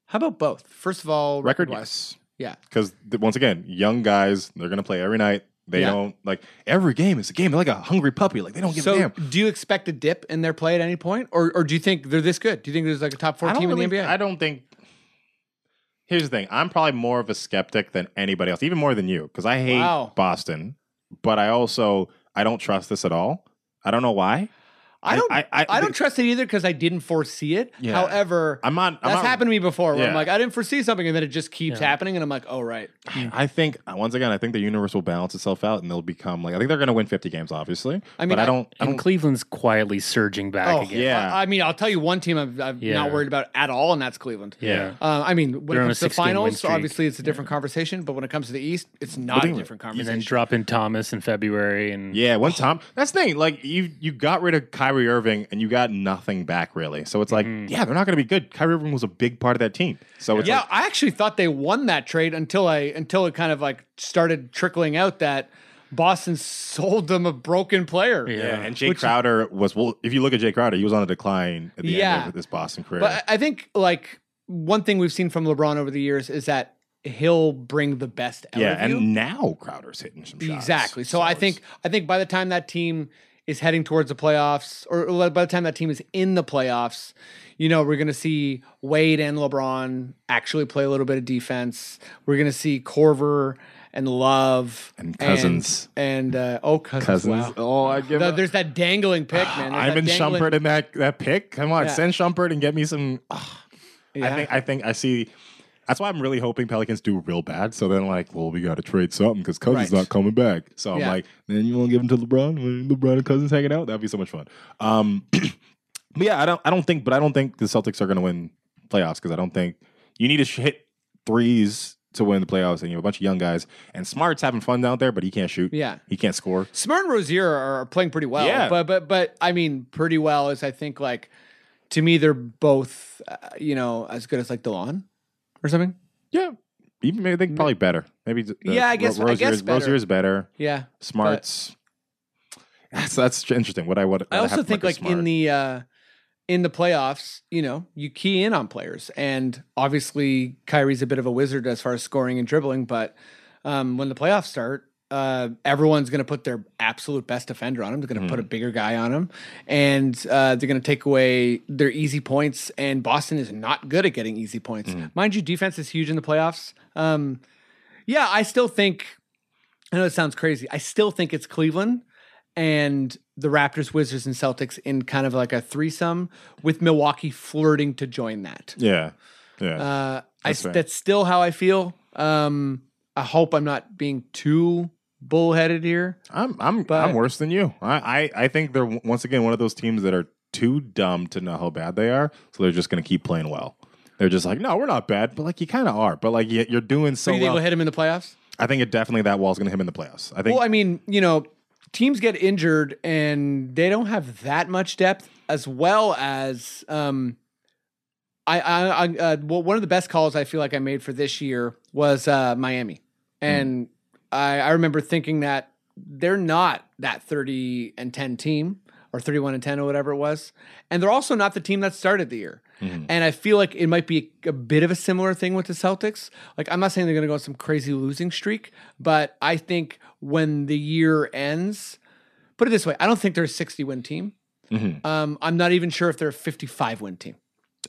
Speaker 4: how about both? First of all,
Speaker 5: Record
Speaker 4: record-wise.
Speaker 5: wise.
Speaker 4: yeah.
Speaker 5: because once again, young guys, they're gonna play every night. They
Speaker 4: Yeah.
Speaker 5: don't like every game is a game. They're like a hungry puppy. Like they don't give a
Speaker 4: So,
Speaker 5: damn.
Speaker 4: do you expect a dip in their play at any point, or or do you think they're this good? Do you think there's like a top four
Speaker 5: I don't
Speaker 4: team in the
Speaker 5: really-
Speaker 4: NBA?
Speaker 5: I don't think. Here's the thing. I'm probably more of a skeptic than anybody else, even more than you, because I hate
Speaker 4: Wow.
Speaker 5: Boston, but I also I don't trust this at all. I don't know why.
Speaker 4: I don't. I,
Speaker 5: I, I,
Speaker 4: don't trust it either because I didn't foresee it.
Speaker 5: Yeah.
Speaker 4: However,
Speaker 5: I'm not. I'm
Speaker 4: that's
Speaker 5: not-
Speaker 4: happened to me before. Where I'm
Speaker 5: Yeah.
Speaker 4: like, I didn't foresee something, and then it just keeps
Speaker 3: Yeah.
Speaker 4: happening, and I'm like, oh right.
Speaker 5: I think once again, I think the universe will balance itself out, and they'll become like I think they're going to win 50 games, obviously.
Speaker 4: I mean,
Speaker 5: but
Speaker 4: I-
Speaker 5: I don't. I
Speaker 3: And
Speaker 5: don't.
Speaker 3: Cleveland's quietly surging back
Speaker 4: Oh
Speaker 3: again.
Speaker 5: Yeah.
Speaker 4: I, I mean, I'll tell you one team I've, I've
Speaker 3: Yeah.
Speaker 4: not worried about at all, and that's Cleveland.
Speaker 3: Yeah.
Speaker 4: Uh, I mean, when
Speaker 3: They're
Speaker 4: it
Speaker 3: on a
Speaker 4: comes to the
Speaker 3: 16 win
Speaker 4: finals,
Speaker 3: streak.
Speaker 4: obviously it's a different conversation. But when it comes to the East, it's not a
Speaker 5: think-
Speaker 4: different
Speaker 3: And then
Speaker 4: conversation.
Speaker 3: drop in Thomas in February and
Speaker 5: Yeah, one time. That's the thing. Like you, you got rid of Kyrie Irving, and you got nothing back really. So it's like, yeah, they're not going to be good. Kyrie Irving was a big part of that team. So
Speaker 4: Mm-hmm.
Speaker 5: it's
Speaker 4: yeah,
Speaker 5: like,
Speaker 4: I actually thought they won that trade until I until it kind of like started trickling out that Boston sold them a broken player.
Speaker 3: Yeah.
Speaker 5: yeah. And Jay Crowder was well. If you look at Jay Crowder, he was on a decline at the
Speaker 4: Yeah.
Speaker 5: end of this Boston career.
Speaker 4: But uh, I I think like one thing we've seen from LeBron over the years is that he'll bring the best out
Speaker 5: yeah,
Speaker 4: of you.
Speaker 5: and now Crowder's hitting some shots.
Speaker 4: Exactly. So, I
Speaker 5: it's-
Speaker 4: think I think by the time that team is heading towards the playoffs, or like, by the time that team is in the playoffs, you know we're going to see Wade and LeBron actually play a little bit of defense. We're going to see Corver and Love
Speaker 5: And Cousins.
Speaker 4: and, uh, oh cousins.
Speaker 5: Cousins.
Speaker 4: Wow.
Speaker 5: Oh, I give.
Speaker 4: No,
Speaker 5: up.
Speaker 4: there's that dangling pick, man. There's
Speaker 5: I'm
Speaker 4: that
Speaker 5: in
Speaker 4: dangling-
Speaker 5: Shumpert in that that pick. Come on,
Speaker 4: Yeah.
Speaker 5: send Shumpert and get me some. ah.
Speaker 4: Yeah.
Speaker 5: I think I think I see. That's why I'm really hoping Pelicans do real bad. So then, like, well, we got to trade something because Cousins
Speaker 4: Right.
Speaker 5: not coming back. So I'm
Speaker 4: Yeah.
Speaker 5: like, then you want to give him to LeBron? When LeBron and Cousins hanging out, that'd be so much fun. Um, but yeah, I don't, I don't think, but I don't think the Celtics are going to win playoffs because I don't think you need to sh- hit threes to win the playoffs, and you have a bunch of young guys. And Smart's having fun down there, but he can't shoot.
Speaker 4: Yeah.
Speaker 5: he can't score.
Speaker 4: Smart and Rozier are playing pretty well.
Speaker 5: Yeah.
Speaker 4: But but but I mean, pretty well is I think like to me they're both uh, you know as good as like DeLon or something.
Speaker 5: Yeah, even maybe they probably better. Maybe the-
Speaker 4: Yeah, I guess- I
Speaker 5: Rozier's,
Speaker 4: guess better.
Speaker 5: Rozier's better.
Speaker 4: Yeah.
Speaker 5: Smart's. That's that's interesting. What I would
Speaker 4: I also think like in the uh, in the playoffs, you know, you key in on players, and obviously Kyrie's a bit of a wizard as far as scoring and dribbling, but um, when the playoffs start. Uh, everyone's going to put their absolute best defender on him. They're going to put a bigger guy on him, and uh, they're going to take away their easy points. And Boston is not good at getting easy points,
Speaker 5: Mm-hmm.
Speaker 4: mind you. Defense is huge in the playoffs. Um, yeah, I still think. I know it sounds crazy. I still think it's Cleveland and the Raptors, Wizards, and Celtics in kind of like a threesome with Milwaukee flirting to join that.
Speaker 5: yeah yeah
Speaker 4: Uh, I,
Speaker 5: That's
Speaker 4: that's,
Speaker 5: fair.
Speaker 4: still how I feel. Um, I hope I'm not being too bullheaded here.
Speaker 5: I'm I'm
Speaker 4: but-
Speaker 5: I'm worse than you. I, I I think they're w- once again one of those teams that are too dumb to know how bad they are, so they're just going to keep playing well. They're just like, no, we're not bad, but like you kind of are. But like you, you're doing
Speaker 4: Do
Speaker 5: so
Speaker 4: you think
Speaker 5: well.
Speaker 4: we'll hit him in the playoffs?
Speaker 5: I think it definitely that wall's going to hit him in the playoffs. I think
Speaker 4: Well, I mean, you know, teams get injured and they don't have that much depth, as well as um, I, I, I uh, well, one of the best calls I feel like I made for this year was uh, Miami,
Speaker 5: Hmm.
Speaker 4: and I, I remember thinking that they're not that thirty and ten team or thirty one and ten or whatever it was, and they're also not the team that started the year.
Speaker 5: Hmm.
Speaker 4: And I feel like it might be a bit of a similar thing with the Celtics. Like I'm not saying they're going to go on some crazy losing streak, but I think when the year ends, put it this way, I don't think they're a 60 win team.
Speaker 5: Mhm.
Speaker 4: Um, I'm not even sure if they're a 55 win team.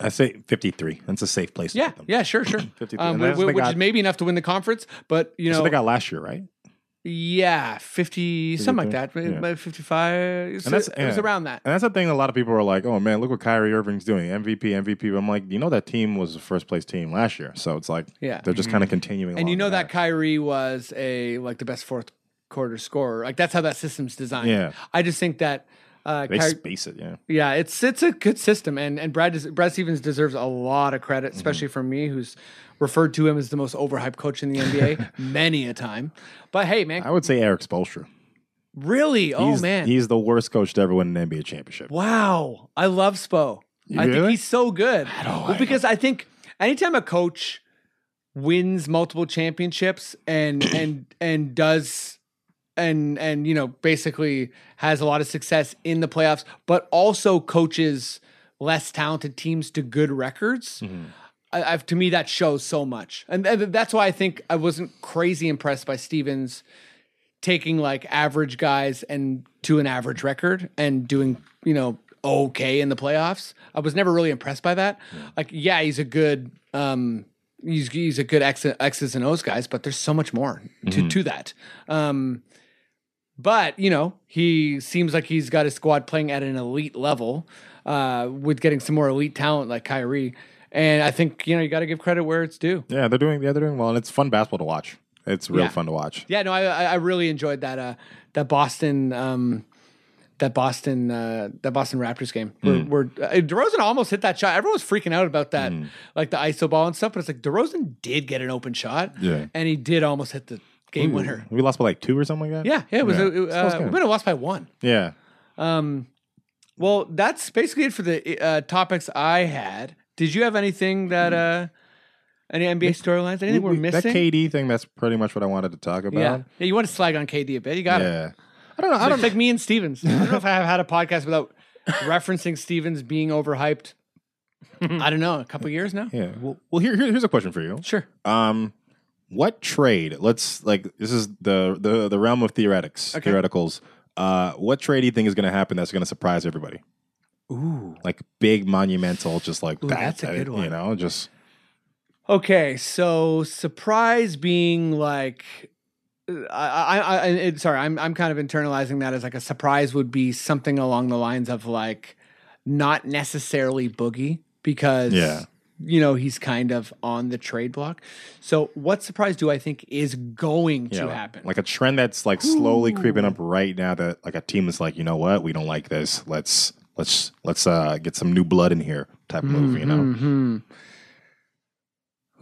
Speaker 5: I say 53. That's a safe place.
Speaker 4: Yeah,
Speaker 5: to put them.
Speaker 4: yeah, sure, sure.
Speaker 5: 53.
Speaker 4: um,
Speaker 5: And
Speaker 4: whi-
Speaker 5: that's what
Speaker 4: whi-
Speaker 5: they
Speaker 4: which
Speaker 5: got-
Speaker 4: is maybe enough to win the conference, but you
Speaker 5: That's
Speaker 4: know,
Speaker 5: what they got last year, right?
Speaker 4: yeah, 50 something like that,
Speaker 5: Yeah.
Speaker 4: maybe 55. so
Speaker 5: that's-
Speaker 4: it was
Speaker 5: yeah.
Speaker 4: around that.
Speaker 5: And that's the thing. A lot of people are like, "Oh man, look what Kyrie Irving's doing, MVP, MVP." But I'm like, you know, that team was the first place team last year, so it's like,
Speaker 4: Yeah.
Speaker 5: they're just kind of continuing.
Speaker 4: And you
Speaker 5: along
Speaker 4: know
Speaker 5: with
Speaker 4: that Kyrie was a like the best fourth quarter scorer. Like that's how that system's designed.
Speaker 5: Yeah.
Speaker 4: I just think that uh,
Speaker 5: they
Speaker 4: Kyrie,
Speaker 5: space it. Yeah,
Speaker 4: Yeah, it's it's a good system, and and Brad des- Brad Stevens deserves a lot of
Speaker 5: Mm-hmm.
Speaker 4: credit, especially from me, who's referred to him as the most overhyped coach in the NBA many a time. But hey, man,
Speaker 5: I would say Eric Spoelstra.
Speaker 4: really? Oh
Speaker 5: He's-
Speaker 4: man,
Speaker 5: he's the worst coach to ever win an NBA championship.
Speaker 4: wow! I love Spo. I think
Speaker 5: really?
Speaker 4: he's so good.
Speaker 5: don't
Speaker 4: Well,
Speaker 5: like
Speaker 4: because I think anytime a coach wins multiple championships and and and does and and you know basically has a lot of success in the playoffs, but also coaches less talented teams to good records. I, I've, to me, that shows so much, and, and that's why I think I wasn't crazy impressed by Stevens taking like average guys and to an average record and doing you know okay in the playoffs. I was never really impressed by that. Like, yeah, he's a good um, he's he's a good X, X's and O's guys, but there's so much more to to that. Um, but you know, he seems like he's got his squad playing at an elite level, uh, with getting some more elite talent like Kyrie. And I think you know you got to give credit where it's due.
Speaker 5: Yeah, they're doing. Yeah, they're doing well, and it's fun basketball to watch. It's real
Speaker 4: Yeah.
Speaker 5: fun to watch.
Speaker 4: Yeah, no, I I I really enjoyed that uh that Boston um that Boston uh that Boston Raptors game. Where,
Speaker 5: Mm.
Speaker 4: where uh, DeRozan almost hit that shot. Everyone was freaking out about that, like the ISO ball and stuff. But it's like DeRozan did get an open shot,
Speaker 5: Yeah.
Speaker 4: and he did almost hit the game winner.
Speaker 5: We lost by like two or something like that.
Speaker 4: Yeah, yeah, it was.
Speaker 5: Yeah.
Speaker 4: A, it,
Speaker 5: Sounds
Speaker 4: uh,
Speaker 5: good.
Speaker 4: we might have lost by one.
Speaker 5: Yeah.
Speaker 4: Um, well, that's basically it for the uh, topics I had. Did you have anything that uh any NBA storylines? Anything we're
Speaker 5: Mm. We- we-
Speaker 4: missing?
Speaker 5: That KD thing. That's pretty much what I wanted to talk about.
Speaker 4: yeah. yeah, you want to slag on KD a bit? You got it.
Speaker 5: Yeah. I don't know. I
Speaker 4: It's
Speaker 5: don't.
Speaker 4: like me and Stevens. I don't know if I have had a podcast without referencing Stevens being overhyped. I don't know, a couple years now.
Speaker 5: yeah. Well, well here, here, here's a question for you.
Speaker 4: Sure.
Speaker 5: Um, what trade? Let's like this is the the the realm of theoretics,
Speaker 4: Okay.
Speaker 5: theoreticals. Uh, what trade do you think is going to happen that's going to surprise everybody?
Speaker 4: Ooh.
Speaker 5: Like big, monumental, just like
Speaker 4: Ooh,
Speaker 5: that.
Speaker 4: that's a
Speaker 5: I-
Speaker 4: good
Speaker 5: You
Speaker 4: one.
Speaker 5: know, just
Speaker 4: Okay, so surprise being like, uh, I, I, I it, sorry, I'm, I'm kind of internalizing that as like a surprise would be something along the lines of like, not necessarily Boogie because
Speaker 5: Yeah.
Speaker 4: you know he's kind of on the trade block. So what surprise do I think is going
Speaker 5: yeah,
Speaker 4: to
Speaker 5: like-
Speaker 4: happen?
Speaker 5: Like a trend that's like slowly creeping up right now. That like a team is like, you know what, we don't like this. Let's let's let's uh get some new blood in here type of move. You know,
Speaker 4: hmm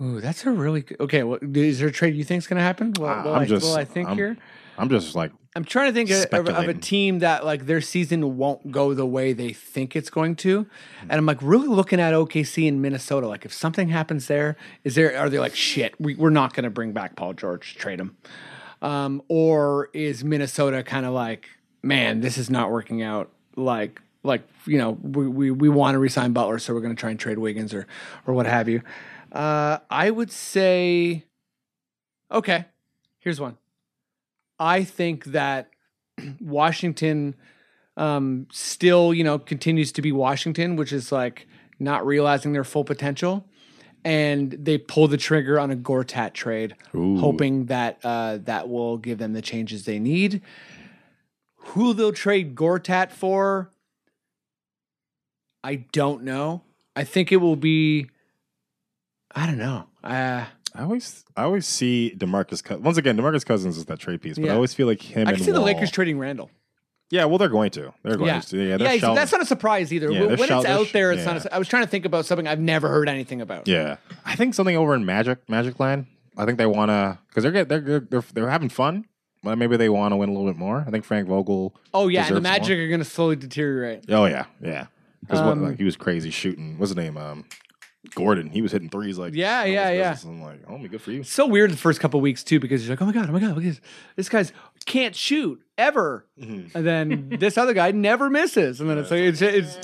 Speaker 4: Ooh, that's a really good. Okay, well, is there a trade you think's going to happen? Well,
Speaker 5: I-
Speaker 4: well,
Speaker 5: I'm
Speaker 4: I,
Speaker 5: just-
Speaker 4: well, I think
Speaker 5: I'm-
Speaker 4: here.
Speaker 5: I'm just like,
Speaker 4: I'm trying to think of- of, of a
Speaker 5: Speculating.
Speaker 4: team that like their season won't go the way they think it's going to, and I'm like really looking at OKC in Minnesota. Like, if something happens there, is there are they like shit? We, we're not going to bring back Paul George, trade him, um, or is Minnesota kind of like man, this is not working out. Like, like you know, we we, we want to resign Butler, so we're going to try and trade Wiggins or or what have you. Uh, I would say, okay, here's one. I think that Washington um, still, you know, continues to be Washington, which is like not realizing their full potential. And they pull the trigger on a Gortat trade, hoping that uh, that will give them the changes they need. Who they'll trade Gortat for, I don't know. I think it will be, I don't know. Uh,
Speaker 5: I always, I always see Demarcus. Cous- Once again, Demarcus Cousins is that trade piece, but
Speaker 4: Yeah.
Speaker 5: I always feel like him.
Speaker 4: I
Speaker 5: and
Speaker 4: can see the
Speaker 5: Wall-
Speaker 4: Lakers trading Randall.
Speaker 5: Yeah, well, they're going to. They're going
Speaker 4: Yeah.
Speaker 5: to. Yeah,
Speaker 4: Yeah,
Speaker 5: they're
Speaker 4: so
Speaker 5: shell-
Speaker 4: that's not a surprise either.
Speaker 5: Yeah,
Speaker 4: when
Speaker 5: they're
Speaker 4: when
Speaker 5: shell-
Speaker 4: it's
Speaker 5: they're
Speaker 4: out
Speaker 5: sh-
Speaker 4: there, it's not. A,
Speaker 5: yeah.
Speaker 4: su- I was trying to think about something I've never heard anything about.
Speaker 5: Yeah, I think something over in Magic, Magic Land. I think they want to because they're, get- they're they're they're they're having fun, but maybe they want to win a little bit more. I think Frank Vogel.
Speaker 4: Oh yeah, and the
Speaker 5: deserves more.
Speaker 4: Magic are going to slowly deteriorate.
Speaker 5: Oh yeah, yeah. Because
Speaker 4: Um,
Speaker 5: like, he was crazy shooting. What's his name? Um, Gordon. He was hitting threes like
Speaker 4: Yeah,
Speaker 5: all this
Speaker 4: yeah, yeah.
Speaker 5: business. I'm like, homie, good for you.
Speaker 4: It's so weird the first couple weeks too, because you're like, oh my god, oh my god, look at this. This guy's can't shoot ever,
Speaker 5: Mm-hmm.
Speaker 4: and then this other guy never misses, and then it's like it's, it's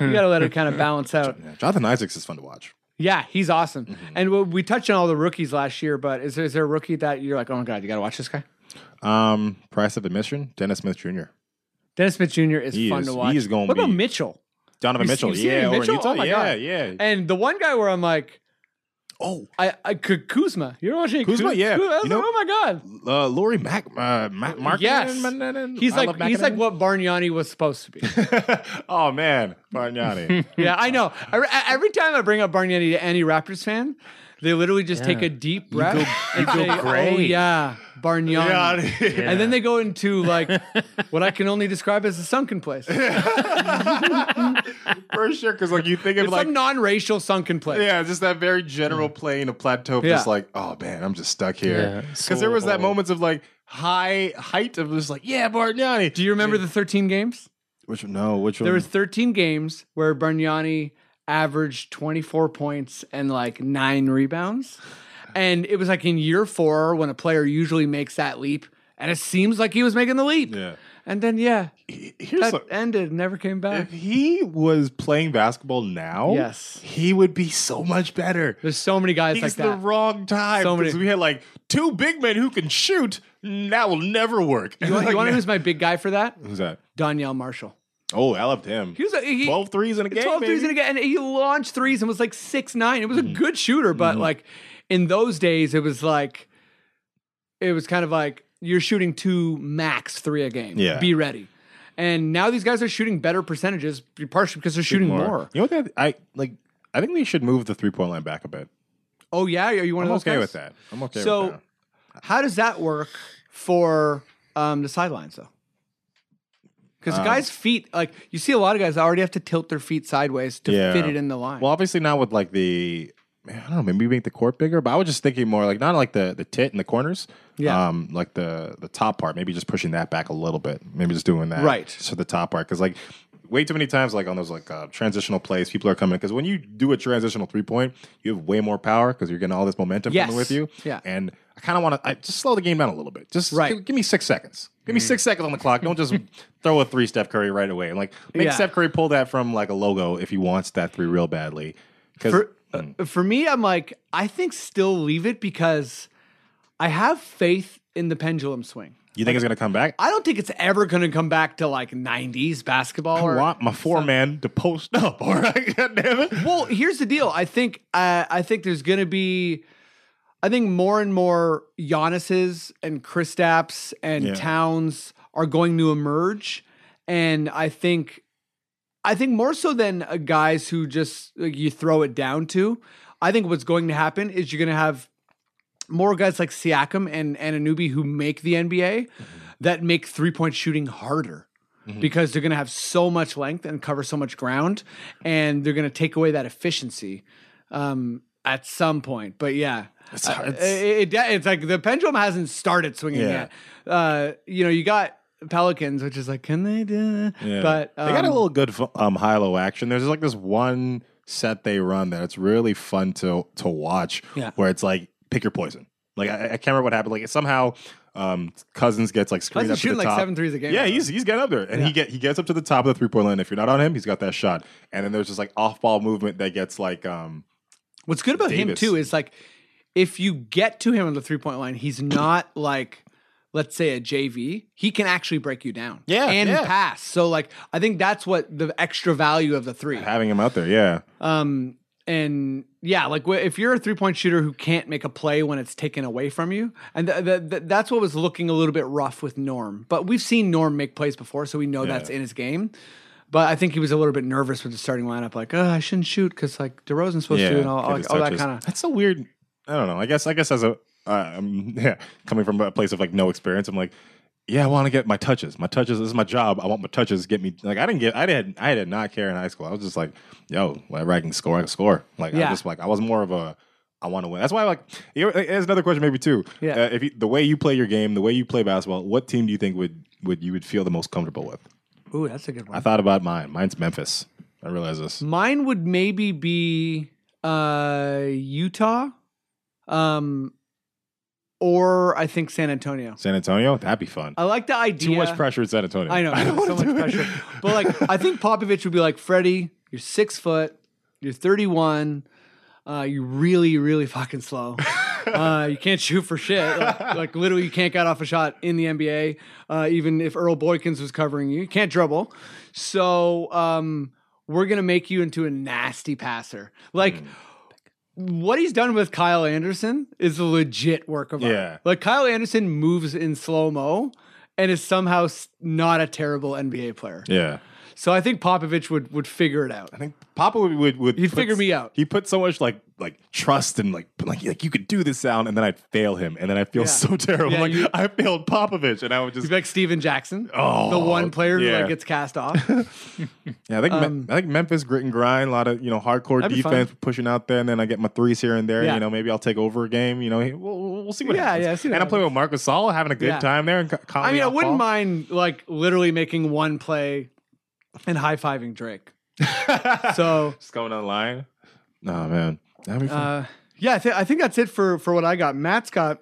Speaker 4: you got to let it kind of balance out.
Speaker 5: Yeah, Jonathan Isaacs is fun to watch.
Speaker 4: Yeah, he's awesome.
Speaker 5: Mm-hmm.
Speaker 4: And we- we touched on all the rookies last year, but is there, is there a rookie that you're like, oh my god, you got to watch this guy?
Speaker 5: Um, price of admission: Dennis Smith Jr.
Speaker 4: Dennis Smith Jr. is
Speaker 5: He
Speaker 4: fun
Speaker 5: is-
Speaker 4: to
Speaker 5: he
Speaker 4: watch.
Speaker 5: is gonna
Speaker 4: what about
Speaker 5: be-
Speaker 4: Mitchell?
Speaker 5: Donovan
Speaker 4: You've-
Speaker 5: Mitchell.
Speaker 4: you've seen
Speaker 5: yeah, over in
Speaker 4: Mitchell?
Speaker 5: Utah.
Speaker 4: Oh my
Speaker 5: yeah,
Speaker 4: God.
Speaker 5: yeah.
Speaker 4: And the one guy where I'm like,
Speaker 5: oh,
Speaker 4: I, I K- Kuzma. You're watching
Speaker 5: Kuzma, yeah.
Speaker 4: I was
Speaker 5: You know-
Speaker 4: like, oh my god.
Speaker 5: uh, Lori Mac, uh, Mac Mark.
Speaker 4: Yes.
Speaker 5: Mm,
Speaker 4: He's like he's like what Bargnani was supposed to be.
Speaker 5: oh man, Bargnani.
Speaker 4: yeah, I know. I, I- every time I bring up Bargnani to any Raptors fan, they literally just take a deep breath
Speaker 3: you
Speaker 4: and
Speaker 3: go
Speaker 4: say, "Oh
Speaker 3: gray."
Speaker 4: yeah, Bargnani."
Speaker 5: yeah.
Speaker 4: And then they go into like what I can only describe as a sunken place. It's
Speaker 5: for sure. Because like you think of like
Speaker 4: some non-racial sunken place.
Speaker 5: Yeah, just that very general plane of plateau. of Just
Speaker 4: Yeah.
Speaker 5: like, oh man, I'm just stuck here.
Speaker 3: Yeah,
Speaker 5: Because there was that
Speaker 3: so-
Speaker 5: moments of like high height of just like, yeah, Bargnani.
Speaker 4: Do you remember the 13 games?
Speaker 5: Which no, which
Speaker 4: There
Speaker 5: one?
Speaker 4: was 13 games where Bargnani averaged 24 points and like nine rebounds. And it was like in year four when a player usually makes that leap. And it seems like he was making the leap.
Speaker 5: yeah.
Speaker 4: And then, yeah,
Speaker 5: He- Here's
Speaker 4: that
Speaker 5: the-
Speaker 4: ended, never came back.
Speaker 5: if he was playing basketball now,
Speaker 4: Yes.
Speaker 5: he would be so much better.
Speaker 4: There's so many guys
Speaker 5: He's
Speaker 4: like
Speaker 5: the
Speaker 4: that.
Speaker 5: wrong time.
Speaker 4: So many-
Speaker 5: 'cause we had like two big men who can shoot. That will never work.
Speaker 4: you want,
Speaker 5: Like,
Speaker 4: you want to know who's my big guy for that?
Speaker 5: who's that?
Speaker 4: Danielle Marshall.
Speaker 5: Oh, I loved him.
Speaker 4: He was a, he,
Speaker 5: 12 threes in a game. Mm-hmm.
Speaker 4: 12 threes in a
Speaker 5: baby.
Speaker 4: game. And he launched threes and was like six nine. It was a good shooter, but like in those days, it was like it was kind of like you're shooting two max three a game.
Speaker 5: Yeah.
Speaker 4: Be ready. And now these guys are shooting better percentages, partially because they're shooting more.
Speaker 5: You know what? That, I like. I think they should move the three point line back a bit.
Speaker 4: Oh yeah, are you one
Speaker 5: I'm
Speaker 4: of those
Speaker 5: okay
Speaker 4: guys?
Speaker 5: with that. I'm okay with
Speaker 4: So
Speaker 5: that.
Speaker 4: how does that work for um, the sidelines though? Because
Speaker 5: Um,
Speaker 4: guys' feet, like you see a lot of guys that already have to tilt their feet sideways to
Speaker 5: Yeah.
Speaker 4: fit it in the line.
Speaker 5: Well, obviously not with like the. I don't know. Maybe make the court bigger, but I was just thinking more like not like the the tit and the corners.
Speaker 4: Yeah.
Speaker 5: Um, like the the top part, maybe just pushing that back a little bit. Maybe just doing that.
Speaker 4: Right.
Speaker 5: So the top part, because like way too many times, like on those like uh, transitional plays, people are coming because when you do a transitional three point, you have way more power because you're getting all this momentum
Speaker 4: Yes.
Speaker 5: coming with you.
Speaker 4: Yeah.
Speaker 5: And I kind of want to just slow the game down a little bit. Just
Speaker 4: Right. Mm.
Speaker 5: give, give me six seconds. Give me six seconds on the clock. Don't just throw a three Steph Curry right away. And like make
Speaker 4: Yeah.
Speaker 5: Steph Curry pull that from like a logo if he wants that three real badly. Because
Speaker 4: for, uh, for me, I'm like, I think still leave it because I have faith in the pendulum swing.
Speaker 5: you think it's gonna come back. I
Speaker 4: I don't think it's ever going to come back to like 90s basketball. Or,
Speaker 5: want my four man to post up. All right, God damn it.
Speaker 4: well, here's the deal. I think uh, I think there's going to be, I think more and more Giannis's and Kristaps and
Speaker 5: Yeah.
Speaker 4: Towns are going to emerge, and I think, I think more so than uh, guys who just like, you throw it down to. I think what's going to happen is you're going to have more guys like Siakam and Ananubi who make the NBA that make three point shooting harder because they're going to have so much length and cover so much ground, and they're going to take away that efficiency um, at some point. But yeah.
Speaker 5: It's-
Speaker 4: I-
Speaker 5: it's-
Speaker 4: Uh, it, it- it's like the pendulum hasn't started swinging
Speaker 5: Yeah.
Speaker 4: yet. Uh, you know, you got Pelicans, which is like, can they do? that?
Speaker 5: Yeah.
Speaker 4: But
Speaker 5: they got a
Speaker 4: um,
Speaker 5: little good fu- um, high low action. There's like this one set they run that it's really fun to to watch.
Speaker 4: Yeah.
Speaker 5: Where it's like pick your poison. Like I, I can't remember what happened. Like somehow Um, Cousins gets like screened
Speaker 4: Cousins
Speaker 5: up to
Speaker 4: shooting,
Speaker 5: the
Speaker 4: like,
Speaker 5: top.
Speaker 4: seven threes a game
Speaker 5: Yeah,
Speaker 4: now.
Speaker 5: he's he's getting up there, and he get he gets up to the top of the three point line. If you're not on him, he's got that shot. And then there's just like off ball movement that gets like um
Speaker 4: What's good about
Speaker 5: Davis.
Speaker 4: him too is like if you get to him on the three point line, he's not like let's say a JV. He can actually break you down.
Speaker 5: Yeah,
Speaker 4: And
Speaker 5: yeah.
Speaker 4: pass. So like I think that's what the extra value of the three.
Speaker 5: having him out there. Yeah,
Speaker 4: Um and yeah, like wh- if you're a three point shooter who can't make a play when it's taken away from you, and th- th- th- that's what was looking a little bit rough with Norm. But we've seen Norm make plays before, so we know that's in his game. But I think he was a little bit nervous with the starting lineup, like, oh, I shouldn't shoot because like DeRozan's supposed
Speaker 5: yeah.
Speaker 4: to, and all,
Speaker 5: get
Speaker 4: all,
Speaker 5: his
Speaker 4: all that
Speaker 5: touches.
Speaker 4: kind of.
Speaker 5: That's so weird. I don't know. I guess I guess as a uh, um, yeah, coming from a place of like no experience, I'm like, yeah, I want to get my touches. My touches. This is my job. I want my touches. Get me like I didn't get. I did. I did not care in high school. I was just like, yo, whatever I can score, I can score. Like
Speaker 4: Yeah.
Speaker 5: I just like I was more of a. I want to win. That's why, like, here- here's another question, maybe too.
Speaker 4: Yeah.
Speaker 5: Uh, if you, the way you play your game, the way you play basketball, what team do you think would would you would feel the most comfortable with?
Speaker 4: Ooh, that's a good one.
Speaker 5: I thought about mine. Mine's Memphis. I realize this.
Speaker 4: Mine would maybe be uh, Utah, um, or I think San Antonio.
Speaker 5: San Antonio. That'd be fun.
Speaker 4: I like the idea.
Speaker 5: Too much pressure in San Antonio.
Speaker 4: I know
Speaker 5: don't
Speaker 4: so
Speaker 5: wanna
Speaker 4: much
Speaker 5: do it.
Speaker 4: pressure. But like, I think Popovich would be like, Freddie, you're six foot, you're 31, uh, you really, really fucking slow. Uh, you can't shoot for shit. Like, like, literally, you can't get off a shot in the NBA. Uh, even if Earl Boykins was covering you, you can't dribble. So um, we're gonna make you into a nasty passer. Like
Speaker 5: Mm.
Speaker 4: what he's done with Kyle Anderson is a legit work of art.
Speaker 5: Yeah.
Speaker 4: Like Kyle Anderson moves in slow mo and is somehow s- not a terrible NBA player.
Speaker 5: Yeah.
Speaker 4: So I think Popovich would would figure it out.
Speaker 5: I think Papa would would, would
Speaker 4: He'd
Speaker 5: put-
Speaker 4: figure me out.
Speaker 5: He put so much like like trust and like like like you could do this sound, and then I'd fail him, and then I feel
Speaker 4: Yeah.
Speaker 5: so terrible.
Speaker 4: Yeah,
Speaker 5: like
Speaker 4: you-
Speaker 5: I failed Popovich, and I would
Speaker 4: He'd
Speaker 5: just
Speaker 4: be like Steven Jackson,
Speaker 5: Oh,
Speaker 4: the one player who
Speaker 5: yeah.
Speaker 4: like gets cast off.
Speaker 5: yeah. I think Me- I think Memphis grit and grind, a lot of you know hardcore
Speaker 4: That'd be fun.
Speaker 5: defense pushing out there, and then I get my threes here and there.
Speaker 4: Yeah.
Speaker 5: You know, maybe I'll take over a game. You know, he- we'll, we'll see what
Speaker 4: Yeah,
Speaker 5: happens.
Speaker 4: yeah, see what
Speaker 5: and I'm playing with Marcus Gasol, having a good
Speaker 4: Yeah.
Speaker 5: time there. And Ka- Conley
Speaker 4: I mean, I
Speaker 5: off
Speaker 4: wouldn't
Speaker 5: ball.
Speaker 4: mind like literally making one play and high fiving Drake. so
Speaker 5: just going online. No man, that'd be fun.
Speaker 4: uh, yeah, I, thi- I think that's it for for what I got. Matt's got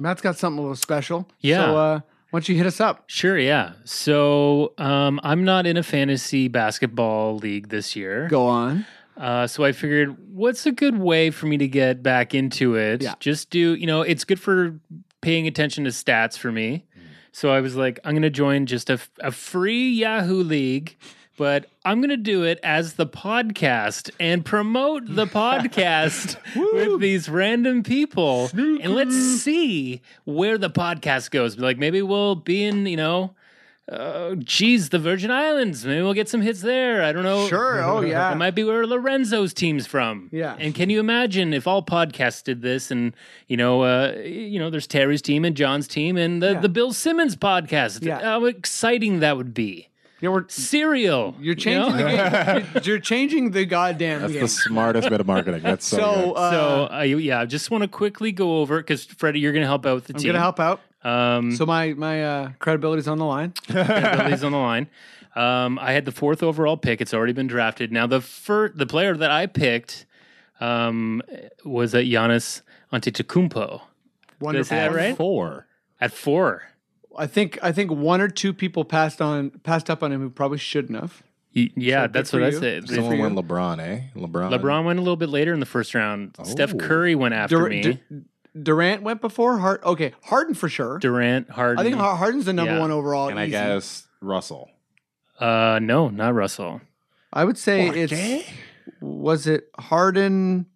Speaker 4: Matt's got something a little special.
Speaker 3: Yeah.
Speaker 4: So uh, why don't you hit us up?
Speaker 3: Sure, yeah. So um, I'm not in a fantasy basketball league this year.
Speaker 4: Go on.
Speaker 3: Uh, so I figured, what's a good way for me to get back into it?
Speaker 4: Yeah.
Speaker 3: Just do, you know, it's good for paying attention to stats for me.
Speaker 4: Mm.
Speaker 3: So I was like, I'm going to join just a, f- a free Yahoo League, but I'm going to do it as the podcast and promote the podcast with these random people. And let's see where the podcast goes. Like maybe we'll be in, you know, uh, geez, the Virgin Islands. Maybe we'll get some hits there. I don't know.
Speaker 4: Sure. Oh, yeah.
Speaker 3: It might be where Lorenzo's team's from.
Speaker 4: Yeah.
Speaker 3: And can you imagine if all podcasts did this? And you know, uh, you know, there's Terry's team and John's team and the, the Bill Simmons podcast.
Speaker 4: Yeah.
Speaker 3: How exciting that would be!
Speaker 4: Yeah, we're
Speaker 3: Serial.
Speaker 4: You're changing
Speaker 3: You know?
Speaker 4: the game. You're- You're changing the goddamn
Speaker 5: That's
Speaker 4: game.
Speaker 5: the smartest bit of marketing. That's so,
Speaker 4: so,
Speaker 5: good.
Speaker 4: uh,
Speaker 3: so uh, yeah, I just want to quickly go over because Freddie, you're going to help out with the
Speaker 4: I'm
Speaker 3: team.
Speaker 4: gonna help out.
Speaker 3: Um,
Speaker 4: So my my uh, credibility's on the line.
Speaker 3: Billy's on the line. Um, I had the fourth overall pick. It's already been drafted. Now the fir- the player that I picked um, was at Giannis Antetokounmpo
Speaker 4: Wonderful.
Speaker 3: say that right?
Speaker 5: four.
Speaker 3: at four.
Speaker 4: I think I think one or two people passed on passed up on him who probably shouldn't have.
Speaker 3: Y- Yeah,
Speaker 4: So good
Speaker 3: that's
Speaker 4: for
Speaker 3: what I
Speaker 4: you.
Speaker 3: said.
Speaker 5: Someone
Speaker 4: for
Speaker 5: went LeBron, eh? LeBron.
Speaker 3: LeBron went a little bit later in the first round. Steph
Speaker 5: Oh.
Speaker 3: Curry went after
Speaker 4: Dur-
Speaker 3: me.
Speaker 4: Du- Durant went before Hart. Okay, Harden for sure.
Speaker 3: Durant, Harden.
Speaker 4: I think Har- Harden's the number
Speaker 3: Yeah.
Speaker 4: one overall.
Speaker 5: And I
Speaker 4: easy.
Speaker 5: guess Russell.
Speaker 3: uh, no, not Russell.
Speaker 4: I would say
Speaker 5: Okay.
Speaker 4: it's was it Harden?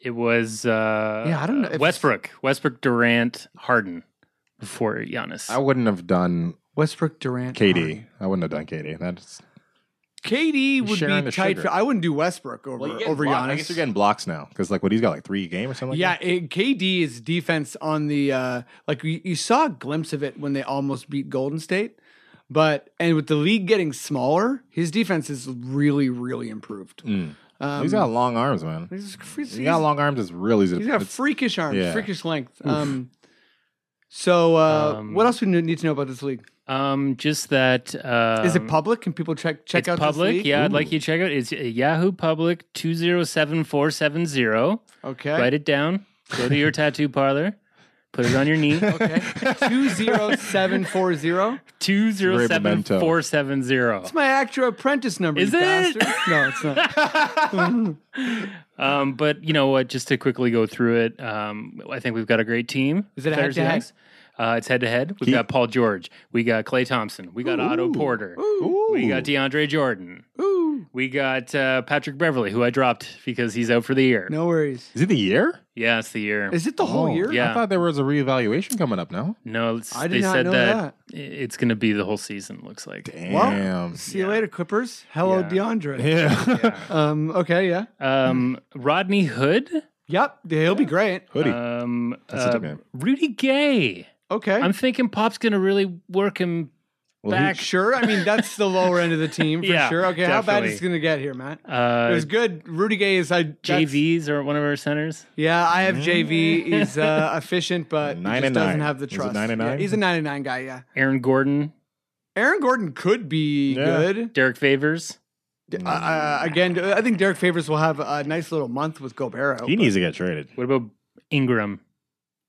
Speaker 3: It was. Uh,
Speaker 4: Yeah, I don't know if-
Speaker 3: Westbrook, Westbrook, Durant, Harden before Giannis.
Speaker 5: I wouldn't have done
Speaker 4: Westbrook, Durant,
Speaker 5: KD. I wouldn't have done KD. That's
Speaker 4: KD would be
Speaker 5: sharing the
Speaker 4: tight.
Speaker 5: sugar.
Speaker 4: For, I wouldn't do Westbrook over over Giannis.
Speaker 5: I guess you're getting blocks now because like what he's got like three a game or something. Like
Speaker 4: yeah,
Speaker 5: that?
Speaker 4: it, KD's defense on the uh, like you, you saw a glimpse of it when they almost beat Golden State, but and with the league getting smaller, his defense is really really improved.
Speaker 5: Mm.
Speaker 4: Um,
Speaker 5: he's got long arms, man.
Speaker 4: he's, he's,
Speaker 5: He got long arms. It's really easy. to-
Speaker 4: he's got
Speaker 5: it's-
Speaker 4: freakish arms,
Speaker 5: yeah.
Speaker 4: freakish length. Um, so uh,
Speaker 3: Um,
Speaker 4: what else we need to know about this league?
Speaker 3: um, just that. Uh,
Speaker 4: Is it public? Can people check check
Speaker 3: it's
Speaker 4: out
Speaker 3: public.
Speaker 4: This league?
Speaker 3: Yeah, I'd like you to check out. It's uh, Yahoo Public two zero seven four seven zero.
Speaker 4: Okay.
Speaker 3: Write it down. Go to your tattoo parlor. Put it on your knee.
Speaker 4: Okay. 20740.
Speaker 3: Two zero
Speaker 5: Great
Speaker 3: seven
Speaker 5: memento.
Speaker 3: four seven zero.
Speaker 4: It's my actor apprentice number.
Speaker 3: Is
Speaker 4: you
Speaker 3: it?
Speaker 4: bastard. No, it's not.
Speaker 3: Um, but you know what? Just to quickly go through it, um, I think we've got a great team.
Speaker 4: Is it
Speaker 3: Thursday
Speaker 4: head-to-head?
Speaker 3: nights. Uh, it's head to head. We've
Speaker 5: Keith-
Speaker 3: got Paul George. We got Clay Thompson. We got Otto Porter. We got DeAndre Jordan.
Speaker 4: Ooh,
Speaker 3: We got uh, Patrick Beverly, who I dropped because he's out for the year.
Speaker 4: no worries.
Speaker 5: Is it the year?
Speaker 3: Yeah, it's the year.
Speaker 4: Is it the whole
Speaker 5: Oh,
Speaker 4: year?
Speaker 3: Yeah.
Speaker 5: I thought there was a reevaluation coming up now.
Speaker 3: no, it's,
Speaker 4: I did
Speaker 3: they
Speaker 4: not
Speaker 3: said
Speaker 4: know
Speaker 3: that, it's going to be the whole season. Looks like.
Speaker 5: Damn.
Speaker 4: See you later, Clippers. Hello,
Speaker 3: Yeah.
Speaker 4: DeAndre.
Speaker 5: Yeah.
Speaker 4: Um. Okay. Yeah.
Speaker 3: Um, Rodney Hood.
Speaker 4: Yep. He'll be great.
Speaker 5: Hoodie.
Speaker 3: Um,
Speaker 5: That's a
Speaker 3: uh,
Speaker 5: good name.
Speaker 3: Rudy Gay.
Speaker 4: Okay.
Speaker 3: I'm thinking Pop's going to really work him
Speaker 5: Well, he-
Speaker 3: back.
Speaker 4: sure. I mean, that's the lower end of the team for
Speaker 3: Yeah,
Speaker 4: sure. Okay. How bad
Speaker 3: definitely.
Speaker 4: is it going to get here, Matt? it
Speaker 3: Uh,
Speaker 4: was good. Rudy Gay is I that's-
Speaker 3: JVs or one of our centers.
Speaker 4: Yeah, I have JV. He's uh, efficient, but he
Speaker 5: Nine
Speaker 4: just
Speaker 5: and
Speaker 4: doesn't
Speaker 5: nine.
Speaker 4: have the
Speaker 5: Is it
Speaker 4: trust.
Speaker 5: nine and
Speaker 4: Yeah,
Speaker 5: nine?
Speaker 4: he's a nine and nine guy. Yeah.
Speaker 3: Aaron Gordon,
Speaker 4: Aaron Gordon could be
Speaker 5: Yeah.
Speaker 4: good.
Speaker 3: Derek Favors.
Speaker 4: Uh, uh, again, I think Derek Favors will have a nice little month with Gobert. out,
Speaker 5: he
Speaker 4: but-
Speaker 5: needs to get traded.
Speaker 3: What about Ingram?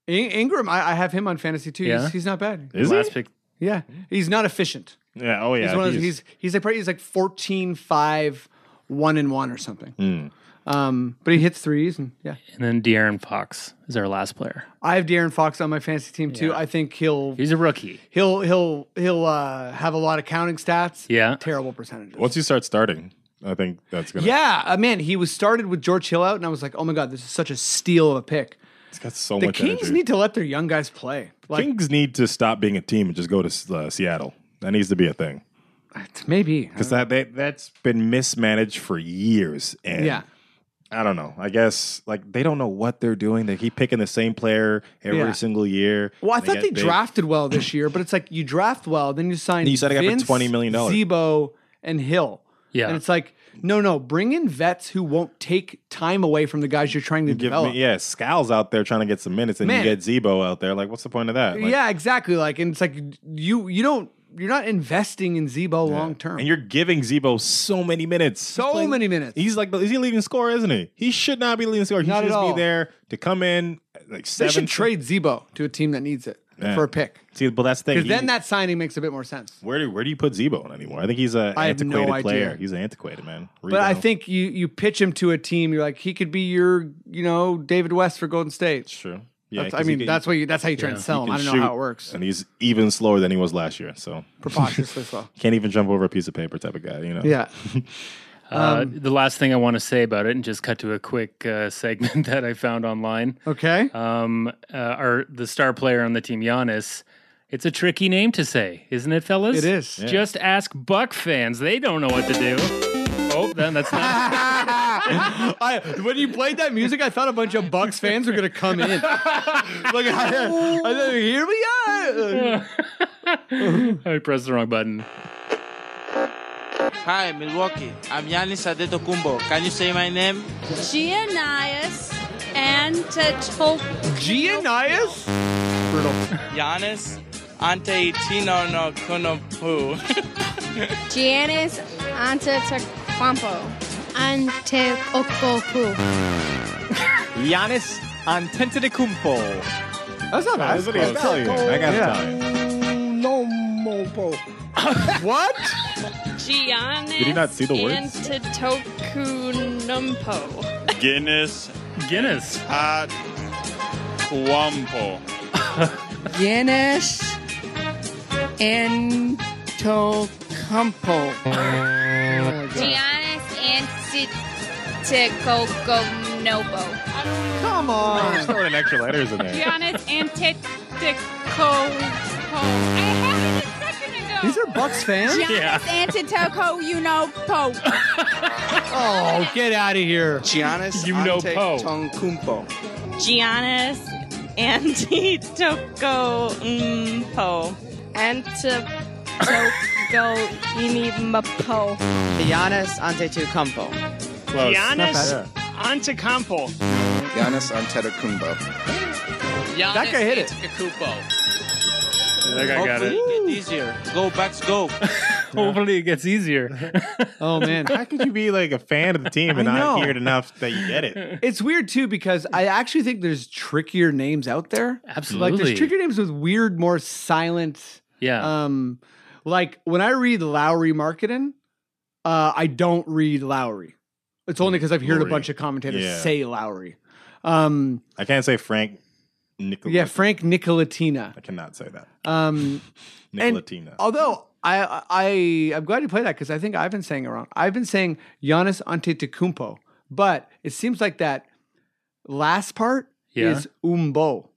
Speaker 4: In- Ingram, I, I have him on fantasy too.
Speaker 3: Yeah?
Speaker 4: He's, he's not bad.
Speaker 5: Is
Speaker 3: Last
Speaker 5: he?
Speaker 3: pick.
Speaker 4: Yeah, he's not efficient.
Speaker 5: Yeah. Oh Mm-hmm. yeah.
Speaker 4: he's one of those, he's he's like probably- he's like 14, 5, 1 and 1 or something.
Speaker 5: Hmm.
Speaker 4: Um, but he hits threes and yeah.
Speaker 3: And then De'Aaron Fox is our last player.
Speaker 4: I have De'Aaron Fox on my fantasy team too. I think he'll
Speaker 3: He's a rookie.
Speaker 4: he'll he'll he'll uh, have a lot of counting stats.
Speaker 3: Yeah.
Speaker 4: Terrible percentages.
Speaker 5: Once you start starting, I think that's gonna.
Speaker 4: yeah, uh, man, he was started with George Hill out, and I was like, oh my god, this is such a steal of a pick.
Speaker 5: It's got so
Speaker 4: The
Speaker 5: much
Speaker 4: Kings
Speaker 5: energy.
Speaker 4: need to let their young guys play. Like
Speaker 5: Kings need to stop being a team and just go to uh, Seattle. That needs to be a thing
Speaker 4: maybe
Speaker 5: because that they, that's been mismanaged for years. And
Speaker 4: yeah.
Speaker 5: I don't know. I guess like they don't know what they're doing. They keep picking the same player every
Speaker 4: Yeah.
Speaker 5: single year.
Speaker 4: Well, I thought
Speaker 5: get
Speaker 4: they
Speaker 5: big.
Speaker 4: drafted well this year, but it's like you draft well, then you sign.
Speaker 5: And you sign a guy for
Speaker 4: Vince,
Speaker 5: $20 million.
Speaker 4: Zebo and Hill.
Speaker 3: Yeah.
Speaker 4: and it's like no, no, bring in vets who won't take time away from the guys you're trying to
Speaker 5: Give
Speaker 4: develop.
Speaker 5: me, yeah, Scal's out there trying to get some minutes, and
Speaker 4: Man.
Speaker 5: you get Zebo out there. Like, what's the point of that? Like,
Speaker 4: yeah, exactly. Like, and it's like you, you don't, you're not investing in Zebo long term.
Speaker 5: And you're giving Zebo so many minutes.
Speaker 4: So
Speaker 5: He's playing-
Speaker 4: many minutes.
Speaker 5: He's like, the- is he leading score, isn't he? He should not be leading score. He
Speaker 4: Not
Speaker 5: should
Speaker 4: at
Speaker 5: just
Speaker 4: all.
Speaker 5: be there to come in
Speaker 4: they
Speaker 5: like seven.
Speaker 4: should trade Zebo to a team that needs it
Speaker 5: Yeah.
Speaker 4: for a pick
Speaker 5: See, but that's the thing.
Speaker 4: because then
Speaker 5: He-
Speaker 4: that signing makes a bit more sense.
Speaker 5: where do where do you put Zebo in anymore? I think he's an
Speaker 4: I have no
Speaker 5: antiquated
Speaker 4: idea.
Speaker 5: player. He's an antiquated man.
Speaker 4: But I
Speaker 5: Rebound.
Speaker 4: think you you pitch him to a team. You're like he could be your you know David West for Golden State.
Speaker 5: it's true. Yeah,
Speaker 4: That's,
Speaker 5: 'cause
Speaker 4: I
Speaker 5: he
Speaker 4: mean
Speaker 5: can-
Speaker 4: that's what you that's how you try and sell him.
Speaker 5: can
Speaker 4: I don't know
Speaker 5: shoot,
Speaker 4: how it works.
Speaker 5: And he's even slower than he was last year. So
Speaker 4: Preposterously slow.
Speaker 5: can't even jump over a piece of paper type of guy. You know.
Speaker 4: Yeah.
Speaker 3: Uh, the last thing I want to say about it, and just cut to a quick uh, segment that I found online.
Speaker 4: Okay.
Speaker 3: Um, uh, our the star player on the team, Giannis. It's a tricky name to say, isn't it, fellas?
Speaker 4: It is. Yeah.
Speaker 3: Just ask Buck fans; they don't know what to do. Oh, then that's not.
Speaker 4: I, when you played that music, I thought a bunch of Bucks fans were gonna come in. like, I, I thought, here we are.
Speaker 3: I pressed the wrong button.
Speaker 6: Hi, Milwaukee. I'm Yanis Adetokumbo. Can you say my name?
Speaker 7: Giannias Antetokounmpo.
Speaker 4: Giannis. Brutal.
Speaker 6: Giannis Antetokounmpo.
Speaker 7: Giannis Antetokounmpo. Antetokounmpo.
Speaker 6: Giannis Antetokounmpo.
Speaker 4: That's not bad.
Speaker 5: That's what he was Italian. That guy's
Speaker 4: Yeah.
Speaker 5: Italian.
Speaker 4: What?
Speaker 7: Giannis
Speaker 5: Did he not see the words? Oh,
Speaker 7: Antetokounmpo.
Speaker 8: Guinness
Speaker 3: Guinness.
Speaker 8: at Wampo.
Speaker 9: Guinness Antocampo.
Speaker 7: Giannis Antetokounmpo.
Speaker 4: Come on.
Speaker 5: Just throwing an extra letters in there.
Speaker 7: Giannis Antetokounmpo. I had it a second ago.
Speaker 4: These are Bucks fans.
Speaker 7: Giannis Antetokounmpo. You know Pope.
Speaker 4: Oh, get out of here.
Speaker 6: Giannis
Speaker 3: You know Poe.
Speaker 6: Antetokounmpo.
Speaker 10: Giannis
Speaker 7: mm,
Speaker 10: Antetokounmpo.
Speaker 7: Antetokounmpo.
Speaker 10: Giannis Antetokounmpo.
Speaker 5: Close.
Speaker 10: Giannis Antetokounmpo.
Speaker 2: Giannis Antetokounmpo.
Speaker 4: That guy hit it.
Speaker 3: I think I got
Speaker 6: Hopefully
Speaker 3: it.
Speaker 6: you get easier. Go, Bucks, go.
Speaker 3: Hopefully, it gets easier.
Speaker 4: Oh man,
Speaker 5: How could you be like a fan of the team and
Speaker 4: I
Speaker 5: not
Speaker 4: know.
Speaker 5: hear it enough that you get it?
Speaker 4: it's weird too because I actually think there's trickier names out there.
Speaker 3: Absolutely.
Speaker 4: like there's trickier names with weird, more silent.
Speaker 3: yeah.
Speaker 4: Um, like when I read Lowry Marketing, uh, I don't read Lowry. It's only because I've heard a
Speaker 5: Lowry.
Speaker 4: bunch of commentators
Speaker 5: Yeah.
Speaker 4: say Lowry. Um,
Speaker 5: I can't say Frank Nicola.
Speaker 4: yeah, Frank Nicolatina.
Speaker 5: I cannot say that.
Speaker 4: Um, And-
Speaker 5: Nicolatina.
Speaker 4: although I, I I- I'm glad you played that because I think I've been saying it wrong. I've been saying Giannis Antetokounmpo, but it seems like that last part
Speaker 3: Yeah.
Speaker 4: is Umbo.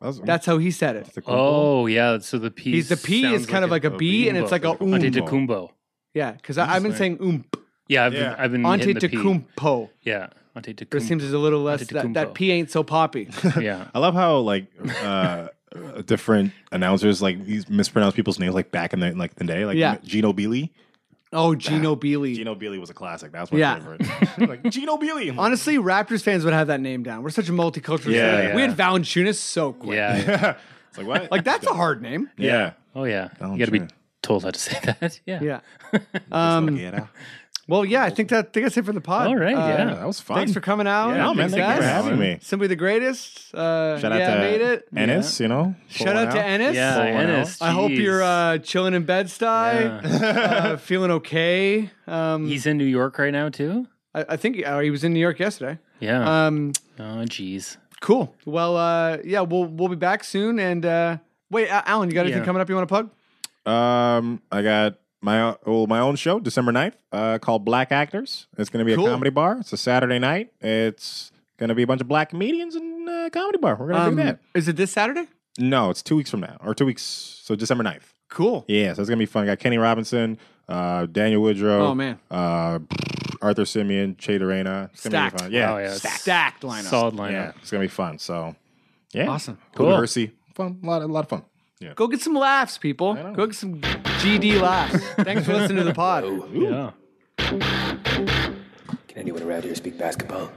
Speaker 5: That's,
Speaker 4: That's how he said it.
Speaker 5: that's the cool ball.
Speaker 3: oh, yeah. So the P.
Speaker 4: He's the P
Speaker 3: sounds
Speaker 4: is kind of like a
Speaker 5: a
Speaker 4: B, and it's like a
Speaker 5: bimbo.
Speaker 4: um.
Speaker 5: Antetokounmpo.
Speaker 3: Antetokounmpo.
Speaker 4: Yeah, because I've been saying um.
Speaker 3: Yeah, I've
Speaker 5: Yeah.
Speaker 3: been, I've been hitting Mm, the P.
Speaker 4: Antetokounmpo.
Speaker 3: Yeah,
Speaker 4: But
Speaker 3: Antetokounmpo.
Speaker 4: it seems it's a little less that, that
Speaker 3: Antetokounmpo.
Speaker 4: P ain't so poppy.
Speaker 3: yeah.
Speaker 5: I love how like uh, different announcers like these mispronounce people's names like back in the like the day like
Speaker 4: Yeah.
Speaker 5: Gino Beely.
Speaker 4: Oh, Gino Beely.
Speaker 5: Gino Beely was a classic. That's my
Speaker 4: Yeah.
Speaker 5: favorite. like Gino Beely.
Speaker 4: Honestly, Raptors fans would have that name down. We're such a multicultural.
Speaker 5: Yeah,
Speaker 4: city.
Speaker 5: yeah.
Speaker 4: we had Valanciunas so quick.
Speaker 3: Yeah. yeah.
Speaker 5: it's like what?
Speaker 4: like that's a hard name.
Speaker 5: yeah.
Speaker 3: Oh, yeah.
Speaker 5: Don't
Speaker 3: you got to be
Speaker 5: try.
Speaker 3: told how to say that. Yeah.
Speaker 4: Yeah.
Speaker 5: Um,
Speaker 4: Well, yeah, I think that I think that's it for the pod.
Speaker 3: All right.
Speaker 4: Uh,
Speaker 5: yeah,
Speaker 3: yeah.
Speaker 5: that was fun.
Speaker 4: Thanks for coming out.
Speaker 5: Yeah, no, man,
Speaker 4: Thanks,
Speaker 5: thank you for
Speaker 4: guys.
Speaker 5: having me.
Speaker 4: Simply the greatest. Uh,
Speaker 5: Shout
Speaker 4: yeah,
Speaker 5: out to
Speaker 4: made it.
Speaker 5: Ennis, you know.
Speaker 4: Shout out to Ennis.
Speaker 3: Yeah.
Speaker 5: Full one
Speaker 3: Ennis,
Speaker 4: I hope
Speaker 3: jeez.
Speaker 4: you're uh, chilling in bed uh, feeling okay. Um,
Speaker 3: He's in New York right now, too.
Speaker 4: I, I think uh, he was in New York yesterday.
Speaker 3: Yeah.
Speaker 4: Um,
Speaker 3: oh, jeez.
Speaker 4: cool. Well, uh, yeah, we'll we'll be back soon. And uh, wait, Al- Alan, you got anything
Speaker 3: Yeah.
Speaker 4: coming up you want to plug?
Speaker 5: Um, I got my well, my own show December 9th uh, called Black Actors. It's going to be
Speaker 4: Cool.
Speaker 5: a comedy bar. It's a Saturday night. It's going to be a bunch of black comedians and uh, comedy bar. We're going to
Speaker 4: Um,
Speaker 5: do that.
Speaker 4: is it this Saturday?
Speaker 5: No, it's two weeks from now, or two weeks. So December 9th.
Speaker 4: Cool.
Speaker 5: Yeah, so it's gonna be fun. I got Kenny Robinson, uh, Daniel Woodrow.
Speaker 4: Oh, man.
Speaker 5: uh, Arthur Simeon, Che Dorena. It's gonna
Speaker 4: Stacked.
Speaker 5: be fun. Yeah,
Speaker 3: Oh, yeah.
Speaker 4: Stacked, lineup.
Speaker 3: Solid
Speaker 5: yeah,
Speaker 3: lineup.
Speaker 5: it's gonna be fun. So, yeah,
Speaker 4: Awesome.
Speaker 5: Cool.
Speaker 3: Cool.
Speaker 5: Hersey. fun, a lot, a lot of fun. Yeah.
Speaker 4: Go get some laughs, people.
Speaker 5: know.
Speaker 4: Go get some GD laughs. Thanks for listening to the pod.
Speaker 3: yeah.
Speaker 1: Can anyone around here speak basketball?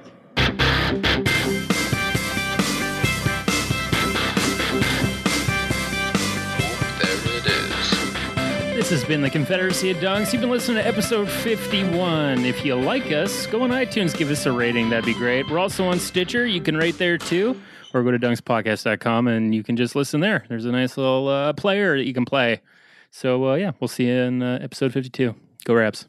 Speaker 3: This has been the Confederacy of Dunks. You've been listening to episode 51. If you like us, go on iTunes, give us a rating. That'd be great. We're also on Stitcher. You can rate there too, or go to dunkspodcast.com and you can just listen there. There's a nice little uh, player that you can play. So, uh, yeah, we'll see you in uh, episode 52. Go, Raps.